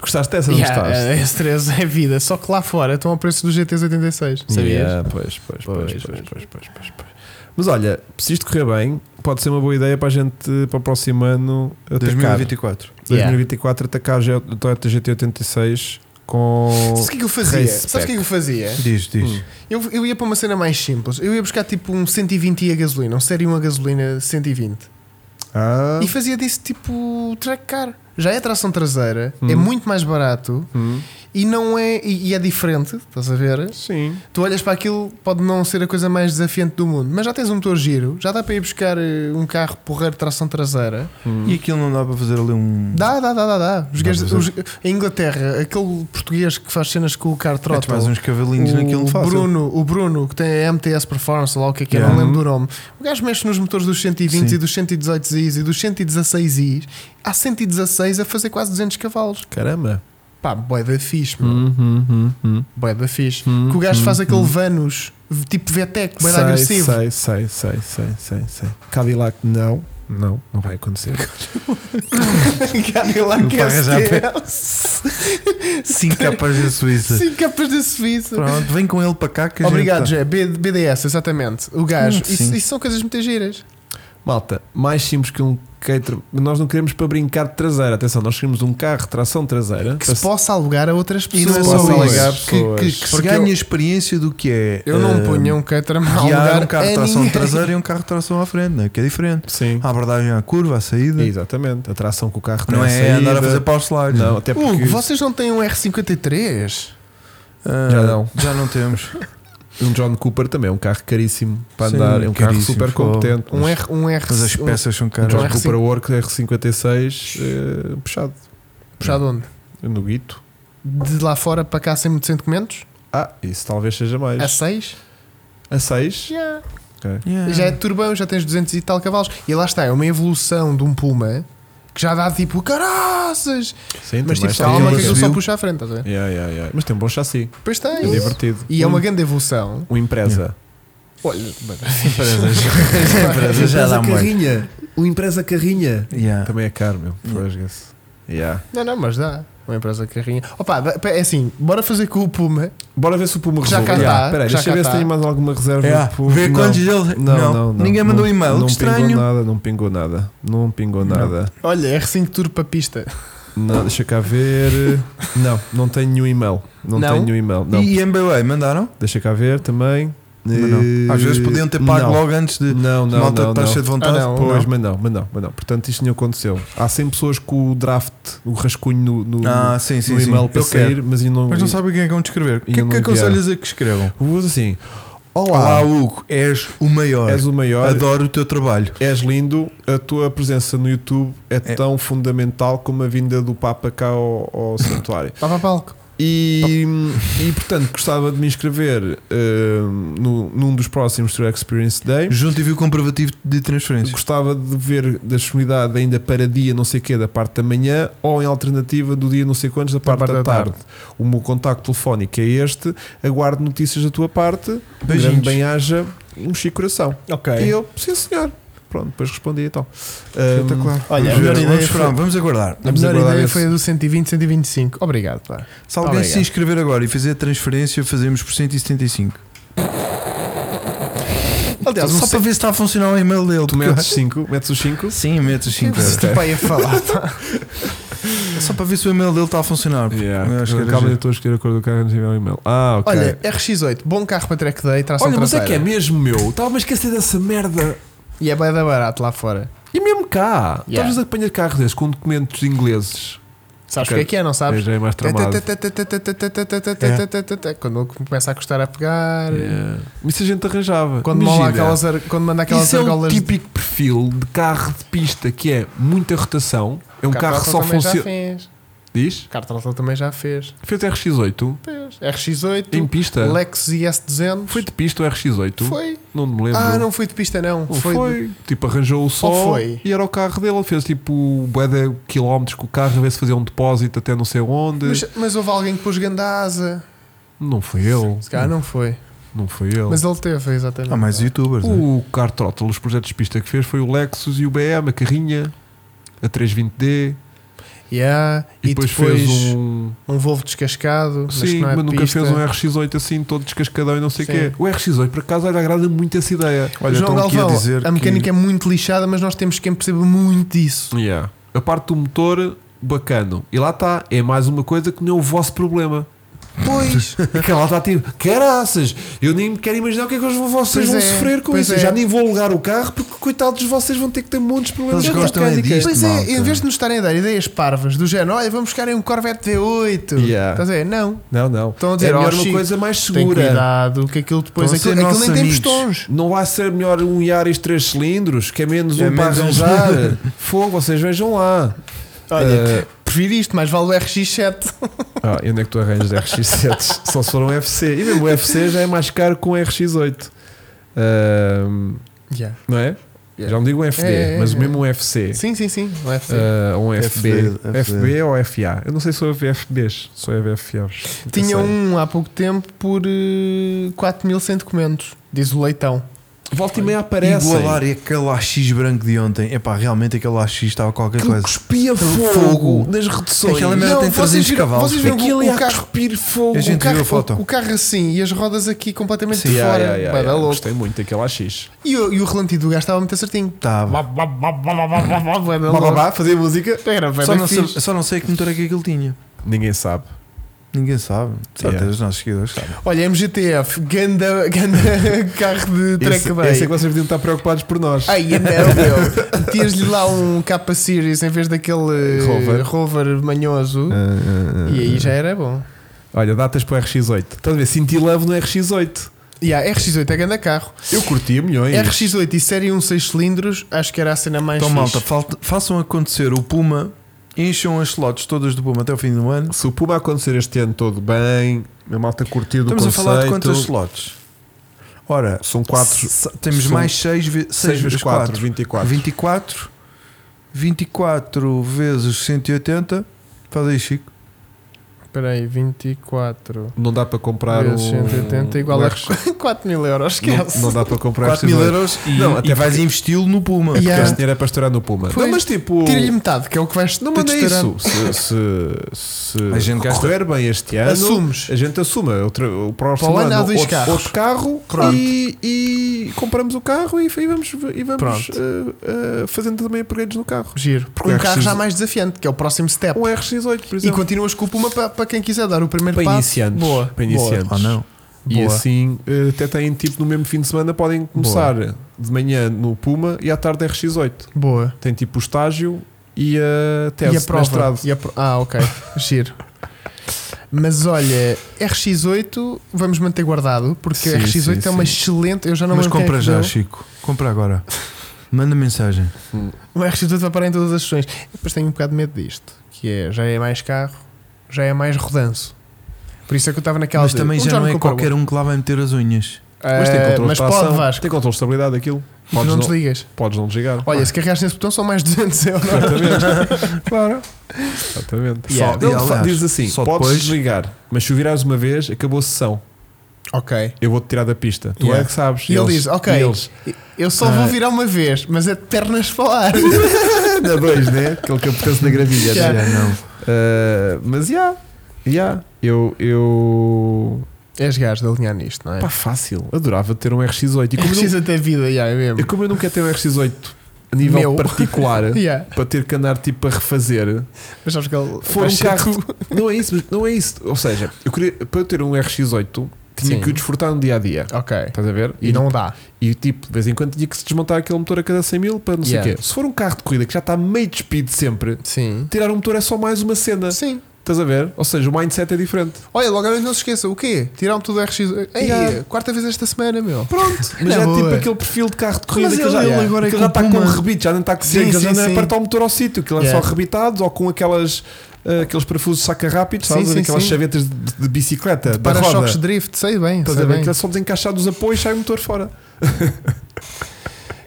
B: Gostaste dessa? não
C: Yeah,
B: gostaste?
C: a S13 é vida, só que lá fora estão ao preço dos GTs 86. Sabias?
B: Yeah, pois, pois, pois, pois,
C: Pois,
B: pois, pois, pois, pois. Mas olha, se isto correr bem, pode ser uma boa ideia para a gente para o próximo ano atacar
A: 2024.
B: 2024 atacar o G- o Toyota GT86 com
C: Sabes o que é que eu fazia?
B: Race
C: Sabes o que é que eu fazia?
A: Diz, diz.
B: Hum.
C: Eu, eu ia para uma cena mais simples. Eu ia buscar tipo um 120i a gasolina, um série 1 a gasolina 120.
B: ah,
C: E fazia disso tipo track car. Já é tração traseira, é
B: Hum.
C: muito mais barato
B: hum,
C: e não é e, e é diferente, estás a ver?
B: sim.
C: Tu olhas para aquilo, pode não ser a coisa mais desafiante do mundo, mas já tens um motor giro, já dá para ir buscar eh, um carro porreiro de tração traseira.
B: hum.
A: E aquilo não dá para fazer ali um.
C: Dá, dá, dá, dá, dá. Os
A: Dá
C: gajos-
A: para
C: os- em Inglaterra, aquele português que faz cenas com o car
A: Mete
C: throttle.
A: mais uns cavalinhos naquilo
C: o
A: fácil.
C: Bruno, o Bruno, que tem a MTS Performance, lá o que é que é,
A: Yeah.
C: não lembro do nome. O gajo mexe nos motores dos 120
A: Sim.
C: e dos 118is e dos 116is. Há 116 a fazer quase 200 cavalos.
B: Caramba.
C: Pá, boy da fixe, meu.
B: Hum, hum, hum, hum.
C: Boy da fixe.
B: Hum,
C: que o gajo
A: Uhum,
B: hum,
C: faz aquele
B: hum.
C: Vanos, tipo VTEC, boy da
B: Sei,
C: agressivo.
B: Sei, sei, sei, sei, sei, sei. Cadillac, não. Não, não vai acontecer.
C: Aquela
A: Não
C: que
A: paga já
C: é
A: Cinco capas da Suíça.
C: Sim, capas da Suíça.
A: Pronto, vem com ele para cá que a
C: Obrigado,
A: gente tá.
C: Jé. B- BDS, exatamente. O gajo.
A: Hum,
C: isso,
A: sim.
C: isso são coisas muito giras.
B: Malta, mais simples que um cater... Nós não queremos para brincar de traseira. Atenção, nós queremos um carro de tração traseira.
C: Que se possa alugar a outras
A: E não
C: pessoas.
A: é
B: Pessoas.
A: só
B: Posso alegar
A: isso. Que, que, que
B: pessoas.
A: se
C: Porque
A: ganha
C: eu-
A: a experiência do que é.
C: Eu não
A: eh,
C: punha um caterham a
A: guiar
C: alugar
A: um carro de
C: a
A: tração
C: ninguém.
A: traseira e um carro de tração à frente, né? que é diferente.
B: Sim.
C: Ah,
A: A abordagem à curva, à
C: é.
A: saída.
B: Exatamente. A tração que o carro tem
A: Não
B: à
A: é
B: saída.
A: andar a fazer power slides.
B: Não, até porque.
C: Hugo, vocês não têm um R53?
A: Ah,
B: Já não.
A: Já não temos.
B: Um John Cooper também é um carro caríssimo para
A: Sim,
B: andar. É um carro
A: caríssimo,
B: super
A: pô.
B: competente.
C: Um R. Um R
A: Mas as peças são
B: Um
A: caras.
B: John
C: um R5.
B: Cooper Work R56 eh, puxado.
C: Um, puxado onde?
B: No guito.
C: De lá fora para cá sem, sem documentos?
B: Ah, isso talvez seja
C: A
B: mais.
C: 6?
B: A 6?
C: Já.
A: Yeah.
C: Já é de turbão, já tens 200 e tal cavalos. E lá está, é uma evolução de um Puma que já dá tipo caraças.
B: Sim,
C: Mas
B: tem
C: tipo,
B: mais
C: só há uma
A: talvez.
C: coisa que
B: talvez.
C: só
A: Viu?
C: puxa à frente, estás a ver?
B: Yeah, yeah, yeah. Mas tem um bom chassi.
C: Pois
B: É
C: tem.
B: divertido.
C: E é
B: Um-
C: uma grande evolução.
B: um empresa.
C: Olha,
A: tipo- Empresa já dá muito.
B: carrinha. Um empresa carrinha.
A: Yeah.
B: Também é caro, meu. Fosga-se. Yeah.
C: não, não, mas dá. Uma empresa carrinha. Opa, dá- é assim, bora fazer com o Puma.
B: Bora ver se o Puma
C: Já
B: resolve.
C: cá
B: Yeah,
C: tá,
B: Espera aí,
C: já
B: deixa eu
C: cá
B: ver
C: tá.
B: se tem mais alguma reserva.
A: Yeah.
B: de Puma.
A: Vê
B: Não.
A: quantos eles.
B: Não, não, não.
A: Ninguém mandou um
B: Não-
A: e-mail.
B: Não
A: que
B: pingou
A: estranho.
B: nada, não pingou nada. Não pingou
A: Não.
B: nada.
C: Olha, R5 Tour É para pista.
B: Não, deixa cá ver. Não, não tenho nenhum e-mail. Não,
C: Não?
B: tenho nenhum e-mail. Não.
A: E MBA mandaram?
B: Deixa cá ver também.
A: Mas não. Às
B: Eh,
A: vezes podiam ter pago
B: não.
A: logo antes de.
B: Não, não,
A: Malta,
B: não.
A: estás cheio
B: não.
A: de vontade?
C: Ah, não.
B: Então, Pois, mas não, mas não, mas não. Portanto, isto não aconteceu. Há 100 pessoas com o draft, o rascunho no, no,
A: Ah, sim, sim,
B: no
A: sim.
B: e-mail para
A: Eu
B: sair,
A: quero.
B: mas ainda não.
A: Mas não sabem quem é que vão descrever. O que é
B: Ainda
A: que
B: não
A: aconselhas a que escrevam?
B: Vou assim: Olá,
A: Olá, Hugo, és o maior.
B: és o maior,
A: Adoro o teu trabalho.
B: és lindo, a tua presença no YouTube é,
A: É.
B: tão fundamental como a vinda do Papa cá ao- ao santuário.
C: Pá, pá, palco.
B: E, e, portanto gostava de me inscrever ehm, no, num dos próximos True Experience Day.
A: Junto e vi o comprovativo de transferência.
B: Gostava de ver da disponibilidade ainda para dia não sei quê da parte da manhã ou em alternativa do dia não sei quantos da parte da,
C: parte da
B: tarde. O meu contacto telefónico é este. Aguardo notícias da tua parte.
A: Beijinhos.
B: Grande bem-haja, um chico coração.
C: Ok.
B: E eu, sim senhor. Pronto, depois respondi então. e tal.
A: Espetacular.
C: Olha, a
A: vamos,
C: melhor
A: ver,
C: ideia
A: vamos esperar,
C: foi-
A: vamos aguardar.
C: A
B: Vamos
C: melhor
B: aguardar
C: ideia
B: esse.
C: foi a do 120, 125. Obrigado, pá.
A: Se alguém
C: Obrigado.
A: se inscrever agora e fizer a transferência, fazemos por 175.
C: Aliás,
A: É, Só para ver se está a funcionar o e-mail dele.
B: Tu
A: porque-
B: metes 5, metes os 5.
A: Sim, meto os 5
C: se tu pai a falar, pá.
A: Só para ver se o e-mail dele está a funcionar. porque eu acho que era
B: Ah, Calma, eu
A: giro.
B: estou a escolher a cor do carro antes de enviar o e-mail. Ah, ok.
C: Olha, RX8, bom carro para track day, tração
B: Olha, mas é que é
C: traseira.
B: mesmo meu. Estava a esquecer dessa merda.
C: E é bem da barato lá fora.
B: E mesmo cá.
C: Yeah.
B: Estavas a apanhar carros desses com documentos ingleses.
C: Sabes o
B: Ok.
C: que é que é, não sabes? É.
B: Já é mais tramado.
C: Quando começa a custar a pegar.
B: Yeah. Isso a gente arranjava.
C: É. Quando,
B: É. Imagina,
C: mola aquelas ar- quando manda aquelas
B: Isso é um
C: argolas. de-
B: típico perfil de carro de pista que é muita rotação. É um carro que
C: Cartolação
B: só
C: também já
B: funciona.
C: fez.
B: Diz?
C: Cartolação também já fez.
B: Fez RX8
C: Fez.
B: em
C: RX8,
B: pista.
C: Lexus IS200.
B: Foi de pista o RX8?
C: Foi.
B: Não me lembro.
C: Ah, não foi de pista, não.
B: Ou
C: foi.
B: Foi,
C: de-
B: tipo, arranjou o sol
C: foi?
B: e era o carro dele. Ele fez tipo bué de quilómetros com o carro, a ver se fazia um depósito até não sei onde.
C: Mas, mas houve alguém que pôs gandasa.
B: Não foi eu.
C: Se calhar não foi.
B: Não Ah, foi ele. é.
C: Mas ele teve, exatamente.
A: Há mais youtubers. né?
B: O Cartrottle, os projetos de pista que fez foi o Lexus e o BM, a carrinha, a 320D,
C: Yeah,
B: e, depois, fez um.
C: um Volvo descascado. mas que
B: Sim,
C: não é
B: mas nunca
C: pista.
B: fez um RX8 assim, todo descascadão e não sei o
C: Sim.
B: quê. O RX8, por acaso, olha, agrada muito essa ideia.
A: Olha,
C: João
A: estão aqui a
C: Galvão,
A: dizer que-
C: mecânica é muito lixada, mas nós temos quem perceba muito disso.
B: Yeah. A parte do motor, bacana. E lá está, é mais uma coisa que não é o vosso problema. Pois, aquela lá está tipo, caraças, eu nem quero imaginar o que é que os- vocês
C: Pois
B: vão
C: é,
B: sofrer com
C: pois
B: isso. Eu
C: é.
B: já nem vou alugar o carro porque, coitados, vocês vão ter que ter montes de problemas.
A: Eles
B: de
A: gostam é
B: mecânica.
A: disto.
C: Pois é,
A: malta.
C: em vez de nos estarem a dar ideias parvas, do género, olha, vamos buscar aí um Corvette V8.
B: Yeah.
C: Estás a ver? Não.
B: Não, não.
C: Estão a dizer,
B: Era
C: melhor
B: uma
C: Chico,
B: coisa mais
C: Tem
B: segura.
C: cuidado, que aquilo depois
A: Estão a
C: aquilo,
A: ser
C: aquilo nem
A: nossos
C: tem
A: amigos.
C: pistões.
B: Não vai ser melhor um Yaris 3 cilindros, que é menos
A: É
B: um para
A: menos um.
B: arranjar. Fogo, vocês vejam lá. Eh,
C: Olha,
B: É.
C: prefiro isto, mais vale o RX7.
B: Ah, e onde é que tu arranjas RX7? Só se for um FC. E mesmo o FC já é mais caro que um RX8. Ahm,
C: Yeah.
B: Eh, não é? Já não digo um FD,
C: É, é,
B: mas
C: é.
B: mesmo um FC.
C: Sim, sim, sim. O FC.
B: Ah, ou um FB.
A: FD.
B: FB é ou FA? Eu não sei se sou FBs, sou FFAs.
C: Tinha
B: Não sei.
C: um há pouco tempo por eh, 4100 documentos, diz o Leitão.
B: Volta e meia aparece.
A: Igualar e aquele AX branco de ontem. Epá, realmente aquele AX estava qualquer
B: Aquilo
A: coisa.
B: cuspia fogo,
A: fogo.
B: nas reduções.
A: Aquela merda
C: Não,
A: tem
C: vocês
A: 300
C: viram-
A: cavalos.
C: vocês
A: pá.
C: viram
B: Aquilo
C: o
B: é a
C: carro-
B: cuspir fogo.
A: A gente
C: o carro,
A: viu a foto.
C: O, o carro assim e as rodas aqui completamente
B: Sim,
C: de
B: yeah,
C: fora.
B: yeah, yeah,
C: Bué da
B: yeah.
C: louco.
B: Gostei muito daquele AX.
C: E, o, e o relanti do gajo estava muito acertinho.
A: Estava.
C: Bué da
B: Blá, blá,
C: louco.
B: blá, Fazia música.
C: Era bué
A: Só
C: da
A: não, sei,
C: fixe.
A: só não sei que motor é que aquilo tinha.
B: Ninguém sabe.
A: Ninguém sabe. Certeza,
B: Yeah.
A: os nossos seguidores sabem.
C: Olha, MGTF, ganda, ganda carro de
B: Esse,
C: track
B: esse é que vocês deviam estar preocupados por nós.
C: Ai, não, meu. Metias-lhe lá um K Series em vez daquele eh,
B: Rover.
C: rover, manhoso.
B: Ah, ah, ah,
C: E aí
B: ah.
C: já era bom.
B: Olha, datas para o RX8. Estás a ver? Senti love no RX8.
C: E a RX8 é grande carro.
B: Eu curti milhões.
C: RX8 e série 1 6 cilindros, acho que era a cena mais
A: Então,
C: fixe.
A: malta, falta- façam acontecer o Puma. Encham as slots todas do Puma até o fim do ano.
B: Se o Puma acontecer este ano todo bem, a malta curtiu do
A: Estamos
B: conceito.
A: a falar de quantas slots? Ora,
B: São 4,
A: se- temos
B: são
A: mais 6 vezes
B: 6 4,
A: 4.
B: 24.
A: 24. 24 vezes 180. Faz aí, Chico.
C: Espera aí, 24
B: Não dá para comprar
C: vezes
B: um- um
C: 180 é igual a
B: RX.
C: 4 mil euros, esquece.
B: Não, não dá para comprar
A: 4 mil
B: RX8.
A: euros e,
B: Não, até
A: e vais
B: porque-
A: investi-lo no Puma.
C: Yeah.
B: Porque esse dinheiro é para estourar no Puma.
C: Pois,
B: não, mas tipo.
C: Tira-lhe metade, que é o que vais
B: Não manda
C: te estará-
B: isso. Se, se, se
A: A gente gasta-
B: correr bem este ano,
C: Assumes.
B: a gente assume outro, o próximo
C: Para o ano há
B: ano,
C: dois
B: outro,
C: carros.
B: outro carro
C: Pronto.
B: e, e compramos o carro e, e vamos, e vamos
A: Pronto.
B: eh, eh, fazendo também upgrades no carro.
C: Giro. Porque
B: Um
C: um carro
B: RX8.
C: já mais desafiante, que é o próximo step.
B: Um RX8, por
C: E
B: exemplo.
C: continuas com o Puma para, para quem quiser dar o primeiro
B: Para
C: passo.
B: iniciantes.
C: Boa.
B: Para iniciantes.
A: Ou não?
B: E
C: Boa.
B: assim eh, até têm tipo no mesmo fim de semana podem começar de manhã no Puma e à tarde RX8.
C: Boa. Boa.
B: Tem tipo o estágio e a tese
C: e a
B: de
C: prova.
B: É mestrado.
C: E a pro- Ah, ok. Giro. Mas olha, RX8 vamos manter guardado, porque
B: Sim,
C: RX8
B: sim,
C: é uma
B: sim.
C: excelente. Eu já não
A: Mas
C: lembro quem é
A: compra
C: que
A: já,
C: deu.
A: Chico. Compra agora. Manda mensagem.
C: O RX8 vai parar em todas as sessões. Depois tenho um bocado de medo disto, que é já é mais carro, já é mais rodanço. Por isso é que eu estava naquela.
A: Mas
C: de,
A: também
C: um
A: já não é
C: compra outro.
A: qualquer um que lá vai meter as unhas.
C: Ah,
B: Eh, Mas tem controle
C: mas
B: de tração,
C: pode, Vasco.
B: Tem controle de estabilidade aquilo.
C: tu
B: Podes
C: não
B: não-
C: desligas.
B: Podes não desligar.
C: Olha, se carregares nesse botão são mais 200 euros.
B: Exatamente. claro. Exatamente.
C: Yeah.
B: Só-
A: E,
B: ele fa-
A: aliás,
B: diz assim:
A: só
B: podes
A: depois-
B: desligar, mas se o virares uma vez, acabou a sessão.
C: ok.
B: Eu vou-te tirar da pista. Tu
C: Yeah.
B: é que sabes.
C: E ele
B: Eles-
C: diz: Ok,
B: e eles,
C: eu só vou virar uma vez, mas é de pernas falar.
B: na 2, né? Aquele que apetece na gravilha. né?
C: Yeah.
A: Já não.
B: Uh, mas já, já. Eu, eu.
C: És gajo de alinhar nisto, não é?
B: Pá, fácil. Adorava ter um RX8. E como, eu
C: Precisa ter vida, já, é
B: não, eu,
C: mesmo.
B: como eu não quero ter um RX8 a nível
C: Meu.
B: particular,
C: Yeah.
B: para ter que andar tipo a refazer,
C: Mas sabes que ele
B: for
C: vai
B: um
C: ser
B: carro.
C: tu.
B: Não é isso, mas não é isso. Ou seja, eu queria, para eu ter um RX8, tinha
C: Sim.
B: que o desfrutar no dia a dia.
C: Ok.
B: Estás a ver?
C: E não dá.
B: E tipo, de vez em quando tinha que se desmontar aquele motor a cada 100 mil para não sei o
C: Yeah.
B: quê. Se for um carro de corrida que já está meio despido sempre,
C: Sim.
B: tirar um motor é só mais uma cena.
C: Sim.
B: Estás a ver? Ou seja, o mindset é diferente.
C: Olha, logo à noite não se esqueça, o quê? Tiraram-me tudo do RX. Ei, é
B: Yeah.
C: quarta vez esta semana, meu.
B: Pronto, mas
C: Na
B: é
C: boa.
B: tipo aquele perfil de carro de corrida
C: Mas
B: que já,
C: ele
A: agora é
B: que
A: com
B: já está com
A: Puma.
B: rebite, já não está com
C: Sim,
B: cerca, já
C: sim,
B: não
C: sim.
B: aperta o motor ao sítio, aquilo é
C: Yeah.
B: só rebitados ou com aquelas, ah, aqueles parafusos de saca rápido, sabes?
C: sim,
B: aquelas
C: sim.
B: chavetas de, de bicicleta, da
C: Para choques
B: roda.
C: de drift, sei bem.
B: Estás
C: sei
B: a ver?
C: bem.
B: Aquilo é só desencaixar dos apoios sai o motor fora.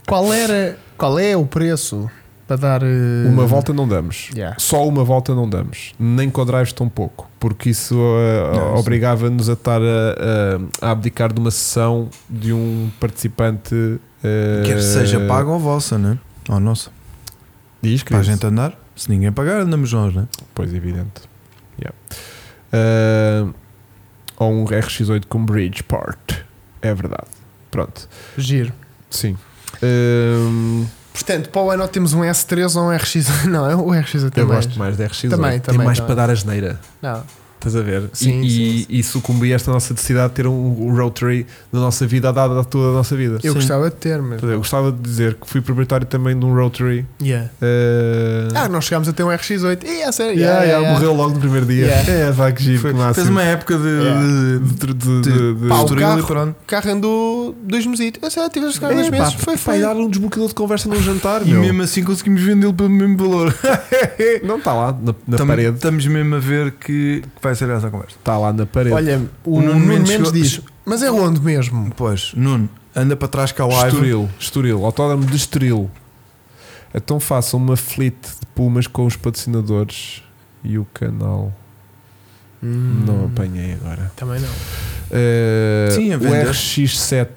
C: Qual era. Qual é o preço para dar. eh,
B: Uma volta não damos.
C: yeah.
B: Só uma volta não damos, nem com drives tão pouco, porque isso eh,
C: Não, isso-
B: obrigava-nos a estar a, a- a abdicar de uma sessão de um participante. eh,
A: Quer seja paga ou vossa, né? Ou nossa.
B: Diz,
A: Para a
B: Cris?
A: gente andar, se ninguém pagar, andamos nós, né?
B: Pois, evidente. Yeah. Eh, ou um RX8 com Bridgeport. É verdade. Pronto.
C: Giro.
B: Sim. Eh,
C: Portanto, para o ano temos um S3 ou um RX. Não, é o RX até
B: eu
C: mais.
B: gosto mais de RX8.
C: Também,
B: Tem
C: também,
B: mais
C: também.
B: para dar a geneira.
C: Não.
B: Estás a ver?
C: Sim,
B: e,
C: sim,
B: e-
C: sim.
B: e sucumbir a esta nossa necessidade de ter um Rotary na nossa vida, dada toda a nossa vida.
C: Eu
A: Sim.
C: gostava de ter, mas.
B: Estás a ver? Eu gostava de dizer que fui proprietário também de um Rotary.
C: Yeah.
B: eh,
C: Ah, nós chegámos a ter um RX8. E a sério?
B: yeah, yeah,
C: yeah.
B: morreu logo no primeiro dia.
C: Yeah.
B: É, vá que giro,
A: Foi-
B: que
A: Fez
B: máximo.
A: uma época de.
C: Yeah.
A: de- de-
B: De- de- de- de-
C: Pá, o
A: Estoril
C: carro-
A: e pronto.
C: O carro andou dois mesitos. Eu sei, tiveste que
B: É,
C: andar dois
B: pá,
C: meses. Foi
B: pá,
C: feio.
B: e dar um desbloqueador de conversa num jantar,
A: E
B: meu. É,
A: mesmo assim conseguimos vendê-lo pelo mesmo valor.
B: Não, está lá na, na
A: Tam-
B: parede.
C: tá-
A: Estamos mesmo a ver que, que vai ser essa a conversa.
B: Está lá na parede.
C: Olha, o,
A: O Nuno
C: Nuno Mendes
A: Mendes chegou-
C: diz, mas é onde mesmo?
A: Pois, Nuno, anda para trás cá live.
B: Estoril, é Estoril, autódromo de Estoril. Então façam uma fleet de pumas com os patrocinadores e o canal. Hum, Não apanhei agora.
C: Também não.
B: Eh,
A: Sim, a
B: o
A: vender.
B: RX7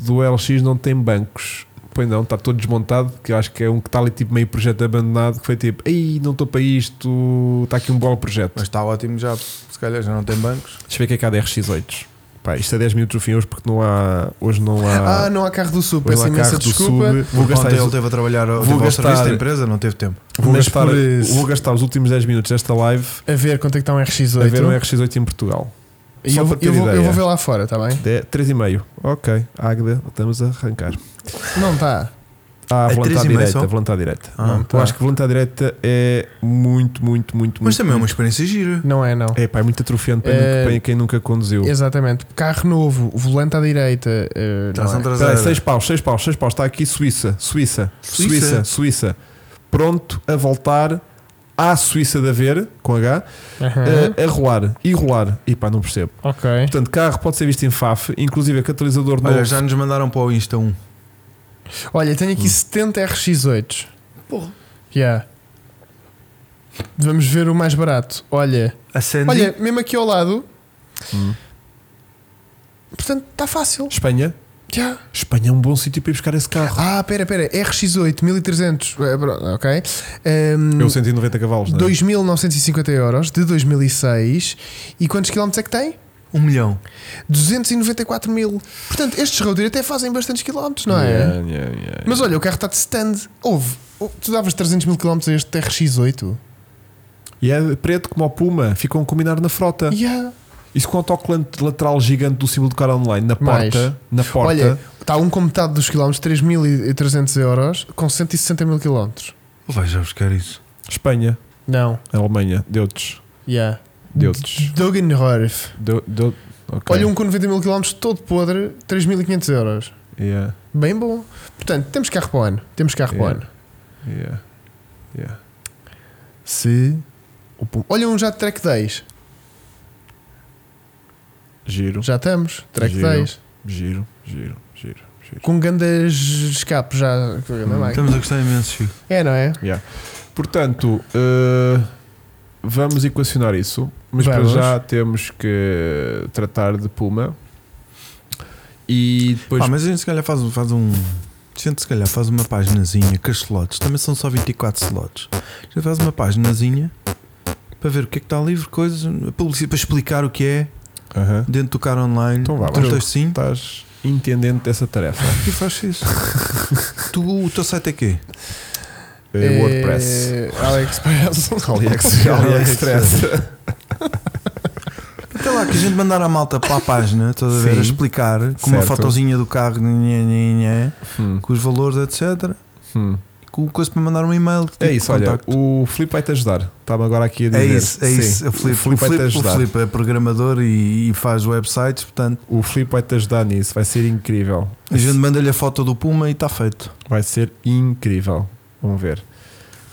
B: do LX não tem bancos. Pois não, está todo desmontado. Que eu acho que é um que está ali tipo meio projeto abandonado. Que foi tipo, ei, não estou para isto. Está aqui um bom projeto.
A: Mas está ótimo já, se calhar já não tem bancos.
B: Deixa eu ver o que é que há de RX8. Pá, isto é 10 minutos do fim hoje porque não há. Hoje não há.
C: Ah, não há carro do Sul,
B: hoje
C: peço
B: não há
C: imensa
B: carro do
C: desculpa.
B: Sub. Vou gastar,
A: Ontem ele
B: isso-
A: esteve a trabalhar ao-
B: Vou
A: teve ao
B: gastar-
A: serviço da empresa, não teve tempo.
B: vou,
C: mas
B: gastar,
C: por isso-
B: vou gastar os últimos 10 minutos desta live
C: A ver quanto é que está um RX8.
B: a ver um RX8 em Portugal.
C: E
B: só
C: eu,
B: para ter
C: eu vou, eu
B: ideia.
C: vou ver lá fora, está bem?
B: 3,5. Ok, Águeda, estamos a arrancar.
C: Não tá. está.
B: Ah,
A: É
B: volante à
A: 3,5
B: direita,
A: só?
B: volante à direita.
A: Ah,
B: Não,
C: tá.
B: Eu acho que volante à direita é muito, muito, muito,
A: Mas
B: muito.
A: também é uma experiência gira.
C: Não é, não.
B: É pá, é muito atrofiante para,
C: É.
B: nunca- para quem nunca conduziu.
C: Exatamente. Carro novo, volante à direita. eh, não
A: Tração
C: é.
A: traseira.
B: Espera aí, 6 paus, 6 paus, 6 paus. Está aqui Suíça, Suíça, Suíça,
A: Suíça?
B: Suíça. Pronto a voltar à Suíça de haver, com H,
C: Aham.
A: Uhum.
B: a, a rolar e rolar. E pá, não percebo.
C: Ok.
B: Portanto, carro pode ser visto em FAF, inclusive a catalisador novo.
A: Olha, já nos mandaram para o Insta 1.
C: Olha, tenho aqui 70 RX8s.
A: Porra.
C: Yeah. Vamos ver o mais barato. Olha,
A: A Sandy.
C: Olha, mesmo aqui ao lado.
B: Hum.
C: Portanto, está fácil.
B: Espanha.
C: Já.
B: Espanha é um bom sítio para ir buscar esse carro.
C: Ah, pera, pera. RX8 1300. eh, bro- Ok. Ehm,
B: Eu 190 cavalos, não é?
C: 2.950 euros de 2006. E quantos quilómetros é que tem?
A: Um milhão.
C: 294 mil. Portanto, estes roaders até fazem bastantes quilómetros, não é?
B: Yeah, yeah, yeah,
C: Mas olha, o carro está de stand. Houve. Oh, Tu davas 300 mil quilómetros a este RX8?
B: E é preto como o Puma, ficam a combinar na frota.
C: Yeah.
B: Isso com o autocolante lateral gigante do símbolo do cara online, na
C: Mais.
B: porta, na porta.
C: Olha, está um com metade dos quilómetros, 3.300 euros, com 160 mil quilómetros.
A: Vai já buscar isso.
B: Espanha,
C: Não.
B: Alemanha, deu-te.
C: Yeah.
B: Deu-te.
C: Dogenhorf.
B: Deu, deu, ok.
C: Olha, um com 90 mil km todo podre, 3.500 euros.
B: Yeah,
C: Bem bom. Portanto, temos carro para o ano. Temos carro para o
B: Yeah.
C: ano.
B: yeah, yeah.
C: Se. o pum- Olha, um já de track 10.
B: Giro,
C: Já estamos. Track
B: Giro.
C: 10.
B: giro, giro, giro, giro.
C: Com grandes escapes já. com um grande máquina.
A: Estamos a gostar imenso, Chico.
C: É, não é?
B: Portanto, eh, vamos equacionar isso. Mas
C: Vamos.
B: para já temos que tratar de Puma. E depois.
A: Pá, mas a gente se calhar faz, um- faz um. A gente se calhar faz uma paginazinha com as slots. Também são só 24 slots. A gente faz uma paginazinha para ver o que é que está livre, coisas. publici- Para explicar o que é
C: Ah,
B: Aham.
A: dentro do cara online.
B: Então vá,
A: um
B: vamos.
A: textinho.
B: Estás intendente dessa tarefa.
A: E faz isso. tu, o teu site é quê? É,
B: Eh, WordPress.
C: É, AliExpress.
B: AliEx- AliExpress.
A: Até lá que a gente mandar a malta para a página, estás a ver?
B: Sim.
A: A explicar com uma
B: Certo.
A: fotozinha do carro, nhé, nhé, nhé,
B: Hum,
A: com os valores, etc.
B: hum.
A: Com coisa para mandar um e-mail. tipo
B: É isso, olha,
A: contacto.
B: o Filipe vai-te ajudar. Estava agora aqui a dizer.
A: É isso, é
B: Sim,
A: isso. O Filipe,
B: o Filipe
A: o
B: vai-te
A: Filipe- o
B: ajudar.
A: Filipe é programador e, e faz websites, portanto,
B: O Filipe vai-te ajudar nisso. Vai ser incrível.
A: a gente manda-lhe a foto do Puma e está feito.
B: Vai ser incrível. Vamos ver.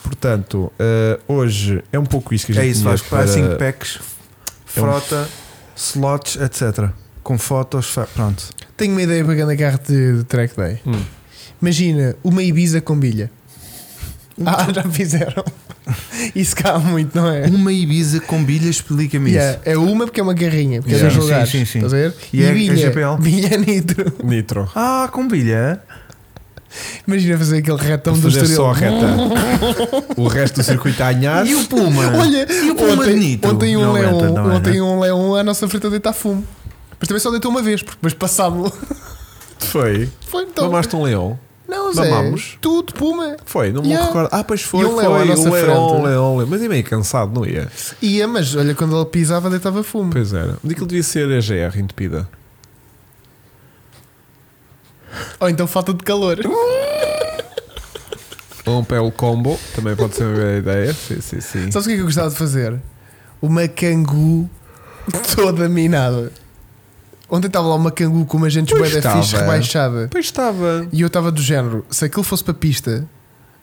B: Portanto, eh, hoje é um pouco isso que a é gente
A: É isso,
B: tinha
A: faz
B: para...
A: pricing packs, frota, slots, etc. Com fotos, fa- pronto.
C: Tenho uma ideia para grande carro de, de track day.
B: Hum.
C: Imagina uma Ibiza com bilha. Ah, já fizeram. Isso cá há muito, não é?
A: Uma Ibiza com bilhas, explica-me
C: Yeah, É uma porque é uma garrinha, porque é
B: Yeah.
C: dois
A: Sim,
C: lugares.
A: sim, sim.
C: Estás a ver?
A: E é- é
C: bilha,
A: GPL?
C: bilha nitro.
B: Nitro.
A: isso. Ah, com bilha?
C: Imagina fazer aquele
A: Então,
C: retão
B: Vamos
C: do
B: fazer só a
C: Estoril.
B: reta. o resto do circuito a anhar.
A: E o Puma?
C: Olha,
A: é? E o Puma de
C: ontem,
A: nitro?
C: ontem um
A: Não aguenta,
C: leão,
A: não é,
C: ontem
A: né?
C: um leão à nossa frente a deitar fumo. Mas também só deitou uma vez, porque depois passámos.
B: Foi.
C: Foi então.
B: Mamaste um leão?
C: Não, Zé.
B: Mamámos?
C: Tudo, puma.
B: Foi, não me
C: Yeah.
B: recordo. Ah, pois foi,
C: E um
B: foi.
C: leão à nossa
B: um leão,
C: frente.
B: um leão, um leão. Mas ia meio cansado, não ia?
C: Ia, mas olha, quando ele pisava, deitava fumo.
B: Pois era. Onde é que ele devia ser a GR entupida?
C: Ou então falta de calor.
B: Hum. Ou um pelo combo, também pode ser uma boa ideia. Sim, sim, sim.
C: Sabes o que é que eu gostava de fazer? Uma cangu toda minada. Ontem estava lá uma cangu com uma gente
B: Pois
C: bué da fixe
B: estava.
C: rebaixada.
B: Pois estava.
C: E eu estava do género, se aquilo fosse para pista,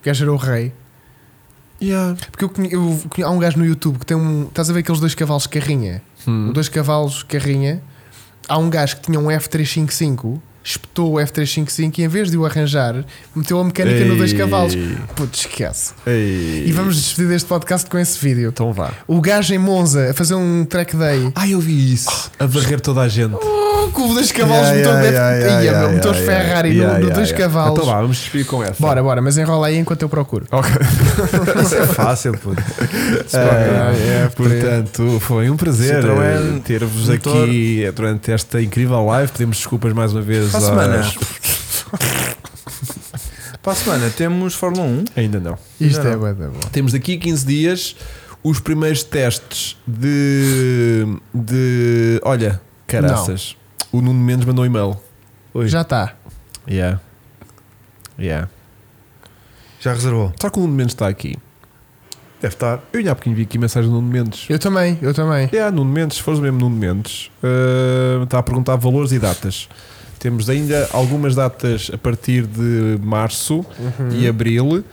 C: o gajo era o rei.
B: Yeah.
C: Porque eu, conhe- eu conhe- há um gajo no YouTube que tem um. Estás a ver aqueles dois cavalos de carrinha?
B: Hum.
C: Dois cavalos de carrinha. Há um gajo que tinha um F355, espetou o F355 e em vez de o arranjar, meteu a mecânica no dois
B: Ei.
C: cavalos. Putz, esquece.
B: Ei.
C: E vamos despedir deste podcast com esse vídeo.
B: Então vá.
C: O gajo em Monza a fazer um track day.
B: Ah, eu vi isso. A varrer toda a gente.
C: Oh, com dois cavalos,
B: Yeah,
C: motor
B: yeah,
C: de
B: yeah,
C: F-
B: yeah,
C: Ia,
B: yeah,
C: meu, motor
B: yeah,
C: Ferrari
B: yeah,
C: no, no
B: yeah,
C: dois
B: yeah.
C: cavalos.
B: Então vá, vamos despedir com essa.
C: Bora, bora, mas enrola aí enquanto eu procuro.
B: Ok.
A: Isso é fácil, puto.
B: Ah, é,
C: Portanto,
B: portanto, foi um prazer
A: Citroën,
B: eh, ter-vos
A: motor.
B: aqui eh, durante esta incrível live. Pedimos desculpas mais uma vez.
A: Para a
B: às-
A: semana. Para a semana temos Fórmula 1.
B: Ainda não.
C: Isto
A: Não.
C: é bué da bom.
B: Temos daqui a 15 dias os primeiros testes de. de olha, caraças. O Nuno Mendes mandou um e-mail.
C: Já tá. está.
B: Yeah. Yeah.
A: Já reservou?
B: Só que o Nuno Mendes está aqui.
A: Deve estar.
B: Eu já há pouquinho vi aqui mensagem do Nuno Mendes.
C: Eu também, eu também.
B: É, Nuno Mendes, se fores mesmo Nuno Mendes, eh, está a perguntar valores e datas. Temos ainda algumas datas a partir de março e abril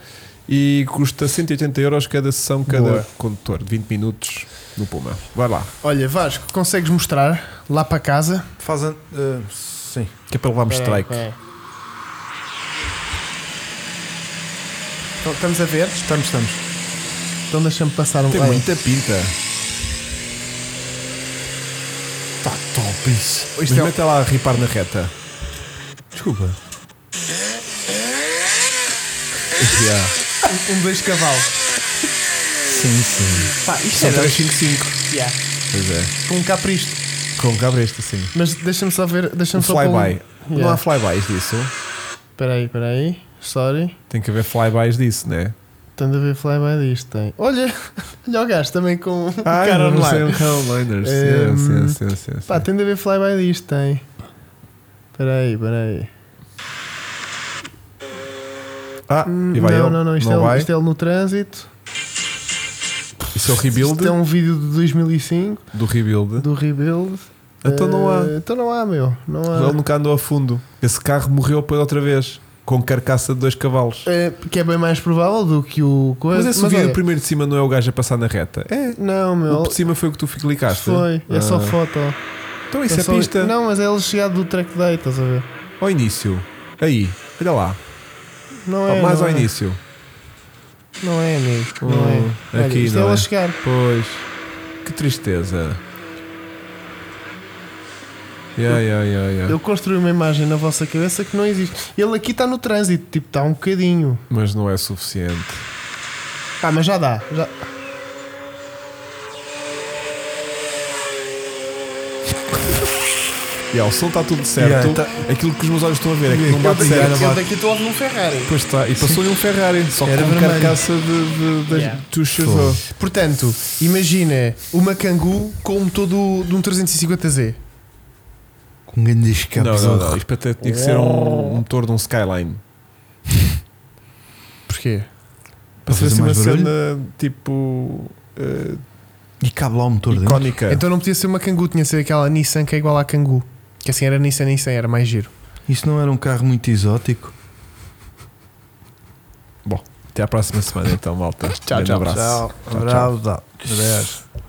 B: e custa 180 euros cada sessão, cada
C: Boa.
B: condutor, de 20 minutos no Puma. Vai lá,
C: Olha, Vasco, consegues mostrar lá para casa?
A: Fazem. eh, sim.
B: que é para levarmos
C: Espera aí,
B: strike.
C: espera aí. Então, Estamos a ver?
A: Estamos, estamos.
C: Então deixa-me passar um
B: Tem
C: Ai,
B: muita pinta.
A: Está top isso.
B: Mas
C: Isto é um-
B: mete lá a ripar na reta. É,
A: Desculpa.
B: Yeah.
C: um, um dois cavalos.
A: Sim, sim.
C: Pá, isto
B: São
C: era.
B: 355.
C: Yeah.
B: Pois é.
C: Com um capricho.
B: Com cabreste, sim.
C: Mas deixa-me só ver.
B: assim. Um
C: Deixa-me só
B: flyby.
C: pôr um-
B: Não há
C: Yeah.
B: flybys disso.
C: Espera aí, espera aí. Sorry.
B: Tem que haver flybys disso, né?
C: Estando a ver flyby disto, tem. Olha, olha o gajo também com um
B: Ah,
C: cara
B: não sei,
C: online.
B: um Hellliners.
C: Ehm,
B: Sim, sim, sim, sim, sim.
C: Pá, tende a ver flyby disto, tem. Espera aí, espera aí.
B: Ah,
C: Hum,
B: e vai
C: não,
B: ele?
C: não, não, isto, é, um-
B: vai?
C: isto é ele no trânsito.
B: Isso é o rebuild
C: Isto é um vídeo de 2005
B: do rebuild.
C: do rebuild.
B: Então não há.
C: Eh, Então não há, meu. Não há.
B: Ele nunca andou a fundo. Esse carro morreu depois outra vez. Com carcaça de dois cavalos.
C: Eh, que é bem mais provável do que o coisa.
B: Mas esse vídeo
C: olha,
B: primeiro de cima não é o gajo a passar na reta. É.
C: Não,
B: O
C: meu.
B: de cima foi o que tu clicaste.
C: Foi, é só
B: Ah.
C: foto.
B: Então isso é,
C: só-
B: pista.
C: Não, mas é ele chegado do track day, estás a ver?
B: Ao início. Aí. Olha lá.
C: Não é.
B: Ah, Mais
C: não
B: ao
C: é.
B: início.
C: Não é, amigo. Não
B: Hum,
C: é. Olha,
B: aqui
C: isto é
B: não
C: ele
B: é.
C: a chegar.
B: Pois. Que tristeza. Yeah, yeah, yeah, yeah.
C: Eu construí uma imagem na vossa cabeça que não existe. Ele aqui está no trânsito, tipo, está um bocadinho.
B: Mas não é suficiente.
C: Ah, mas já dá. Já...
B: Yeah, o som está tudo certo.
A: Yeah, tá-
B: Aquilo que os meus olhos estão a ver é que
A: Yeah,
B: não bate
A: eu
B: certo.
A: daqui- eu
B: Bate-
C: daqui estou a um Ferrari.
B: Pois está. E passou-lhe um Ferrari, só
A: Era
B: com
A: vermelho.
B: carcaça de, de, das
C: Yeah.
B: tuchas.
A: Fogo.
B: ó.
C: Portanto, imagina uma Kangoo com um motor do- de um 350Z.
A: Com grande escape.
B: Não, não, não. é Isto até tinha que ser um, um
A: Oh.
B: motor de um Skyline.
C: Porquê?
B: Para ser
A: fazer
B: assim uma
A: mais barulho?
B: cena tipo. eh,
A: E cabe lá o motor dentro.
B: icónica.
C: Então não podia ser uma Kangoo, tinha que ser aquela Nissan que é igual à Kangoo. Que assim era Nissan, Nissan, era mais giro.
A: Isso não era um carro muito exótico?
B: Bom, até à próxima semana, então, malta. Grande abraço.
A: Tchau,
B: Tchau, tchau.
A: Abraço. Abraço.